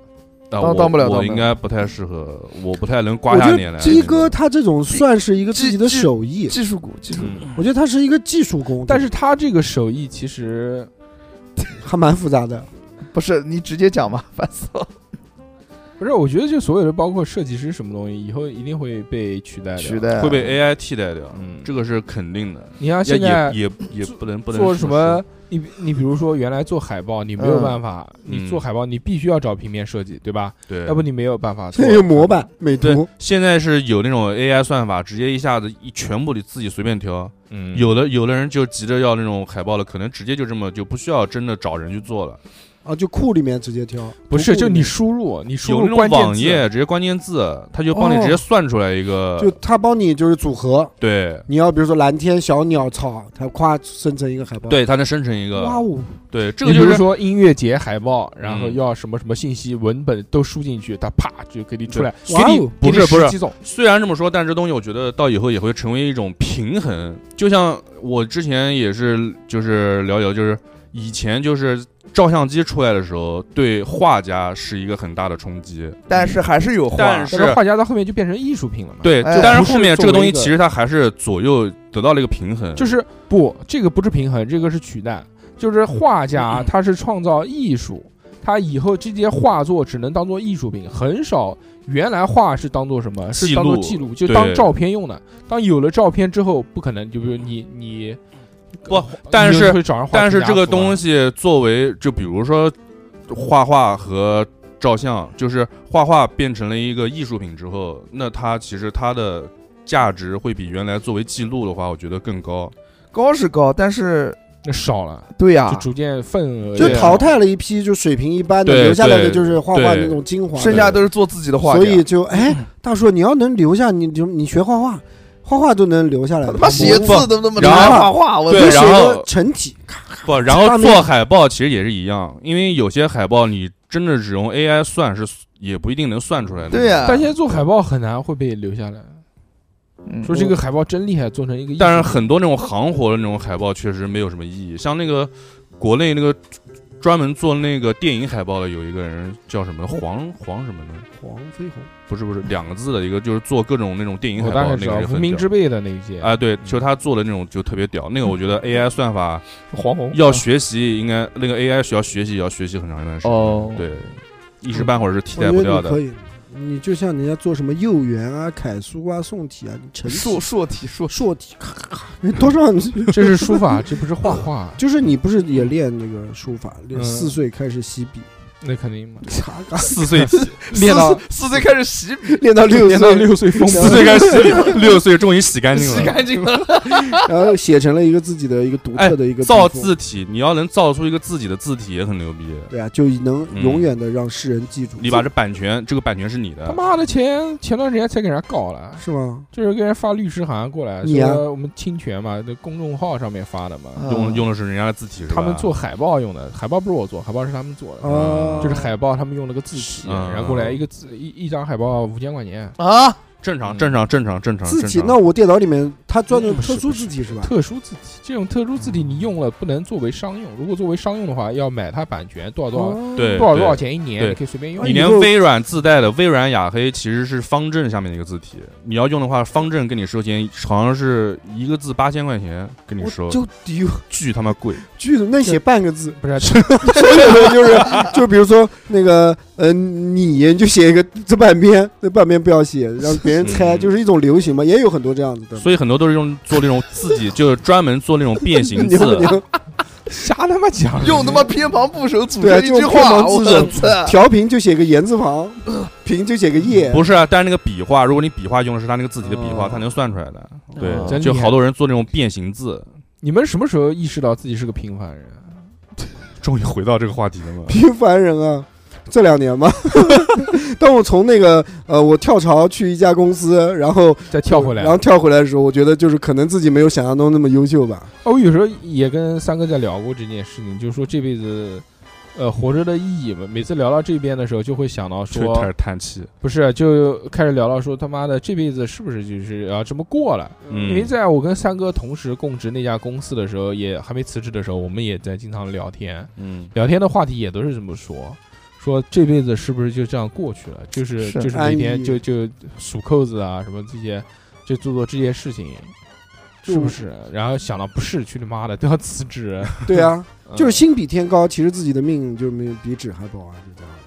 S4: 但
S3: 当
S4: 我
S3: 当不了当
S4: 我
S3: 不
S4: 应
S3: 了
S4: 该不太适合，我不太能
S5: 我
S4: 刮
S5: 觉
S4: 下脸来
S5: 得
S4: 那种。
S5: 鸡哥他这种算是一个自己的
S3: 技技
S5: 手艺，
S3: 技术股，技术股，
S4: 嗯，
S5: 我觉得他是一个技术工，
S2: 但是他这个手艺其实
S5: 还蛮复杂的，
S3: 嗯不是你直接讲嘛， 烦死了，
S2: 不是，我觉得就所有的包括设计师什么东西，以后一定会被取代的。
S3: 取。代
S4: 会被 AI 替啊代啊掉，
S2: 嗯
S4: 这个是肯定的。
S2: 你像
S4: 也
S2: 现在
S4: 也也也不能不能
S2: 做
S4: 这
S2: 什
S4: 么
S2: 么，你你比如说原来做海报，你没有办法，
S4: 嗯
S2: 你做海报你必须要找平面设计，对吧？
S4: 说？对，
S2: 要不你没有办法做
S5: 现。 在有模板美
S4: 对
S5: 图，，
S4: 现在是有那种 AI 算法，直接一下子一全部你自己随便挑。
S2: 嗯，
S4: 有的有的人就急着要那种海报了，可能直接就这么就不需要真的找人去做了。
S5: 啊，就库里面直接挑，
S2: 不是
S5: 图库
S2: 就
S5: 里
S2: 你
S5: 面
S2: 输入你输
S4: 有
S2: 入
S4: 那种
S2: 关键
S4: 网
S2: 字，
S4: 页直接关键字，它就帮你
S5: 哦
S4: 直接算出来一个，
S5: 就他帮你就是组合，
S4: 对
S5: 你要比如说蓝天小鸟草，它夸生成一个海报，，
S4: 对，它能生成一个
S5: 哇，哦，
S4: 对，这
S2: 你
S4: 个
S2: 比
S4: 就
S2: 如
S4: 是
S2: 说音乐节海报，然后
S4: 嗯
S2: 要什么什么信息文本都输进去，它啪就给你出来，
S5: 哇
S2: 给你
S5: 哦
S4: 不是不是
S2: 几种，
S4: 虽然这么说，但这东西我觉得到以后也会成为一种平衡。就像我之前也是就是了解，就是以前就是照相机出来的时候，对画家是一个很大的冲击，
S3: 但是还是有话，
S4: 但是
S2: 但是画家到后面就变成艺术品了嘛？
S4: 对，
S3: 哎
S4: 但
S5: 不
S4: 是
S5: 是
S4: 后面这个
S5: 作
S4: 东
S5: 为
S4: 西
S5: 一个
S4: 其实它还是左右得到了一个平衡，
S2: 就是不，这个不是平衡，这个是取代。就是画
S4: 嗯
S2: 家，他是创造艺术，他以后这些画作只能当做艺术品，很少。原来画是当做什么？
S4: 记
S2: 是当做
S4: 录
S2: 记录，就
S4: 对
S2: 当照片用的。当有了照片之后，不可能，就比如你你，呃
S4: 不
S2: 你
S4: 但是
S2: 会找人画
S4: 但是这个东
S2: 西，
S4: 西作为，就比如说画画和照相，就是画画变成了一个艺术品之后，那它其实它的价值会比原来作为记录的话，我觉得更高。
S3: 高是高，但是
S2: 那少了，
S3: 对呀、
S2: 就逐渐份额
S5: 啊就
S2: 也
S5: 淘汰了一批就水平一般的，
S4: 对
S5: 留下来的
S4: 对
S5: 就是画画
S4: 对
S5: 那种精华的，
S3: 剩下都是做自己的啊画。
S5: 所以就 哎，大叔，你要能留下，你就你学画画，画画都能留下来
S3: 他
S5: 的。
S3: 妈写
S5: 我
S3: 字都那么
S4: 然后
S3: 难画画，我
S5: 我
S4: 对
S5: 就
S4: 然
S5: 写
S4: 后
S5: 个成体，
S4: 不，然后
S5: 大面积
S4: 做海报其实也是一样，因为有些海报你真的只用 AI 算是也不一定能算出来的。
S3: 对呀、
S2: 但现在做海报很难会被留下来，
S3: 嗯
S2: 说这个海报真厉害，做成一个艺术品，
S4: 但是很多那种行活的那种海报确实没有什么意义，像那个国内那个专门做那个电影海报的有一个人叫什么黄黄什么的，
S5: 黄飞鸿，
S4: 不是不是两个字的一个，就是做各种那种电影海
S2: 我大
S4: 报
S2: 概
S4: 的
S2: 知
S4: 那
S2: 道
S4: 个人
S2: 啊无
S4: 很
S2: 名
S4: 屌
S2: 之。辈的那一些
S4: 啊，对，就他做的那种就特别屌，那个我觉得 AI 算法
S3: 黄宏
S4: 要学习，应该那个 AI 需要学习，也要学习很长一段时间。
S3: 哦，
S4: 对，一时半会儿是替代
S5: 我
S4: 不
S5: 觉
S4: 掉
S5: 得你
S4: 的。
S5: 可以。你就像人家做什么幼园啊、楷书啊、宋体啊，你成体、
S3: 硕硕体硕
S5: 硕体，咔咔咔， 你多少？，
S2: 这是书法，这不是画画
S5: 就是你不是也练那个书法？练
S2: 嗯
S5: 四岁开始习笔，
S2: 那肯定嘛，
S5: 咔咔
S4: 四岁起，
S2: 练到
S3: 四 四岁开始洗笔，
S5: 练到六
S2: 练到
S5: 岁，
S2: 六岁疯
S4: 四
S2: 魔，
S4: 岁开始，六岁终于洗干净
S3: 洗
S4: 了。
S3: 干净了。
S5: 然后写成了一个自己的一个独
S4: 哎
S5: 特的一个
S4: 造
S5: 笔锋
S4: 字体，你要能造出一个自己的字体也很牛逼。
S5: 对啊，就能
S4: 嗯
S5: 永远的让世人记住。
S4: 你把这版权，这个版权是你
S2: 他
S4: 的。
S2: 妈的前前段时间才给人家搞了。
S5: 是吗？
S2: 就是给人发律师函过来，
S5: 你啊啊
S2: 说我们侵权嘛，这公众号上面发的嘛，
S4: 用用的是人家的字体是吧？
S2: 他们做海报用的，海报不是我做，海报是他们做的，
S5: 哦，
S2: 啊就是海报他们用了个字体，
S4: 嗯
S2: 然后过来一个字一一张海报五千块钱，
S3: 啊，
S4: 正常
S2: 嗯
S4: 正常正常正常
S5: 字体
S4: 正。常
S5: 那我电脑里面它专门
S2: 不是
S5: 特殊
S2: 不是
S5: 字体是吧？
S2: 特殊字体这种特殊字体你用了不能作为商用，如果作为商用的话，要买它版权多少多少。
S5: 哦
S4: 对
S2: 多少多少钱一年？
S4: 对
S2: 你可以随便用
S5: 那。
S4: 你
S5: 以
S4: 连
S5: 后
S4: 微软自带的微软雅黑其实是方正下面的一个字体，你要用的话，方正跟你收钱，好像是一个字八千块钱跟你
S5: 我
S4: 收，
S5: 就丢
S4: 巨他妈贵。
S5: 句子，那写半个字，
S2: 不是，
S5: 就是就比如说那个呃，你你就写一个这半边，那半边不要写，让别人猜，
S4: 嗯
S5: 就是一种流行嘛，也有很多这样子的。
S4: 所以很多都是用做那种自己就是专门做那种 变形
S5: 牛不
S4: 字，
S5: 牛？
S2: 瞎他妈讲。
S3: 用他妈偏旁部首组
S5: 对啊
S3: 成一句
S5: 就偏
S3: 话，
S5: 旁
S3: 我
S5: 部首
S3: 操！
S5: 调平就写个言字旁，平就写个叶。
S4: 不是啊？但是那个笔画，如果你笔画用的是他那个字体的笔画，
S5: 哦
S4: 他能算出来的。
S2: 哦
S4: 对，
S2: 真
S4: 就
S2: 厉害
S4: 好多人做那种变形字。
S2: 你们什么时候意识到自己是个平凡人？啊
S4: 终于回到这个话题了吗？
S5: 平凡人啊，这两年嘛， 当我从那个呃，我跳槽去一家公司，然后
S2: 再跳回来
S5: 然。后跳回来的时候，我觉得就是可能自己没有想象中那么优秀吧。
S2: 哦，我有时候也跟三哥在聊过这件事情，就是说这辈子，呃，活着的意义嘛。每次聊到这边的时候，就会想到
S4: 就开
S2: 说
S4: 始，叹气。
S2: 不是，啊就开始聊到说他妈的这辈子是不是就是要这么过了？因为
S4: 嗯，
S2: 在我跟三哥同时供职那家公司的时候，也还没辞职的时候，我们也在经常聊天，
S4: 嗯，
S2: 聊天的话题也都是这么说，说这辈子是不是就这样过去了？就是
S3: 是
S2: 就是
S5: 安
S2: 每天
S5: 逸
S2: 就就数扣子啊什么这些，就做做这些事情，是不是？然后想到不是，去你妈的都要辞 职，
S5: 对啊，
S2: 嗯
S5: 就是心比天高，其实自己的命就没有比纸还薄啊，就这样子。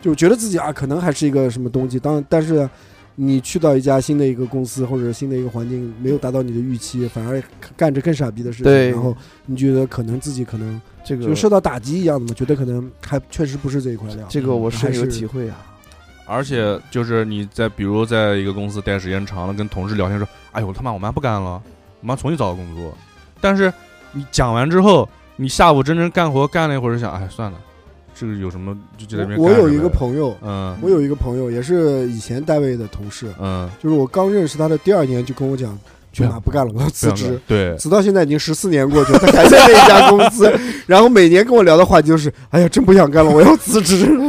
S5: 就觉得自己啊，可能还是一个什么东西，当但是你去到一家新的一个公司或者新的一个环境，没有达到你的预期，反而干着更傻逼的事
S3: 对
S5: 情，然后你觉得可能自己可能
S3: 这
S5: 就受到打击一样的嘛，觉得可能还确实不是这一块料。
S3: 这个我深有
S5: 还是
S3: 体会啊！
S4: 而且就是你在比如在一个公司待时间长了，跟同事聊天说：“哎呦，他妈我妈不干了，我妈重新找个工作。”但是你讲完之后，你下午真正干活干了一会儿，就想：“哎，算了，这个有什么就就在那边
S5: 我我
S4: 干
S5: 有
S4: 着
S5: 一个
S4: 呗，
S5: 朋友，
S4: 嗯
S5: 我有一个朋友也是以前单位的同事，
S4: 嗯，
S5: 就是我刚认识他的第二年就跟我讲，
S2: 不
S5: 去
S2: 想
S5: 哪不干了，我要辞
S4: 不想
S5: 职
S4: 干。对，
S5: 直到现在已经十四年过去了，他还在那一家 公司，然后每年跟我聊的话题就是：“哎呀，真不想干了，我要辞职。”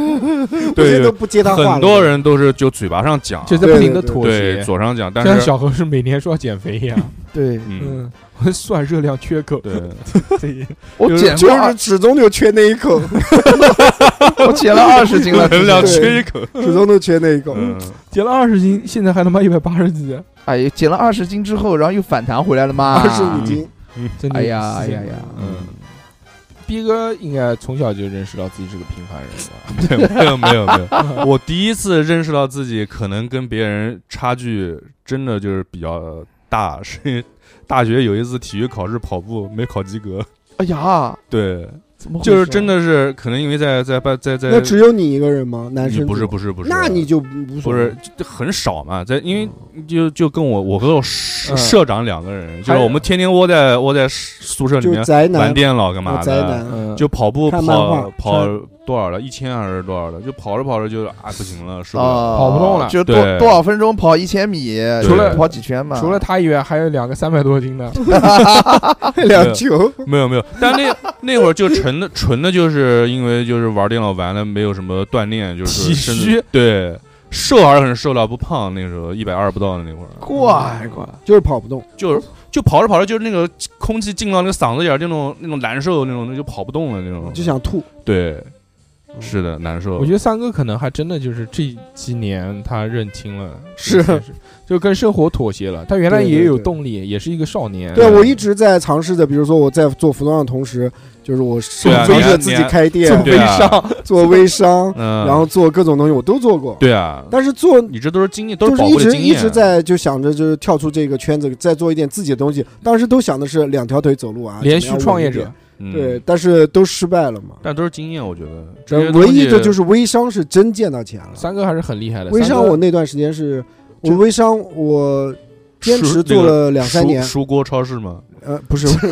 S5: 我现在都不接他话了。
S4: 很多人都是就嘴巴上讲，啊
S2: 嗯就在
S5: 对
S2: 不停的
S5: 对对
S2: 妥
S4: 对
S2: 协。
S4: 嘴上讲，但
S2: 就像
S4: 是
S2: 小何是每天说要减肥一样，
S3: 对
S4: 嗯，
S2: 嗯，我 算热量缺口，
S5: 嗯
S4: 对，
S3: 我
S4: 就是
S3: 减
S5: 就
S3: 过二
S5: 是，始终就缺那一口，
S3: 我减了二十斤 了，
S4: 能量
S5: 对
S4: 缺一口，
S5: 始终都缺那一口。
S4: 嗯，
S2: 减了二十斤，现在还他妈一百八十几，
S3: 哎，减了二十斤之后，然后又反弹回来了嘛？
S5: 二十五
S4: 啊
S5: 斤，
S2: 真的。
S3: 哎呀哎呀哎呀！
S4: 嗯，
S2: 逼哥应该从小就认识到自己是个平凡人吧？
S4: 对没有没有没有，我第一次认识到自己可能跟别人差距真的就是比较大，是因为大学有一次体育考试跑步没考及格，
S3: 哎呀，
S4: 对，
S3: 怎么回事
S4: 就是真的是可能因为在在在在在
S5: 那只有你一个人吗？男
S4: 你
S5: 生
S4: 嗯不是
S5: 组
S4: 不是不是，
S5: 那你就无
S4: 不
S5: 所谓
S4: 是。就很少嘛，在因为就就跟我我和我社
S2: 嗯
S4: 社长两个人，就
S2: 还
S4: 是
S2: 有
S4: 我们天天窝在窝在宿舍里
S5: 就
S4: 面
S5: 宅
S4: 玩
S5: 男，哦
S4: 电脑干嘛
S5: 宅
S4: 的，
S5: 男，
S2: 嗯，
S4: 就跑步
S5: 看漫画
S4: 跑跑多少了，一千还是多少了，就跑着跑着就啊不行了，受不了，
S3: 啊，
S2: 跑不动了
S3: 就多
S4: 对
S3: 多少分钟跑一千米，
S2: 除了
S3: 跑几圈嘛，
S2: 除了他以外，还有两个三百多斤的，
S5: 两球，
S4: 没有没有，但 那那会儿就纯的纯的，就是因为就是玩电脑玩的没有什么锻炼，就是
S2: 体
S4: 身子
S2: 虚
S4: 对瘦还是很瘦的，不胖那时候一百二不到的那会儿，
S3: 乖
S2: 嗯
S3: 乖，
S5: 就是跑不动。
S4: 就是就跑着跑着就是那个空气进到那个嗓子眼儿，那种那种难受那种，那就跑不动了那种，
S5: 就嗯想吐。
S4: 嗯对，是的难受
S2: 我。觉得三哥可能还真的就是这几年他认清了
S5: 是
S2: 这个现实，就跟生活妥协了。他原来
S5: 对对
S2: 也有
S5: 对
S2: 动力，也是一个少年。
S5: 对，啊我一直在尝试着，比如说我在做服装的同时，就是我
S4: 对啊
S5: 是追
S4: 你还
S5: 着自己开店
S2: 做、微
S4: 对啊
S2: 商，
S5: 做微商，
S4: 嗯，
S5: 然后做各种东西，我都做过。
S4: 对
S2: 嗯
S4: 啊，
S5: 但是做
S4: 你这都是经验，都
S5: 就是
S4: 宝
S5: 一
S4: 贵的
S5: 直
S4: 经
S5: 一
S2: 啊
S4: 验。啊
S5: 直在就想着就是跳出这个圈子，再做一点自己的东西。当时都想的是两条腿走路啊，
S2: 连
S5: 怎
S2: 续
S5: 么样
S2: 创业
S5: 稳一
S2: 者
S5: 点，
S4: 嗯
S5: 对，，但是都失败了嘛。
S4: 但都是经验，我觉得这些
S5: 但
S4: 东
S5: 呃唯
S4: 西。
S5: 一的就是微商是真见到钱了。
S2: 三哥还是很厉害的。
S5: 微
S2: 三
S5: 商
S2: 哥
S5: 我那段时间是，我
S4: 就
S5: 微商我坚
S4: 书
S5: 持
S4: 那
S5: 做
S4: 个
S5: 了两三
S4: 书
S5: 年，
S4: 书锅超市嘛，
S5: 呃，不是， 不是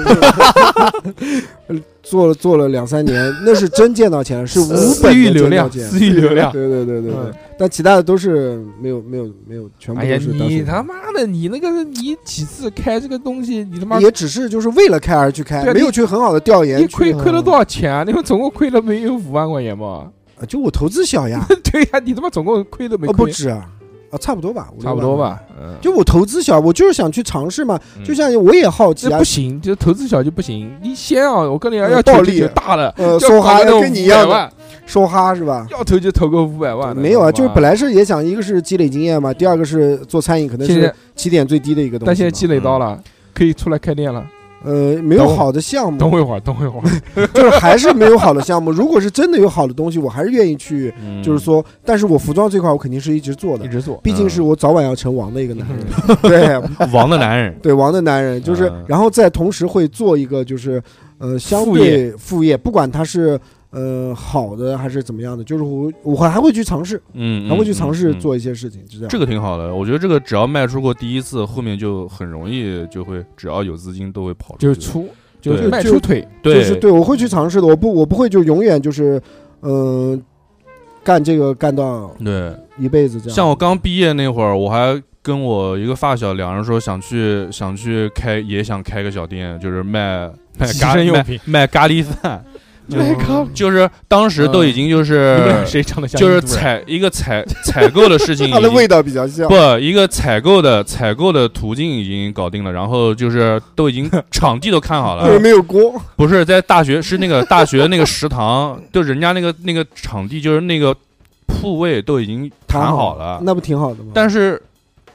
S5: 呃做了做了两三年，那是真见到钱，是无
S2: 私
S5: 本
S2: 域
S5: 的
S2: 流
S5: 见到
S2: 量，
S5: 钱。
S2: 私域流量。
S5: 对对对对对
S2: 嗯，
S5: 但其他的都是没有没有没有，全部
S2: 哎
S5: 都
S2: 呀，
S5: 是当
S2: 你
S5: 时
S2: 他妈的，你那个你几次开这个东西，你他妈
S5: 也只是就是为了开而去开
S2: 对，啊
S5: 没有
S2: 你
S5: 去很好的调研
S2: 你
S5: 去。
S2: 亏亏了
S5: 嗯
S2: 多少钱啊？你们总共亏了没有五万块钱吧？
S5: 啊就我投资小呀，
S2: 对呀，你他妈总共亏都 没
S5: 啊不
S2: 亏，
S5: 止啊，啊差不多吧，五六
S2: 差不
S5: 万
S2: 多。吧？嗯，
S5: 就我投资小，我就是想去尝试嘛，
S4: 嗯
S5: 就像我也好奇
S2: 这
S5: 啊
S2: 不，行，这投资小就不行。你先啊，我跟你讲，
S5: 嗯
S2: 要
S5: 道
S2: 投
S5: 理
S2: 就大的，
S5: 呃，
S2: 要
S5: 梭哈
S2: 搞个
S5: 跟你一样
S2: 500
S5: 的
S2: 万，
S5: 梭哈是 吧？
S2: 要投就投个五百万的。
S5: 没有啊，就是本
S2: 来
S5: 来是也想，一个是积累经验嘛，第二个是做餐饮，可能
S2: 现
S5: 是
S2: 在，
S5: 起点最低的一个东西嘛。
S2: 但现在积累到了，可以出来开店了。
S5: 呃没有好的项
S2: 等
S5: 目，
S2: 我一会儿，等我一会 儿，
S5: 就是还是没有好的项目。如果是真的有好的东西，我还是愿意去，
S4: 嗯
S5: 就是说，但是我服装这块我肯定是一直做
S2: 一
S5: 的，
S2: 直做。
S5: 毕竟是我早晚要成王的一个男人。对
S4: 嗯王的男 人，
S5: 对，王的男人就是
S4: 嗯，
S5: 然后再同时会做一个就是呃相
S2: 副
S5: 对副业，不管它是。呃，好的还是怎么样的？就是我我还会去尝试，
S4: 嗯，
S5: 还会去
S4: 嗯
S5: 尝试。
S4: 嗯嗯
S5: 做一些事情，就这样。
S4: 这个挺好的，我觉得这个只要迈出过第一次，后面就很容易就会，只要有资金都会跑出去。
S2: 就是出，就是
S4: 对
S2: 迈
S5: 就
S2: 出腿。
S5: 就
S4: 对，
S5: 是对我会去尝试的，我不我不会就永远就是，嗯、干这个干到
S4: 对
S5: 一辈子这样。
S4: 像我刚毕业那会儿，我还跟我一个发小，两人说想去想去开，也想开个小店，就是卖卖
S2: 洗
S4: 咖
S2: 身用
S4: 卖
S2: 品
S4: 卖咖喱饭，就
S2: 卖咖喱
S4: 就是当时
S5: 嗯
S4: 都已经就是、
S2: 你们俩谁长得像？
S4: 就是。采一个采采购的事 情已
S5: 它的
S4: 经
S5: 味道比较像，
S4: 不，一个采购的采购的途径已经搞定了，然后就是都已经场地都看好
S5: 就是
S4: 了，
S5: 没有锅，
S4: 不是在大学，是那个大学那个食堂，就人家那个那个场地，就是那个铺位都已经谈好了，
S5: 啊那不挺好的吗？
S4: 但是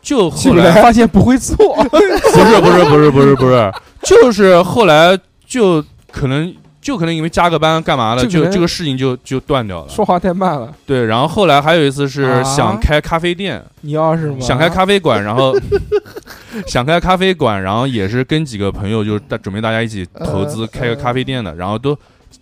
S4: 就
S2: 起
S4: 后
S2: 来
S4: 来
S2: 发现不会做，
S4: 不是不是不是不是不是，就是后来就可能就可能因为加个班干嘛的，
S2: 这个
S4: 就
S2: 人
S4: 这个事情就就断掉了。
S2: 说话太慢了。
S4: 对，然后后来还有一次是
S2: 啊
S4: 想开咖啡店，
S2: 你要是吗？
S4: 想开咖啡馆，然后 想开咖啡馆，然后也是跟几个朋友，就是大准备大家一起投资
S3: 呃
S4: 开个咖啡店的，然后都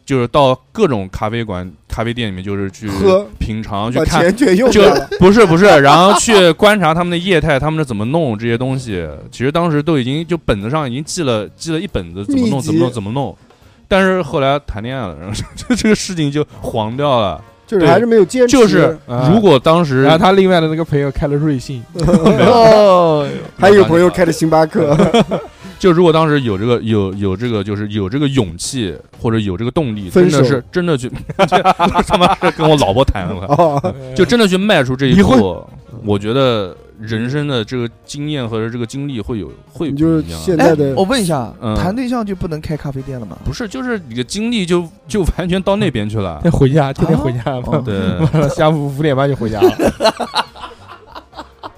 S4: 就是到各种咖啡馆、咖啡店里面，就是去
S5: 喝
S4: 品尝、去
S5: 把
S4: 看，
S5: 钱全用
S4: 就
S5: 掉了。
S4: 不是不是，然后去观察他们的业态，他们是怎么弄这些东西。其实当时都已经就本子上已经记了记了一本子，怎么弄
S5: 秘籍
S4: 怎么弄怎么弄。但是后来谈恋爱了，然后 就这个事情就黄掉了。
S5: 就是
S4: 对
S5: 还是没有坚持，
S4: 就是
S2: 啊
S4: 如果当时
S2: 然后他另外的那个朋友开了瑞幸，
S3: 哦，
S5: 还有朋友开的星巴克，
S4: 就如果当时有这个有有这个就是有这个勇气或者有这个动力，
S5: 分
S4: 真
S5: 手
S4: 的是真的去， 就他妈是跟我老婆谈了，
S5: 哦，
S2: 呃
S4: 就真的去迈出这一
S2: 离婚
S4: 步，我觉得人生的这个经验和这个经历会有会
S5: 你
S4: 不
S5: 就是
S4: 一样。
S5: 现
S3: 哎
S5: 在的，
S3: 我问一下，
S4: 嗯
S3: 谈对象就不能开咖啡店了吗？
S4: 不是，就是你的经历就就完全到那边去了
S2: 得。回家，天天回家嘛。
S3: 哦
S4: 对，
S2: 下午五点半就回家 了。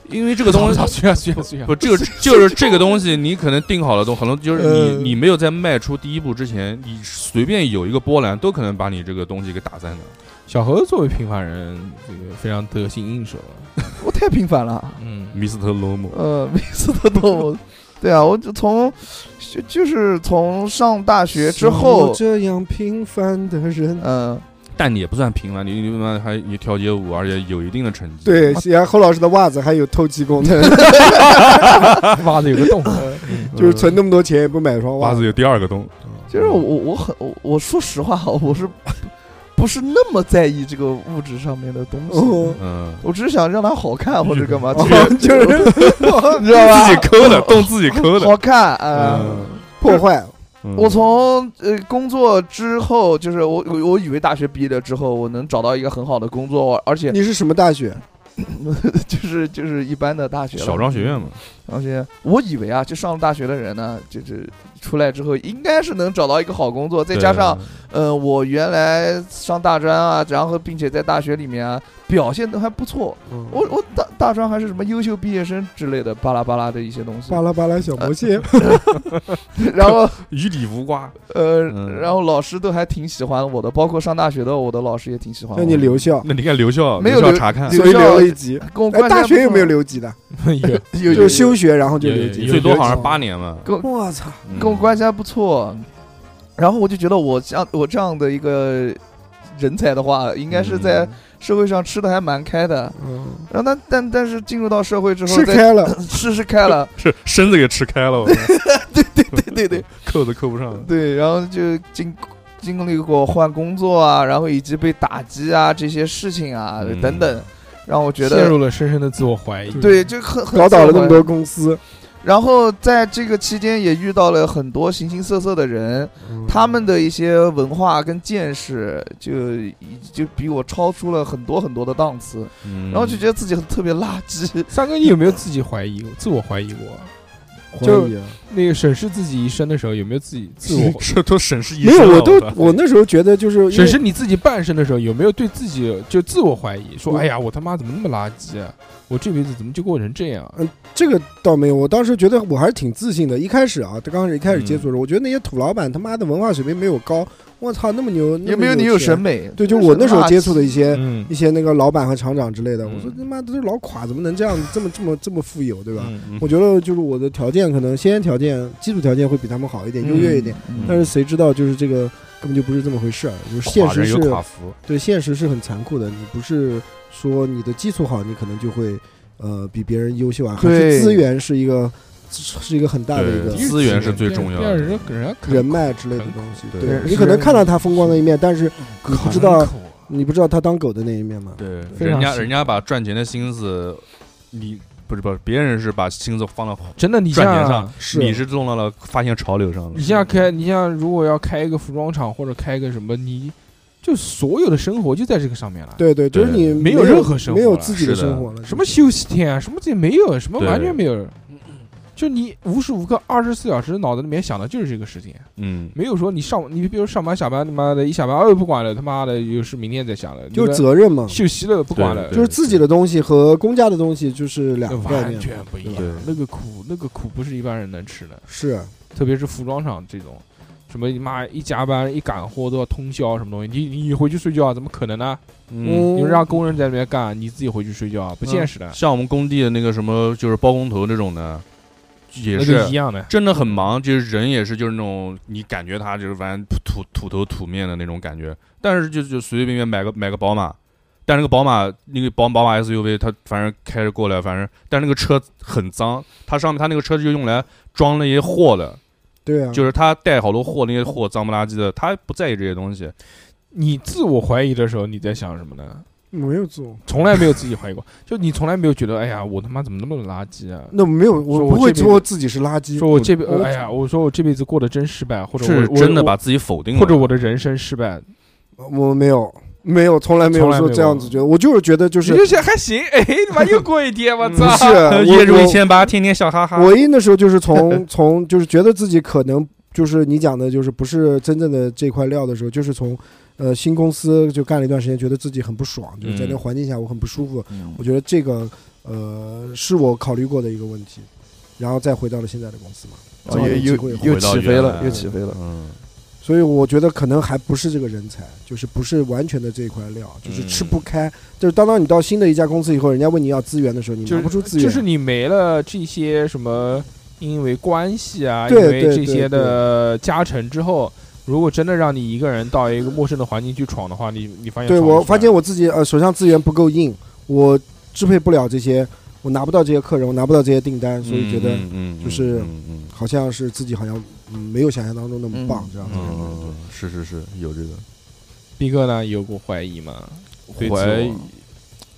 S4: 因为这个 东西
S2: 操，。去啊去啊去啊！
S4: 不，这个就是这个东西，你可能定好了都，可能就是
S5: 呃
S4: 你，你没有在迈出第一步之前，你随便有一个波澜，都可能把你这个东西给打散的。
S2: 小何作为平凡人，这个非常得心应手。啊
S3: 我太频繁了。
S2: 嗯，
S4: Mr. Lomo，
S3: 呃，每次都懂，对啊，我就从就就是从上大学之
S5: 像我
S3: 后，
S5: 这样平凡的人，
S3: 嗯，
S4: 但你也不算平凡，你你妈还你跳街舞，而且有一定的成绩。
S5: 对，然后侯老师的袜子还有透气功 能，
S2: 袜子有个洞， 嗯
S5: 就是存那么多钱也不买双
S4: 袜
S5: 袜
S4: 子有第二个洞，
S3: 就是我我我很我我说实话， 我是不是那么在意这个物质上面的东西？
S5: 哦，
S4: 嗯，
S3: 我只是想让它好看或者干嘛，
S5: 哦
S3: 这个
S5: 就是
S3: 你知道吧？
S4: 自己抠的洞自己抠的，
S3: 好看啊！
S4: 嗯
S5: 破 坏，
S4: 嗯
S3: 我从呃工作之后，就是我我我以为大学毕业了之后，我能找到一个很好的工作，而且
S5: 你是什么大学？
S3: 就是就是一般的大学了
S4: 小庄学院嘛，
S3: 而且我以为啊，就上了大学的人呢，就是出来之后应该是能找到一个好工作，再加上呃，我原来上大专啊，然后并且在大学里面啊表现的还不错，
S5: 嗯
S3: 我我大大专还是什么优秀毕业生之类的巴拉巴拉的一些东 西
S5: 巴，拉巴拉小魔蟹，
S3: 然后
S4: 与理无瓜，
S3: 呃，
S4: 嗯
S3: 然后老师都还挺喜欢我的，包括上大学的我的老师也挺喜欢
S5: 让
S3: 我
S5: 哦
S3: 的。
S5: 哎你留校，
S4: 那你看留校
S3: 没有
S4: 校
S3: 留
S4: 查看
S3: 留，
S5: 所以
S3: 校
S5: 留了一级。
S3: 跟我
S5: 哎，
S3: 关系
S5: 大
S3: 还
S5: 学
S3: 不
S5: 有没有
S3: 错？
S5: 留级的？
S2: 有
S3: 有
S5: 就是休学然后就
S2: 有
S5: 留
S2: 有
S5: 级。
S4: 最多好像是八年嘛，
S5: 我操！
S4: 嗯，
S3: 跟我关系还不错。然后我就觉得我像我这样的一个人才的话，应该是在社会上吃的还蛮开的。
S5: 嗯，
S3: 然后但但但是进入到社会之后
S5: 吃
S3: 再，
S5: 开了，
S3: 是是开了
S4: 是身子给吃开了，我操
S3: 对对对
S4: 扣都扣不上。
S3: 对，然后就经经历过换工作啊，然后以及被打击啊这些事情啊、
S4: 嗯
S3: 等等，让我觉
S2: 陷
S3: 得
S2: 入了深深的自我怀疑。
S3: 对就很很
S5: 搞倒了
S3: 自
S5: 那么
S3: 我怀疑
S5: 多公 司，
S3: 然后在这个期间也遇到了很多形形色色的人，他们的一些文化跟见识就已就比我超出了很多很多的档次，
S4: 然
S3: 然后就觉得自己很特别垃圾。
S2: 三哥，你有没有自己怀疑过、自我怀疑过？
S5: 怀
S2: 就
S5: 疑啊
S2: 那个审视自己一生的时候，有没有自己自我？
S4: 这都审视一
S5: 没有，
S4: 生了
S5: 我都
S4: 操
S5: 我那时候觉得就是因为
S2: 审视你自己半生的时候，有没有对自己就自我怀疑？说，
S5: 我
S2: 哎呀，我他妈怎么那么垃圾啊？我这辈子怎么就过成这样？
S5: 这个倒没有，我当时觉得我还是挺自信的。一开始啊，刚开始一开始接触的时候，
S3: 嗯
S5: 我觉得那些土老板他妈的文化水平没有高，我操，那么牛，那
S3: 有
S5: 么
S3: 没有你有
S5: 钱
S3: 审？美？
S5: 对，就我那时候接触的一些
S2: 嗯
S5: 一些那个老板和厂长之类的，
S4: 嗯
S5: 我说他妈都是老垮，
S3: 嗯
S5: 怎么能这样子这么这么这么富有，对吧？
S4: 嗯
S5: 我觉得就是我的条件可能先天条件、基础条件会比他们好一点，优越一点，
S3: 嗯。
S5: 但是谁知道就是这个根本就不是这么回事儿，就是现
S4: 垮
S5: 实
S4: 人
S5: 是
S4: 有垮服，
S5: 对，现实是很残酷的。你不是说你的基础好，你可能就会呃比别人优秀啊，还
S3: 对
S5: 是资源是一个是一个很大的一
S4: 对
S5: 个
S4: 资源是最重要
S2: 第二
S4: 的。
S2: 人人家啃
S5: 人脉之类的东西。
S4: 对
S5: 对
S3: 是
S5: 你可能看到他风光的一面，但是你不知道
S2: 啃口啊
S5: 你不知道他当狗的那一面嘛？
S4: 对，
S2: 非
S4: 人
S2: 常
S4: 家
S2: 幸
S4: 人家把赚钱的心思，你不是不是，别人是把心思放到
S2: 真的，你
S4: 赚钱上
S2: 像
S5: 是
S4: 你是弄到了发现潮流上了
S2: 你。像开，你像如果要开一个服装厂或者开一个什么，你就所有的生活就在这个上面了。
S5: 对对，就是
S4: 对
S5: 你
S2: 没有
S5: 有
S2: 任何生活
S5: 没有
S2: 了
S5: 自己的
S4: 是的
S5: 生活了，
S2: 什么休息天啊，什么这没有，什么
S4: 对
S2: 完全没有。就你无时无刻二十四小时脑子里面想的就是这个事情，
S4: 嗯，
S2: 没有说你上你比如上班下班他妈的一下班哦不管了他妈的有事明天再想了，那
S5: 就是
S2: 个
S5: 责任嘛，
S2: 休息了不管了
S4: 对，
S5: 就是自己的东西和公家的东西就是两
S2: 那
S5: 个概
S2: 完
S5: 念，
S2: 全不一
S4: 对
S2: 样。那个苦那个苦不是一般人能吃的，
S5: 是啊
S2: 特别是服装厂这种，什么你妈一加班一赶货都要通宵啊什么东西，你你回去睡觉怎么可能呢？
S4: 嗯，
S2: 你让工人在里面干，你自己回去睡觉啊不现实的，
S4: 像我们工地的那个什么，就是包工头这种的，也
S2: 那
S4: 是
S2: 就一样的。
S4: 真的很忙，就是人也是就是那种你感觉他就是反正土土头土面的那种感觉，但是就就随随便便买个买个宝马，但那个宝马那个宝宝马 SUV 它反正开着过来，反正但那个车很脏，它上面它那个车就用来装那些货的，
S5: 对啊，
S2: 嗯
S4: 就是它带好多货，那些货脏不拉几的，他不在意这些东西。
S2: 你自我怀疑的时候，你在想什么呢？
S5: 没有做，
S2: 从来没有自己怀疑过，就你从来没有觉得，哎呀，我他妈怎么那么垃圾啊？
S5: 那没有，
S2: 说
S5: 我
S2: 我
S5: 不会
S2: 这辈
S5: 说
S2: 子
S5: 自己是垃圾，
S2: 说我这辈，
S5: 我
S2: 哎呀，我说我这辈子过得真失败，或者
S4: 是
S2: 我我
S4: 真的
S2: 我
S4: 把自己否定了，
S2: 或者我的人生失败，
S5: 我没有，没有，从来没有
S2: 从来没
S5: 说
S2: 有
S5: 这样子觉得，我就是觉得就
S2: 你
S5: 是
S2: 就想还行，哎，他妈又过一天，我
S5: 不
S2: 操！
S5: 是我
S4: 月啊入一千八，天天笑哈哈
S5: 我。唯一那时候就是 从从就是觉得自己可能就是你讲的，就是不是真正的这块料的时候，就是从呃新公司就干了一段时间，觉得自己很不爽，就是在那
S4: 嗯
S5: 个环境下我很不舒服。
S3: 嗯
S5: 我觉得这个呃是我考虑过的一个问题，然后再回到了现在的公司嘛，
S3: 哦又又又
S4: 回到
S3: 起飞
S4: 原
S3: 了，
S4: 来
S3: 又起飞了。
S4: 嗯，
S5: 所以我觉得可能还不是这个人才，就是不是完全的这块料，就是吃不开。就是当当你到新的一家公司以后，人家问你要资源的时候，你
S2: 就
S5: 拿
S2: 是
S5: 不出资源，
S2: 就是你没了这些什么因为关系啊，因
S5: 对
S2: 为
S5: 对
S2: 这些
S5: 对
S2: 的加成之后，如果真的让你一个人到一个陌生的环境去闯的话，你你发现
S5: 对
S2: 闯不
S5: 我
S2: 出
S5: 发
S2: 来
S5: 现我自己呃手上资源不够硬，我支配不了这些，我拿不到这些客人，我拿不到这些订单，所以觉得
S4: 嗯嗯嗯
S5: 就是
S4: 嗯嗯
S5: 好像是自己好像嗯没有想象当中那么棒
S3: 嗯，
S5: 这样
S4: 嗯
S5: 子。
S4: 嗯，嗯是是是有这个。
S2: 毕哥呢有过怀疑吗？对自
S4: 怀
S2: 我，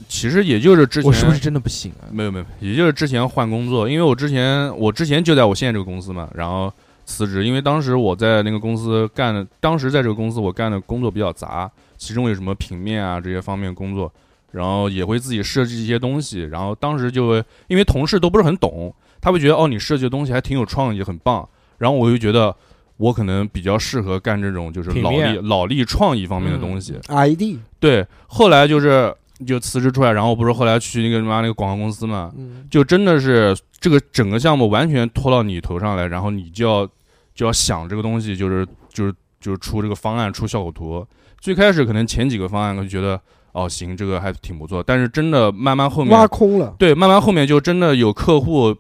S4: 其实也就是之前
S2: 我是不是真的不行 啊？
S4: 没有没有，也就是之前换工作，因为我之前我之前就在我现在这个公司嘛，然后辞职，因为当时我在那个公司干的，当时在这个公司我干的工作比较杂，其中有什么平面啊这些方面工作，然后也会自己设计一些东西，然后当时就会因为同事都不是很懂，他会觉得哦你设计的东西还挺有创意，很棒，然后我就觉得。我可能比较适合干这种就是
S2: 平
S4: 脑
S2: 面
S4: 力脑力创意方面的
S2: 嗯
S4: 东西，
S5: ID，
S4: 对，后来就是就辞职出来，然后不是后来去那个什么那个广告公司嘛，
S2: 嗯，
S4: 就真的是这个整个项目完全拖到你头上来，然后你就要就要想这个东西，就是就是就是出这个方案，出效果图。最开始可能前几个方案我就觉得哦行，这个还挺不错，但是真的慢慢后面
S5: 挖空了。
S4: 对，慢慢后面就真的有客户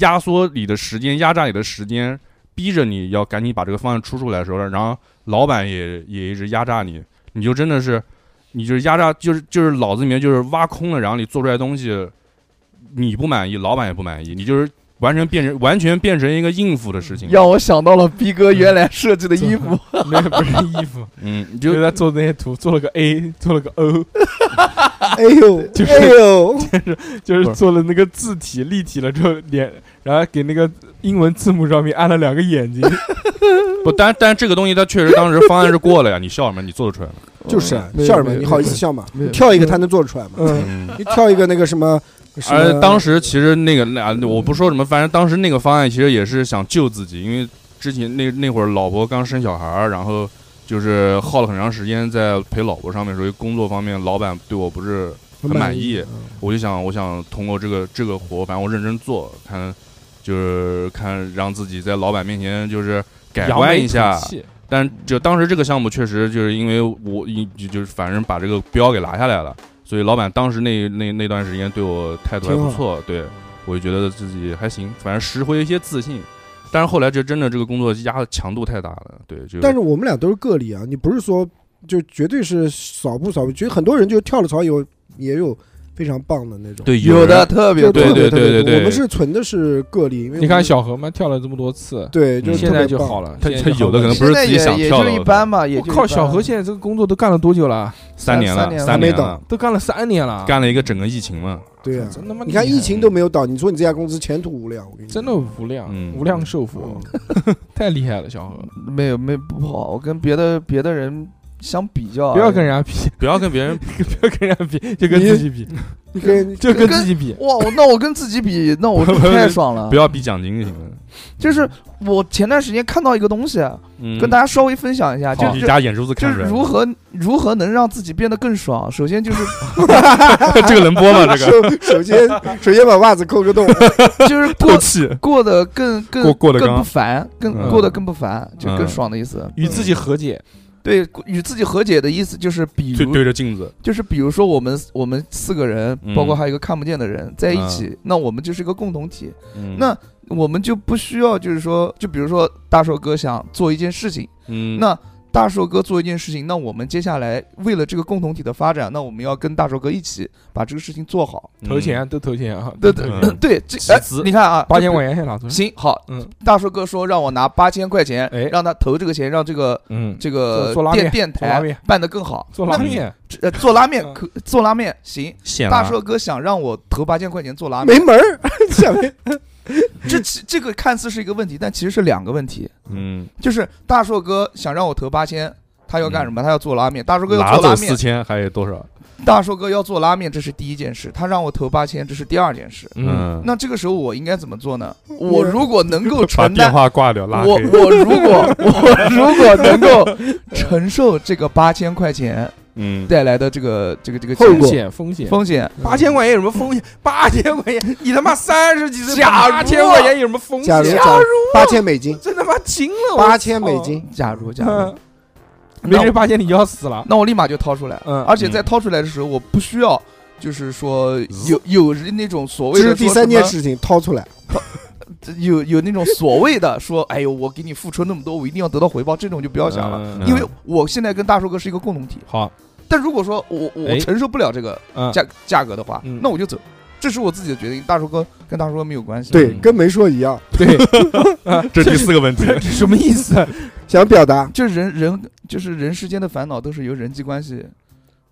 S4: 压缩你的时间，压榨你的时间，逼着你要赶紧把这个方案出出来的时候，然后老板也也一直压榨你，你就真的是，你就是压榨，就是就是脑子里面就是挖空了，然后你做出来的东西你不满意，老板也不满意，你就是完全变成完全变成一个应付的事情，
S3: 让我想到了逼哥原来设计的衣服，
S2: 那不是衣服，
S4: 嗯，就
S2: 就在做那些图，做了个 A，做了个 O，
S5: 哎呦，
S2: 就是
S5: 哎呦，
S2: 就
S4: 不
S2: 是
S4: 是
S2: 做了那个字体立体了之后，脸，然后给那个英文字母上面按了两个眼睛，
S4: 不，但但这个东西它确实当时方案是过了呀，你笑什么？你做得出来吗？
S5: 就是啊
S2: 没有
S5: 笑什么？
S2: 没有
S5: 你好意思笑吗？
S2: 没有
S5: 你跳一个他能做得出来吗？
S2: 嗯，
S4: 嗯。
S5: 你跳一个那个什么？什
S4: 而
S5: 么
S4: 当时其实那个那我不说什么，反正当时那个方案其实也是想救自己，因为之前那那会儿老婆刚生小孩儿，然后就是耗了很长时间在陪老婆上面，所以工作方面老板对我不是
S5: 很
S4: 很满
S5: 意
S4: 意，嗯我就想，我想通过这个这个活，反正我认真做，看就是看让自己在老板面前就是改
S2: 扬
S4: 观
S2: 眉
S4: 一
S2: 吐
S4: 下。
S2: 气
S4: 但就当时这个项目确实就是因为我一就就是反正把这个标给拿下来了，所以老板当时那那那段时间对我态度还不错，对我就觉得自己还行，反正拾回一些自信。但是后来这真的这个工作压的强度太大了，对，就
S5: 但是我们俩都是个例啊，你不是说就绝对是少部少部，觉得很多人就跳了槽以后也有非常棒的那种。
S4: 对
S3: 有的
S4: 人
S3: 特别
S5: 就
S3: 多。
S5: 特
S4: 对对
S5: 别，特别
S4: 对对
S5: 多
S4: 对
S5: 我们是存的是个例，因为
S2: 你
S5: 我
S2: 看
S5: 们
S2: 小何嘛，跳了这么多次，
S5: 对，就是
S2: 现
S5: 特
S2: 在
S5: 别
S2: 就
S5: 棒
S2: 好。了，
S4: 他
S2: 现在
S4: 他
S2: 就
S4: 有
S2: 好
S4: 的可能
S2: 了
S4: 不是
S3: 现在
S4: 自己
S3: 也
S4: 想
S3: 也
S4: 跳
S3: 就
S4: 的
S3: 一般嘛，也
S2: 我
S3: 就
S2: 靠，
S3: 一般
S2: 小何现在这个工作都干了多久了？
S4: 三年
S3: 三
S4: 了，
S3: 年了
S4: 三
S5: 还没
S4: 年了
S5: 倒，
S2: 都干了三年了，
S4: 干了一个整个疫情嘛，
S5: 对啊，
S2: 真他妈厉害！
S5: 你看疫情都没有倒，你说你这家公司前途无量，我跟你
S2: 真的无量，
S4: 嗯
S2: 无量寿佛， 太厉害了，小 何！
S3: 没有没不好，我跟别的别的人相比较，
S2: 不要跟人家比，
S4: 不要跟别 人
S2: 不要跟人家比，就跟自己比，
S5: 你跟
S2: 就跟自己比。
S3: 哇，我那我跟自己比，那 我太爽了
S4: 不。要比奖金就行了，
S3: 就是我前段时间看到一个东西，
S4: 嗯，
S3: 跟大家稍微分享一下，就
S4: 好你
S3: 是
S4: 家演出是
S3: 就
S4: 看
S3: 是
S4: 出来
S3: 如何如何能让自己变得更爽。首先就是
S4: 了， 这个能播吗？这个
S5: 首首先首先把袜子抠个洞，
S3: 就是
S4: 透
S3: 过
S4: 气，
S3: 过得更更
S4: 过过得
S3: 更
S4: 刚
S3: 不烦，更
S4: 嗯
S3: 过得更不烦，就更
S4: 嗯
S3: 爽的意思。
S2: 与自己和解，
S3: 对，与自己和解的意思就是，比
S4: 对
S3: 如
S4: 对着镜子，
S3: 就是比如说我们我们四个人，
S4: 嗯
S3: 包括还有一个看不见的人在一
S2: 嗯
S3: 起，那我们就是一个共同体，
S4: 嗯
S3: 那我们就不需要就是说，就比如说大硕哥想做一件事情，
S4: 嗯
S3: 那大硕哥做一件事情，那我们接下来为了这个共同体的发展，那我们要跟大硕哥一起把这个事情做好。
S2: 投钱都投钱啊！
S3: 对
S2: 都
S3: 对
S2: 投钱
S4: 嗯
S3: 对，这
S4: 集
S3: 哎
S4: 资，
S3: 你看啊，
S2: 八千
S3: 就
S2: 块钱先拿出来。
S3: 行好，
S2: 嗯
S3: 大硕哥说让我拿八千块钱
S2: 哎，
S3: 让他投这个钱，让这个
S2: 嗯，
S3: 这个
S2: 做做拉
S3: 电
S2: 面
S3: 电
S2: 做拉
S3: 台
S2: 面
S3: 办得更好。
S2: 做拉
S3: 那
S2: 面，
S3: 这呃做拉面
S2: 嗯
S3: 可做拉面行，
S4: 显
S3: 大
S4: 了
S3: 硕哥想让我投八千块钱做拉面，
S5: 没门儿， 下面
S3: 这其这个看似是一个问题，但其实是两个问题。
S4: 嗯，
S3: 就是大硕哥想让我投八千，他要干什么？他要做拉面。大硕哥
S4: 嗯拿
S3: 要做
S4: 走
S3: 拉
S4: 四
S3: 面，
S4: 千还有多少？
S3: 大硕哥要做拉面，这是第一件事。他让我投八千，这是第二件事。
S2: 嗯，
S3: 那这个时候我应该怎么做呢？我如果能够
S4: 把
S3: 承
S4: 电
S3: 担，
S4: 话挂掉，拉
S3: 我
S4: 黑。
S3: 我如果我如果能够承受这个八千块钱
S4: 嗯，
S3: 带来的这个这个这个
S5: 后
S2: 风
S5: 果
S2: 险风险。
S3: 风险，
S2: 八千块钱有什么风险？八千块钱，你他妈三十几岁，
S3: 假如
S2: 八千块钱有什么风
S5: 假如
S2: 险？
S5: 假如八千美金，
S2: 真他妈惊了！
S5: 八千美金，
S3: 假如假如
S2: 嗯，， 没
S3: 那
S2: 这八千你就要死了。
S3: 那我立马就掏出来，
S2: 嗯
S3: 而且在掏出来的时候，我不需要。就是说有有那种所
S5: 这
S3: 谓的
S2: 哦
S5: 是第
S3: 说
S5: 三
S3: 什
S5: 件
S3: 么
S2: 嗯
S5: 事情，掏出来，
S3: 有有那种所谓的说，哎呦，我给你付出那么多，我一定要得到回报，这种就不要想了，
S2: 嗯嗯
S3: 因为我现在跟大叔哥是一个共同体。
S2: 好，
S3: 但如果说我我
S2: 哎
S3: 我承受不了这个
S2: 嗯，
S3: 价价格的话
S2: 嗯，
S3: 那我就走，这是我自己的决定，大叔哥跟大叔哥没有关系。
S5: 对，
S2: 嗯
S5: 跟没说一样。
S2: 对，
S4: 这第四个 问题，
S2: 这 什么意思？
S5: 想表达，
S3: 就是人人就是人世间的烦恼都是由人际关系。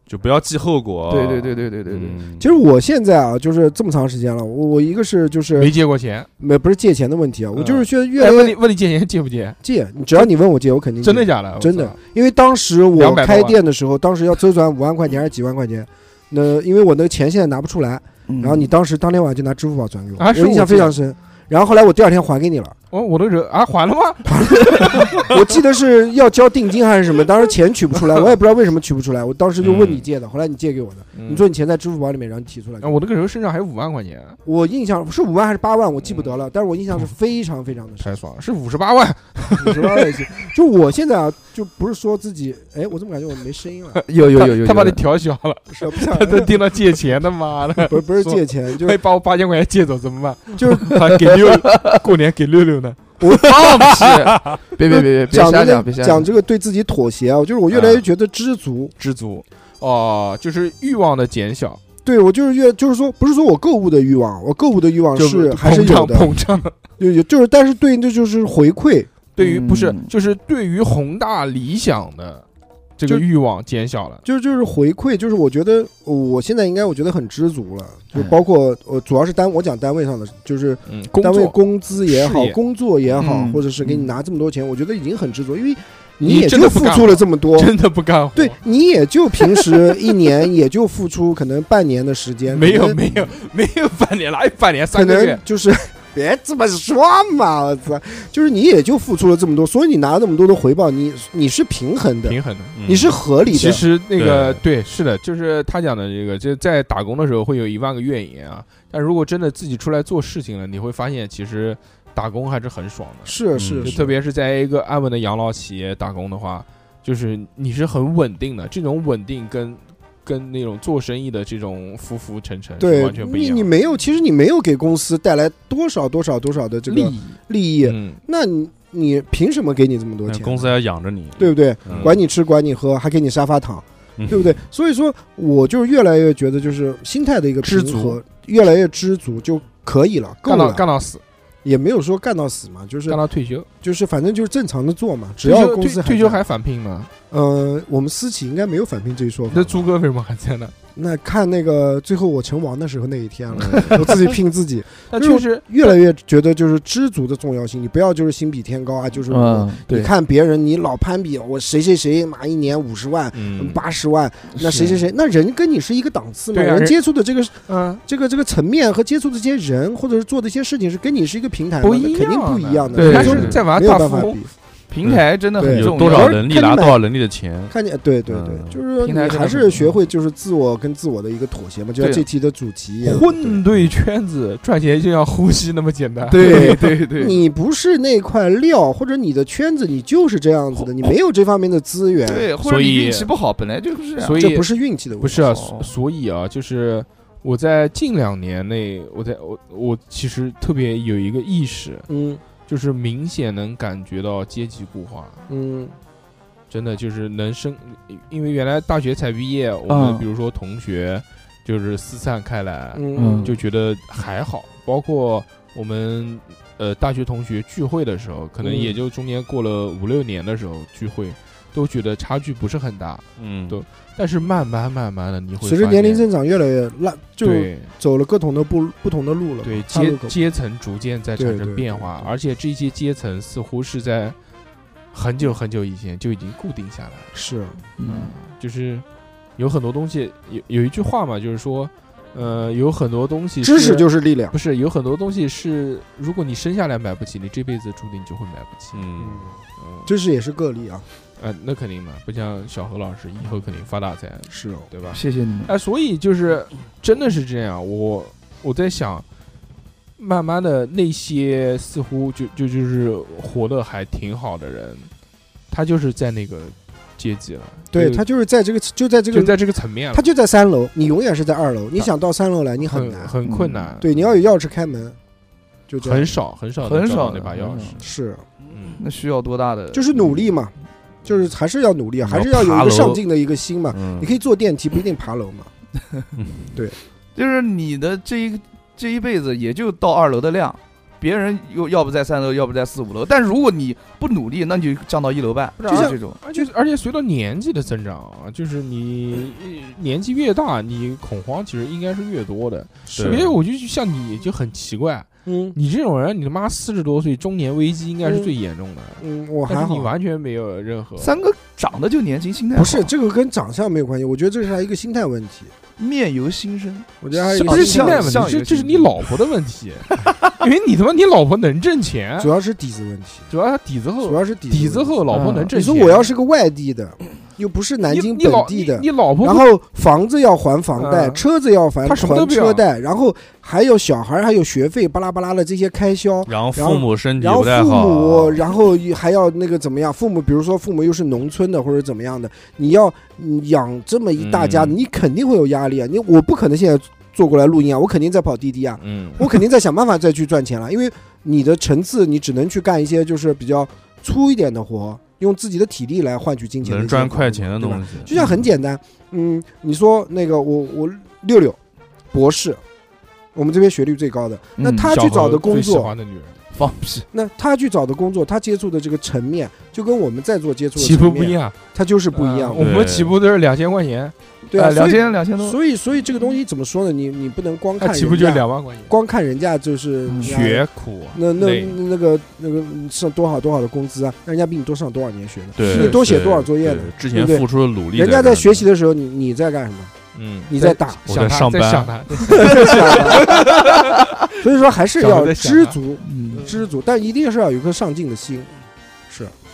S4: 就不要记后
S2: 哦
S4: 果。
S3: 对对对对对对对。
S4: 嗯
S5: 其实我现在啊，就是这么长时间了，我我一个是就是
S2: 没借过钱，
S5: 没不是借钱的问题啊，我就是觉得 越
S2: 哎，
S5: 来
S2: 问你
S5: 越
S2: 问你借钱借不借？
S5: 借，你只要你问我借，我肯定
S2: 真的
S5: 借
S2: 假的？我
S5: 真的
S2: 操，
S5: 因为当时我
S2: 200多
S5: 开
S2: 万
S5: 店的时候，当时要周转五万块钱还是几万块钱，那因为我那个钱现在拿不出来，
S3: 嗯
S5: 然后你当时当天晚上就拿支付宝转给我，
S2: 啊
S5: 我
S2: 是
S5: 印
S2: 我
S5: 象非
S2: 记得
S5: 常深。然后后来我第二天还给你 了，
S2: 我我都惹啊，还了吗？
S5: 我记得是要交定金还是什么，当时钱取 不出来，我也不知道为什么取不出来，我当时就问
S2: 嗯
S5: 你借的，后来你借给我的，
S2: 你
S5: 你说你钱在支付宝里面，然后你提出来
S2: 啊，，我那个时候身上还有五万块钱，
S5: 我印象是五万还是八万，我记不得了，但是我印象是非常非常的
S2: 嗯
S5: 深
S2: 太，爽了，是五十八万，
S5: 五十万也行。就我现在啊，就不是说自己，哎，我怎么感觉我没声音了？
S3: 有有有有，
S2: 他把
S3: 有
S2: 你调小了，
S5: 不是不想
S2: 他 都盯到借钱的，妈 的，
S5: 不是不是
S2: 说哎
S5: 借钱，就是
S2: 万一把我八千块钱借走怎 么办？
S5: 就是
S2: 他给六，过年给六六呢。
S3: 放屁！别别别别别
S5: 讲
S3: 瞎
S5: 的
S3: 讲，
S5: 那
S3: 别瞎
S5: 讲这个对自己妥协啊，就是我越来
S2: 嗯
S5: 越觉得知足。
S2: 知 足哦，就是欲望的减小，
S5: 对我就是越就是说，不是说我购物的欲望，我购物的欲望
S2: 就是
S5: 哦还是
S2: 膨胀
S5: 有的，
S2: 膨胀。
S5: 有有就是，但是对这就是回馈，
S2: 对于不是
S3: 嗯
S2: 就是对于宏大理想的这个
S5: 就
S2: 欲望减小了，
S5: 就是就是回馈，就是我觉得呃我现在应该我觉得很知足了，就
S3: 哎
S5: 包括呃主要是单我讲单位上的，就是
S2: 嗯，工
S5: 单位
S2: 作
S5: 工资也好
S2: 事，业
S5: 工作也好，
S3: 嗯
S5: 或者是给你
S3: 嗯
S5: 拿这么多钱，我觉得已经很知足，因为
S2: 你
S5: 也
S2: 真
S5: 就
S2: 的不
S5: 付
S2: 干
S5: 出
S2: 活
S5: 了这么多。
S2: 真的不干活，
S5: 对，你也就平时一年也就付出可能半年的时间，
S2: 没有
S5: 可能
S2: 没有没有半年，哪有半年
S5: 可
S2: 三个
S5: 能
S2: 月？
S5: 就是 别这么说嘛，我操，就是你也就付出了这么多，所以你拿了那么多的回报，你你是平衡的，
S2: 平衡的。
S4: 嗯
S5: 你是合理的。
S2: 其实那个对是的，就是他讲的这个，就在打工的时候会有一万个怨言啊，但如果真的自己出来做事情了，你会发现其实打工还是很爽的。
S5: 是
S4: 嗯
S5: 是，
S2: 就是特别是在一个安稳的养老企业打工的话，就是你是很稳定的，这种稳定跟跟那种做生意的这种浮浮沉沉是
S5: 对
S2: 完全不一
S5: 你
S2: 样
S5: 你
S2: 的
S5: 没有，其实你没有给公司带来多少多少多少的这
S2: 利
S5: 个
S2: 益。
S5: 利益，
S2: 嗯，
S5: 那你你凭什么给你这么多
S4: 嗯
S5: 钱？
S4: 公司要养着你，
S5: 对不对？
S4: 嗯，
S5: 管你吃，管你喝，还给你沙发躺，
S4: 嗯
S5: 对不对？所以说，我就越来越觉得，就是心态的一个
S2: 知
S5: 平
S2: 足
S5: 和，越来越知足就可以了，够
S2: 干到
S5: 了，
S2: 干到死，
S5: 也没有说干到死嘛，就是
S2: 干到退休，
S5: 就是反正就是正常的做嘛，只
S2: 退
S5: 要
S2: 休
S5: 公司
S2: 退退休
S5: 在
S2: 还返聘吗？
S5: 呃，我们私企应该没有返聘这一说法
S2: 那。朱哥为什么还在呢？
S5: 那看那个最后我成王的时候那一天了，我自己拼自己，
S2: 那
S5: 就是
S2: 确实
S5: 越来越觉得就是知足的重要性。你不要就是心比天高啊，就是我
S3: 嗯，
S5: 你
S3: 对，
S5: 看别人，你老攀比，我谁谁谁嘛一年五十万、
S4: 嗯，
S5: 八十万，那谁谁谁，那人跟你是一个档次嘛，
S2: 对啊
S5: 人
S2: 人
S5: 接触的这个
S2: 嗯，
S5: 这个这个层面和接触的这些人，或者是做的一些事情，是跟你是一个平台嘛，
S2: 不一
S5: 那肯定
S2: 样
S5: 不
S2: 的
S5: 一样的。
S2: 对，他
S5: 所以
S2: 是
S5: 说
S2: 在玩
S5: 没有
S2: 大
S5: 办
S2: 富
S5: 法
S2: 翁
S5: 比，。
S2: 平台真的很
S5: 对
S4: 有
S2: 重
S4: 多
S2: 要
S4: 少。能力
S5: 看你
S4: 拿
S5: 买
S4: 多少能力的钱，
S5: 看见对对对，
S4: 嗯
S5: 就是说
S3: 平台
S5: 你
S3: 真
S5: 还
S3: 的很
S5: 是
S3: 重
S5: 学
S3: 要
S5: 会就是自我跟自我的一个妥协嘛，就像
S3: 对
S5: 这期的主题一样。
S2: 啊混对圈子，赚钱就像呼吸那么简单。
S5: 对
S3: 对对，
S5: 你不是那块料，或者你的圈子你就是这样子的，你没有这方面的资源，
S3: 对，或者
S4: 所
S3: 你
S4: 以
S3: 运气不好，本来就是这样。
S2: 所以
S5: 这不是运气的
S2: 啊
S5: 问
S2: 不
S5: 题。
S2: 是啊，
S3: 哦
S2: 所所以啊，就是我在近两年内，我在我我其实特别有一个意识，
S5: 嗯
S2: 就是明显能感觉到阶级固化，
S5: 嗯
S2: 真的就是能生，因为原来大学才毕业，我们
S3: 嗯
S2: 比如说同学就是四散开来，
S5: 嗯，
S2: 就觉得还好，包括我们。呃，大学同学聚会的时候，可能
S5: 嗯
S2: 也就中间过了五六年的时候聚会，都觉得差距不是很大。
S4: 嗯，
S2: 对但是慢慢慢慢的，你会
S5: 随着
S2: 发
S5: 年龄
S2: 现
S5: 增长越来越烂，就
S2: 对
S5: 走了各种的不不同的路了嘛。
S2: 对
S5: 岔路
S2: 阶
S5: 口
S2: 阶层逐渐在
S5: 对
S2: 产
S5: 对
S2: 生变化
S5: 对，对
S2: 而且这些阶层似乎是在很久很久以前就已经固定下来了。
S5: 是
S3: 嗯
S2: 就是有很多东西，有有一句话嘛，就是说，呃，有很多东西
S5: 知识就是是力量。
S2: 不是有很多东西是，如果你生下来买不起，你这辈子注定就会买不起。
S4: 嗯，
S2: 嗯，
S5: 知识也是个例啊，
S2: 呃，那肯定嘛，不像小何老师以后肯定发大财，
S5: 是哦，
S2: 对吧？
S3: 谢谢你们。
S2: 哎，所以就是真的是这样，我我在想，慢慢的那些似乎就就就是活得还挺好的人，他就是在那个阶级了，
S5: 对
S2: 就
S5: 他就是在这个就在这
S2: 就
S5: 个
S2: 在啊这个层面了，
S5: 他就在三楼，你永远是在二楼，你
S2: 他
S5: 想到三楼来你
S2: 很
S5: 难。
S2: 很困难，
S5: 对，你要有钥匙开门，就这
S2: 嗯
S5: 样
S2: 很少很少能
S3: 很
S2: 找到
S3: 少
S2: 那把
S3: 的
S2: 钥
S3: 很
S2: 匙
S3: 少，
S5: 是，
S2: 嗯，
S3: 那需要多大的？
S5: 就是努力嘛，就是还是要努力，啊还是
S4: 要
S5: 要有
S4: 爬
S5: 一
S4: 楼
S5: 个上进的一个心嘛。
S4: 嗯
S5: 你可以坐电梯，不一定爬楼嘛。
S3: 就是你的这一这一辈子也就到二楼的量，别人又要不在三楼，要不在四五楼。但如果你不努力，那你就降到一楼半，
S2: 就像
S3: 这种。
S2: 而且而且随着年纪的增长啊，就是你呃年纪越大，你恐慌其实应该是越多的。
S4: 是
S2: 因为我就像你就很奇怪，
S5: 嗯
S2: 你这种人，你他妈四十多岁中年危机应该是最严重的，
S5: 嗯，我还
S2: 但是
S5: 好
S2: 你。完全没有任何
S3: 三哥长得就年轻，心态
S5: 不是
S3: 好
S5: 这个跟长相没有关系，我觉得这是还一个心态问题。
S3: 面由心生，
S5: 我觉得还有
S2: 这
S5: 一
S2: 不
S5: 个
S2: 是心
S5: 心
S2: 态
S5: 态
S2: 问
S3: 像
S2: 题
S3: 一，个
S2: 这这是
S3: 心
S2: 你老婆的问题，因为你他妈你老婆能挣钱
S5: 主，要是底子问题，
S2: 主要她底子
S5: 主
S2: 厚，
S5: 要是底
S2: 哦底子
S5: 问题
S2: 厚，老婆
S3: 嗯
S2: 能挣
S5: 你
S2: 钱。
S5: 说我要是个外地的，又不是南
S2: 你
S5: 京
S2: 你
S5: 本
S2: 老
S5: 地的
S2: 你，你老婆
S5: 然
S2: 不
S5: 后房子要还房贷，
S2: 嗯
S5: 车子要还
S2: 他什么都
S5: 还
S2: 不要
S5: 车贷，然后还有小孩，还有学费，巴拉巴拉的这些开销。
S4: 然后
S5: 然后
S4: 父母身体
S5: 然后
S4: 不太
S5: 父
S4: 好，
S5: 母，然后还要那个怎么样？父母，比如说父母又是农村的或者怎么样的，你要你养这么一大家，
S4: 嗯
S5: 你肯定会有压力啊！你我不可能现在坐过来录音啊，我肯定在跑滴滴啊，
S4: 嗯，
S5: 我肯定在想办法再去赚钱了，因为你的层次你只能去干一些就是比较粗一点的活，用自己的体力来换取金钱的一
S4: 能
S5: 些
S4: 赚
S5: 活
S4: 快
S5: 嘛
S4: 钱的
S5: 对吧
S4: 东西，
S5: 就像很简单，嗯，你说那个我我六六博士，我们这边学历最高的，那
S3: 嗯
S5: 他
S2: 小
S5: 去找
S2: 何
S5: 的工
S2: 最喜
S5: 作，
S2: 欢的女人
S3: 放屁。
S5: 那他去找的工作，他接触的这个层面，就跟我们在做接触的
S2: 起步
S5: 层
S2: 不一
S5: 面，
S2: 样，
S5: 他就是不一样
S2: 嗯
S5: 的，
S2: 我们
S4: 对
S2: 起步都是两千块钱，
S5: 对啊，
S3: 呃两
S5: 所以
S3: 千两千多，
S5: 所以所以这个东西怎么说呢？你你不能光
S2: 他
S5: 看
S2: 起步就
S5: 人家，
S2: 两万块钱。
S5: 光看人家就是人
S3: 嗯
S5: 家
S2: 学苦
S4: 啊
S5: 那那
S2: 累
S5: 那个那个上多少多少的工资啊，那人家比你多上多少年学呢？
S4: 对
S5: 你多写
S4: 对
S5: 多少作业呢
S4: 对？之前
S5: 对不对
S4: 付出的努力，
S5: 人家在学习，的时候，你你在干什么？
S4: 嗯，
S5: 你在打，
S4: 我
S2: 想
S4: 在
S2: 他
S4: 上班
S2: 想他，
S5: 所以说还是
S2: 小时候
S5: 要
S2: 在想
S5: 知
S2: 啊
S5: 足，
S3: 嗯，
S5: 知足，但一定是要有一颗上进的心。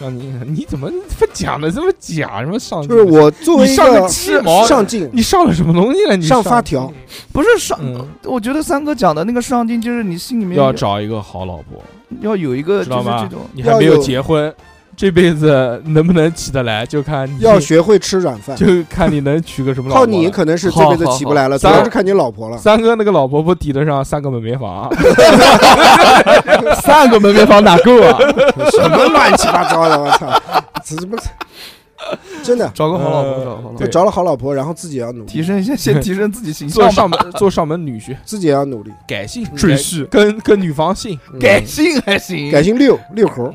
S2: 让你你怎么不讲的这么假？什么上
S5: 就是我作为
S2: 你
S5: 一
S2: 上
S5: 个
S2: 个鸡毛
S5: 上进，
S2: 你上了什么东西了？你
S5: 上发条
S3: 不是上
S2: 嗯。
S3: 我觉得三哥讲的那个上进，就是你心里面
S2: 要找一个好老婆，
S3: 要有一个
S2: 知
S3: 就
S2: 道
S3: 是
S2: 吗
S3: 这种，
S2: 你还
S5: 要
S2: 没有
S5: 有
S2: 结婚，这辈子能不能起得来，就看你
S5: 要学会吃软饭。
S2: 就看你能娶个什么老
S5: 靠
S2: 婆。
S5: 你可能是这辈子起不来了，主
S2: 好好好
S5: 要是看你老婆了。
S2: 三哥那个老婆不抵得上三个门面 房，啊
S3: 三个门面房哪够 啊？
S5: 什么乱七八糟的，我操！这怎么真的
S3: 找个好老婆，
S2: 呃
S3: 找个
S5: 就
S3: 好老婆，
S2: 对
S5: 找了好老婆，然后自己也要努
S3: 提
S5: 力，
S3: 升一下，先提升自己形
S2: 做
S3: 象
S2: 上
S3: 吧，
S2: 门做上门女婿，
S5: 自己也要努力。
S2: 改姓
S4: 赘婿
S2: 跟跟女方姓，
S5: 嗯
S3: 改性还行，
S5: 改姓六六猴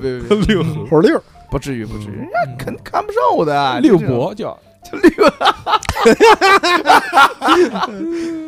S3: 别别别
S2: 六
S5: 猴六，
S3: 不至于不至于，人
S2: 嗯
S3: 家肯看不上我的啊，
S2: 六
S3: 就这种
S2: 伯叫
S3: 就六，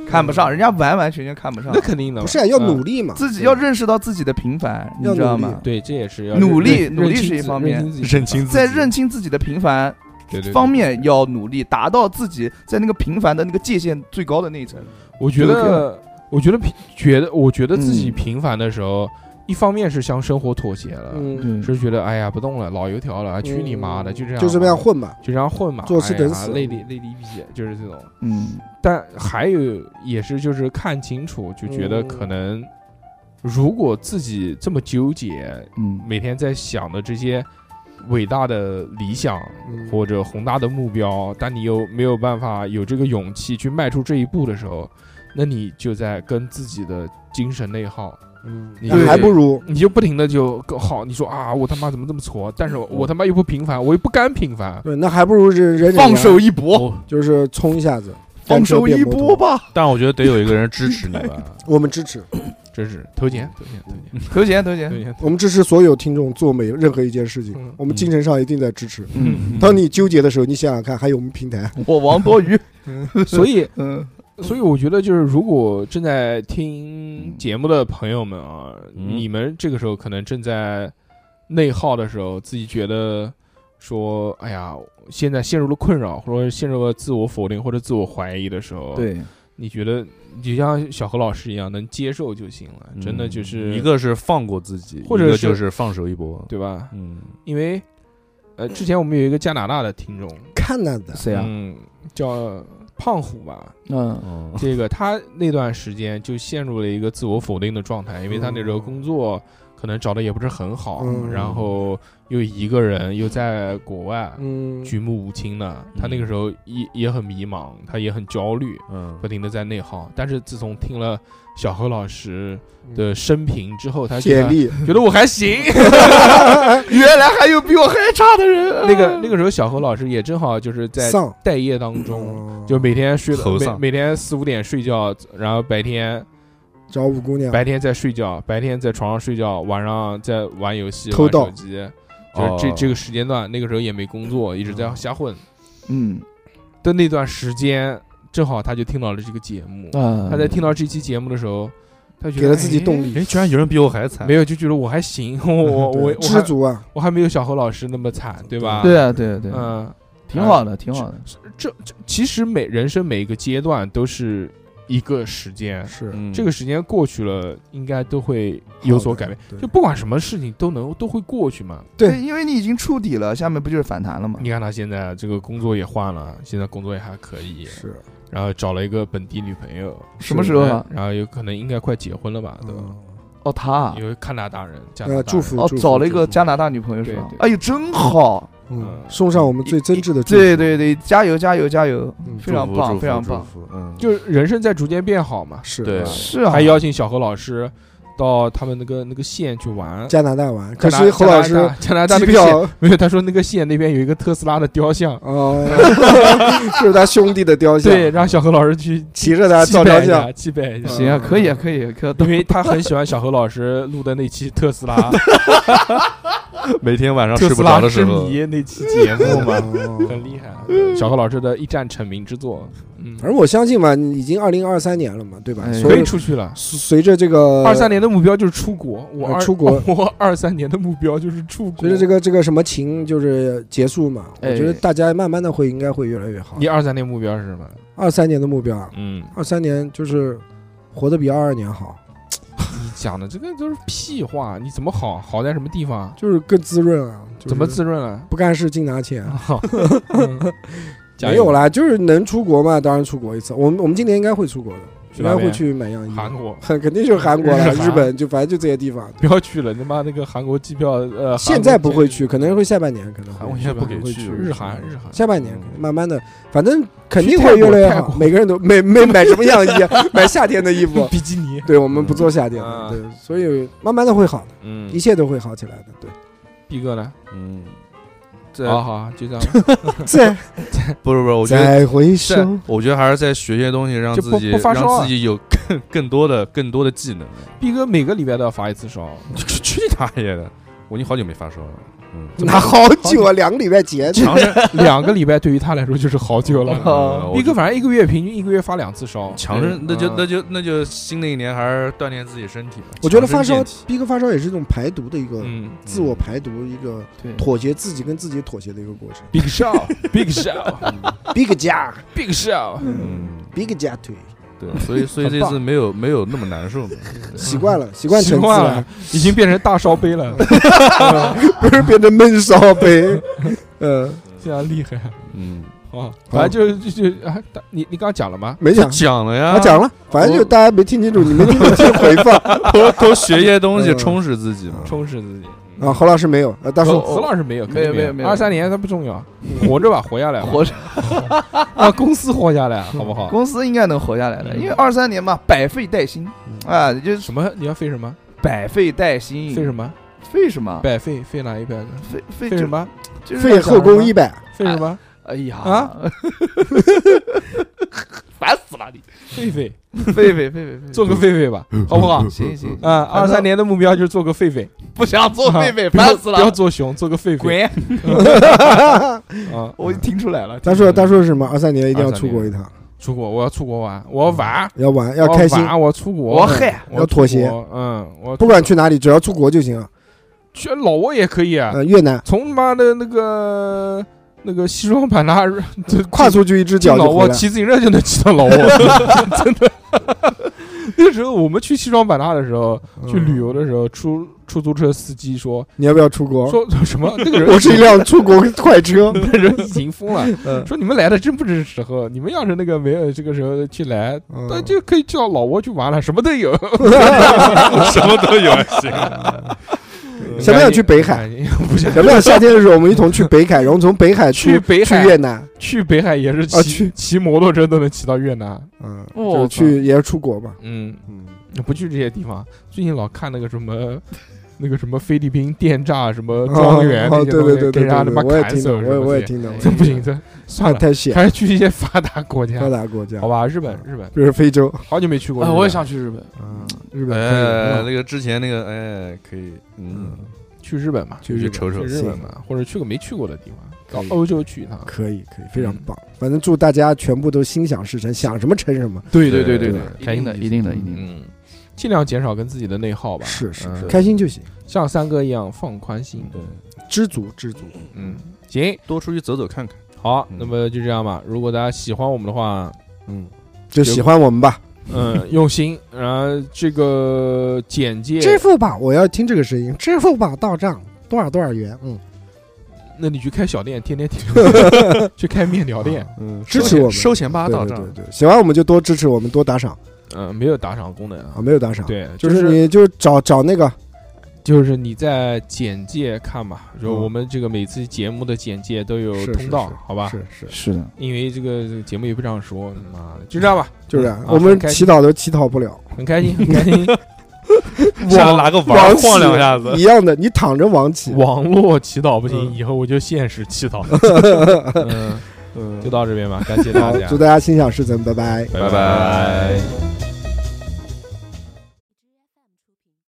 S3: 看不上，人家完完全全看不上
S2: 那，肯定的嘛，
S5: 不是啊要
S2: 嗯
S5: 努力嘛？
S3: 自己要认识到自己的平凡，你
S5: 要
S3: 知道
S5: 努力
S3: 吗？
S2: 对，这也是要
S3: 努力
S2: 认
S3: 努力
S2: 认清
S3: 是一
S2: 自
S3: 方面
S2: 认清自己啊
S4: 认清自己
S3: 在认清自己的平凡
S2: 对对对
S3: 方面要努力，达到自己在那个平凡的那个界限最高的那一层。
S2: 我觉
S3: 就这
S2: 得，我觉得平，觉得我觉得自己
S3: 嗯
S2: 平凡的时候，一方面是向生活妥协了，
S5: 嗯，
S3: 对
S2: 是觉得哎呀不动了，老油条了，啊去你妈
S3: 嗯
S2: 的，就这样，
S5: 就这么样，混吧。
S2: 就这样混嘛，
S5: 做吃
S2: 哎
S5: 等
S2: 呀
S5: 死
S2: 累的累的一逼，就是这种。
S3: 嗯，
S2: 但还有也是就是看清楚，就觉得
S5: 嗯
S2: 可能，如果自己这么纠结，
S3: 嗯
S2: 每天在想的这些伟大的理想
S5: 嗯
S2: 或者宏大的目标，但你又没有办法有这个勇气去迈出这一步的时候，那你就在跟自己的精神内耗，
S5: 嗯
S2: 你
S5: 那还不如
S2: 你就不停的就更好，你说啊，我他妈怎么这么挫？但是我他妈又不平凡，我又不甘平凡。
S5: 对，那还不如忍忍忍
S3: 放
S5: 呀
S3: 手一搏，
S5: 就是冲一下子，
S3: 放手一
S5: 单车变
S3: 搏
S5: 摩托。
S3: 吧。
S4: 但我觉得得有一个人支持你吧，
S5: 我们支持，
S2: 真是投钱，投钱，投钱，
S3: 投钱投
S2: 投
S3: 钱，
S2: 钱。
S5: 我们支持所有听众做每任何一件事情
S2: 嗯，
S5: 我们精神上一定在支持。
S3: 嗯，
S5: 当你纠结的时候，你想想看，还有我们平台，
S2: 嗯
S3: 我王多鱼，
S2: 所以，
S3: 嗯，
S2: 所以我觉得就是，如果正在听节目的朋友们啊，
S4: 嗯
S2: 你们这个时候可能正在内耗的时候，自己觉得说，哎呀，现在陷入了困扰，或者陷入了自我否定或者自我怀疑的时候，，
S3: 对，
S2: 你觉得你就像小何老师一样，能接受就行了，真的就是
S4: 嗯一，个是放过自己，
S2: 或者
S4: 一个就是是放手一搏，
S2: 对吧？
S4: 嗯，
S2: 因为，呃，之前我们有一个加拿大的听众，
S5: 看那的，
S3: 谁啊？
S2: 嗯，叫胖虎吧，
S3: 嗯
S4: 哦，
S2: 这个他那段时间就陷入了一个自我否定的状态，因为他那时候工作可能找的也不是很好，
S5: 嗯
S2: 然后又一个人又在国外，
S5: 嗯，
S2: 举目无亲的，他那个时候也也很迷茫，他也很焦虑，
S4: 嗯
S2: 不停的在内耗。但是自从听了小何老师的生平之后，他觉
S5: 简
S2: 得
S5: 历，
S2: 觉得我还 行。
S3: 原来还有比我还差的人。
S2: 那个那个时候，小何老师也正好就是在
S5: 丧
S2: 待业当中，
S5: 嗯
S2: 就每天睡
S4: 头
S2: 每
S4: 丧
S2: 每天四五点睡觉，然后白天
S5: 找五姑娘，
S2: 白天在睡觉，白天在床上睡觉，晚上在玩游戏、
S5: 偷
S2: 玩
S5: 盗
S2: 手机。就是这
S4: 哦
S2: 这个时间段，那个时候也没工作，一直在瞎混。
S3: 嗯
S2: 的那段时间，正好他就听到了这个节目，
S3: 啊
S2: 他在听到这期节目的时候，他觉得
S5: 嗯给了自己动力
S4: 哎，居然有人比我还惨
S2: 哎没，有就觉得我还行， 我我我我
S5: 知
S2: 还
S5: 足啊，
S2: 我还没有小何老师那么惨，对吧？
S3: 对，啊对啊对啊，
S2: 嗯，
S3: 挺好的挺好的。
S2: 这这其实每人生每一个阶段都是一个时间，
S5: 是
S4: 嗯
S2: 这个时间过去了，应该都会有所改变。
S5: 好的对
S2: 就不管什么事情都能都会过去嘛。
S5: 对
S3: 因为你已经触底了，下面不就是反弹了吗？
S2: 你看他现在这个工作也换了，现在工作也还可以，
S5: 是，
S2: 然后找了一个本地女朋友，
S3: 什么时候啊？
S2: 然后有可能应该快结婚了吧，对吧？
S5: 嗯
S3: 哦，他啊
S2: 因为加拿大人，加拿大
S5: 呃，
S2: 人
S5: 祝福
S3: 哦
S5: 祝福
S3: 找了一个
S5: 祝福
S3: 加拿大女朋友是吧
S2: 对？对
S3: 哎呦，真好！
S5: 嗯，
S2: 嗯
S5: 送上我们最真挚的祝
S3: 对对对，加油加油加油
S5: 嗯！
S3: 非常棒，非常棒。，
S4: 嗯，
S2: 就是啊人生在逐渐变好嘛
S5: 福，。是
S4: 对
S5: 啊
S3: 是啊，
S2: 还邀请小何老师到他们那个那个县去玩。
S5: 加拿大玩，
S2: 加
S5: 可
S2: 拿
S5: 是侯老师
S2: 加拿大加啊拿大
S5: 机
S2: 那个县
S5: 票
S2: 没有，他说那个县那边有一个特斯拉的雕像，
S5: 哦， 就是他兄弟的雕像，
S2: 对，让小何老师去
S5: 骑着他
S2: 祭
S5: 照
S2: 拜
S5: 雕
S2: 一
S5: 像，
S2: 下，祭拜
S5: 嗯
S2: 一下。
S3: 行啊，可以啊，可以啊，可以啊。
S2: 因为他很喜欢小何老师录的那期特 斯拉
S4: 每天晚上
S2: 特斯
S4: 睡不
S2: 拉
S4: 着的
S2: 之
S4: 时候，
S2: 谜那期节目 嘛，
S5: 哦
S2: 很厉害。嗯小何老师的一战成名之作，嗯，
S5: 反正我相信嘛，你已经二零二三年了嘛，对吧？
S3: 哎
S5: 所
S2: 可
S5: 以
S2: 以出去了。
S5: 随着这个
S2: 二三，年的目标就是呃出国，我
S5: 呃
S2: 二
S5: 出国
S2: 我二三年的目标就是出国。
S5: 随着这个这个什么情就是结束嘛，我
S3: 哎
S5: 觉得大家慢慢的会应该会越来越好
S2: 你。二三年目标是什么？
S5: 二三年的目标啊，
S2: 嗯，
S5: 二三年就是活得比二二年好，
S2: 你讲的这个都是屁话，你怎么好好在什么地方？啊
S5: 就是更滋润啊。就是
S2: 怎么滋啊润 了？
S5: 不干事净拿钱？
S2: 加
S5: 没
S2: 油
S5: 有啦，就是能出国嘛，当然出国一次。我们我们今年应该会出国的，
S2: 去
S5: 应
S2: 哪
S5: 该
S2: 边
S5: 会去买样衣。
S2: 韩国，
S5: 很 肯定就是韩国了，
S2: 日韩
S5: 日本就反正就这些地方。
S2: 不要去了，他妈那个韩国机票，呃，
S5: 现在不会去，可能会下半年，可能
S2: 韩国
S5: 会
S2: 机票
S5: 去
S2: 不
S5: 可
S2: 给
S5: 能会
S2: 去，日韩日韩
S5: 下半年
S4: 嗯
S5: 可能慢慢的，反正肯
S2: 去
S5: 定会
S2: 泰
S5: 越
S2: 国
S5: 来越
S2: 泰
S5: 好。
S2: 国。
S5: 每个人都没没买什么样衣，买夏天的衣服
S2: 比基尼，
S5: 对我们不做夏天的，
S2: 嗯
S5: 对，所以慢慢的会好的，
S2: 嗯
S5: 一切都会好起来的。对，
S2: 毕哥呢？
S4: 嗯，
S2: 好
S4: 在
S2: 好，就这样，
S5: 再
S4: 不是不是，我觉得
S5: 再回
S4: 在
S5: 首，
S4: 我觉得还是在学些东西，让
S2: 就
S4: 自
S2: 不
S4: 己
S2: 不发烧
S4: 让
S2: 啊
S4: 自己有 更更多的更多的技能。
S2: 毕哥每个礼拜都要发一次烧，
S4: 去去你大爷的！我已经好久没发烧了，嗯，
S5: 拿好久啊，两个礼拜前。
S4: 强生
S2: 两个礼拜对于他来说就是好久了。
S4: 呃
S2: 毕
S4: 我
S2: 哥反正一个月平均一个月发两次烧，
S4: 强生，那就
S2: 嗯
S4: 那就那就新的一年还是锻炼自己身体吧。
S5: 我觉得
S4: 强
S5: 发
S4: 身
S5: 烧
S4: 健体，
S5: 逼哥发烧也是一种排毒的一个
S2: 嗯
S5: 自我排毒，一个
S3: 对
S5: 妥协自己跟自己妥协的一个过 程。
S2: ，Big Show，Big Show，Big
S5: 逼个夹，
S2: Show，
S4: 嗯，
S5: 逼个夹腿，
S4: 对，所以所以这次没有没有那么难受嘛。
S5: 习惯了，习惯
S2: 嗯习
S5: 成自
S2: 惯了，已经变成大烧杯了，
S5: 不是变成闷烧 杯。呃，
S2: 非常厉害
S4: 嗯，
S2: 啊！反正就就就啊，大你你刚刚讲了吗？
S5: 没讲，
S4: 讲了
S2: 啊
S4: 呀，
S5: 我讲了，反正就大家没听清楚，你们听听回放
S4: 多 多学些东西
S5: 嗯
S4: 充实自己嘛。
S2: 充实自己。
S5: 啊。侯老师没有，呃，大
S2: 但是
S5: 叔，
S2: 何老师没有，肯定
S3: 没有没有没
S2: 没
S3: 有
S2: 二三年他不重要，活着吧，活下来吧，
S3: 活着，
S2: 啊，公司活下来好不好？
S3: 公司应该能活下来的，
S5: 嗯
S3: 因为二三年嘛，百废待兴啊，就是
S2: 什么？你要废什么？
S3: 百废待兴。
S2: 废什么？
S3: 废什么？
S2: 百废废哪一百个？
S3: 废废
S2: 废什？么？
S3: 就就是
S5: 费后
S2: 哦
S5: 宫一百，
S2: 废什么？
S3: 哎呀
S2: 啊，
S3: 烦死了你！
S2: 废废，
S3: 废废废废废，
S2: 做个废废吧，好不好？
S3: 行行，
S2: 啊，二三年的目标就是做个狒狒，
S3: 不想做
S2: 啊
S3: 废废，
S2: 不要
S3: 烦死
S2: 不要
S3: 了！
S2: 做熊，做个狒狒
S3: 滚！
S2: 啊！
S3: 我听出来了，
S5: 大
S2: 嗯
S5: 叔，大叔是什么？二三年一定要出国一趟，
S2: 出国，我要出国玩，我要玩，
S5: 要玩，
S2: 我
S5: 嗯要开心，
S2: 哦玩我要出国，嗯
S3: 我嗨，
S2: 我
S5: 要妥协
S2: 出国嗯，我
S5: 不管去哪里，只要出国就行。啊
S2: 去老挝也可以啊，
S5: 呃，越南
S2: 从他妈的那个那个西双版纳这
S5: 跨出去一只
S2: 进
S5: 脚
S2: 老
S5: 就回
S2: 挝
S5: 来。
S2: 骑自行车就能骑到老挝，真的。 那时候我们去西双版纳的时候，去旅游的时候，出出租车司机说
S5: 嗯你要不要出国？
S2: 说 说 什么？那个人
S5: 哦我是一辆出国快车。
S2: 那人已经疯了，
S5: 嗯
S2: 说你们来的真不是时候，你们要是那个没有这个时候去来，那
S5: 嗯
S2: 就可以去到老挝去玩了，什么都有。
S4: 啊什么都有还行。
S5: 想不想去北
S2: 哎
S5: 海？
S2: 不想
S5: 想不想夏天的时候我们一同去北海，然后从北海出
S2: 去北
S5: 去
S2: 海
S5: 越南？
S2: 去北海也是骑、
S5: 啊去
S2: 骑摩托车都能骑到越南。
S5: 嗯，
S3: 我
S5: 就去也要出国嘛。
S2: 嗯，
S5: 嗯，
S2: 不去这些地方。最近老看那个什么。那个什么菲律宾电诈什么庄园那
S5: 哦
S2: 些
S5: 对
S2: 东西，
S5: 对对
S2: 给
S5: 对
S2: 人家他
S5: 对
S2: 妈
S5: 我也
S2: 砍
S5: 听
S2: 手
S5: 懂，
S2: 什
S5: 我也
S2: 么
S5: 我也
S2: 之类
S5: 听懂，
S2: 这不行，这算
S5: 看
S2: 了，
S5: 太险，
S2: 还是去一些发达国家
S5: 发，达国家
S2: 啊
S5: 啊
S2: 好，吧？日本，日本，
S5: 比如非洲，
S2: 好久没去过日
S3: 哎，
S2: 本了。
S3: 我也想去日本。
S5: 嗯，日本可以
S4: 哎，
S5: 嗯
S4: 那个之前那个哎，可以，嗯，
S2: 去日本嘛，
S5: 去
S4: 去
S5: 日
S4: 瞅瞅
S5: 本
S2: 去日
S5: 去日
S2: 本
S5: 本
S2: 嘛，或者去个没去过的地方，
S5: 可以
S2: 到欧洲去一趟。
S5: 可以可以，非常
S2: 嗯
S5: 棒。反正祝大家全部都心想事成，想什么成什么。
S3: 对
S4: 对
S3: 对
S4: 对
S3: 对
S4: 对，
S3: 一定的，一定的，一定的。
S2: 嗯，尽量减少跟自己的内耗吧。
S5: 是是
S2: 嗯
S5: 是，开心就行，
S2: 像三哥一样放宽心。
S5: 嗯
S4: 对，
S5: 知足知足。
S2: 嗯，行，
S4: 多出去走走看看。
S2: 好，
S4: 嗯
S2: 那么就这样吧。如果大家喜欢我们的话，
S5: 嗯，就喜欢我们吧，
S2: 嗯， 用心，然后这个简介，
S5: 支付宝，我要听这个声音，支付宝到账多少多少元，嗯
S2: 那你去开小店，天天听，去开面条店，
S5: 嗯，支持我们，
S4: 收钱吧，
S5: 对
S4: 到
S5: 对
S4: 账。
S5: 对对，喜欢我们就多支持我们，多打赏
S2: 嗯，没有打赏功能啊
S5: 啊，。没有打赏，，
S2: 对，
S5: 就是是你就找找那个，
S2: 就是你在简介看吧，就
S5: 嗯
S2: 我们这个每次节目的简介都有
S5: 是是
S2: 通道
S5: 是，
S2: 好吧？
S5: 是是，
S3: 是的，
S2: 因为这个这个节目也不这样说，妈的，就这样吧，
S5: 就是
S2: 嗯啊
S5: 我们
S2: 很开
S5: 祈
S2: 心，
S5: 祷都祈祷不了，
S2: 很开心，很开 心。
S4: 想拿个碗
S5: 王
S4: 儿
S5: 起
S4: 晃两下子，
S5: 一样的，你躺着王起，
S2: 网络祈祷不行，
S5: 嗯
S2: 以后我就现实祈 祷。嗯，
S5: 嗯
S2: 就到这边吧，感谢大
S5: 好
S2: 家，
S5: 祝大家心想事成，拜拜。
S4: 拜拜。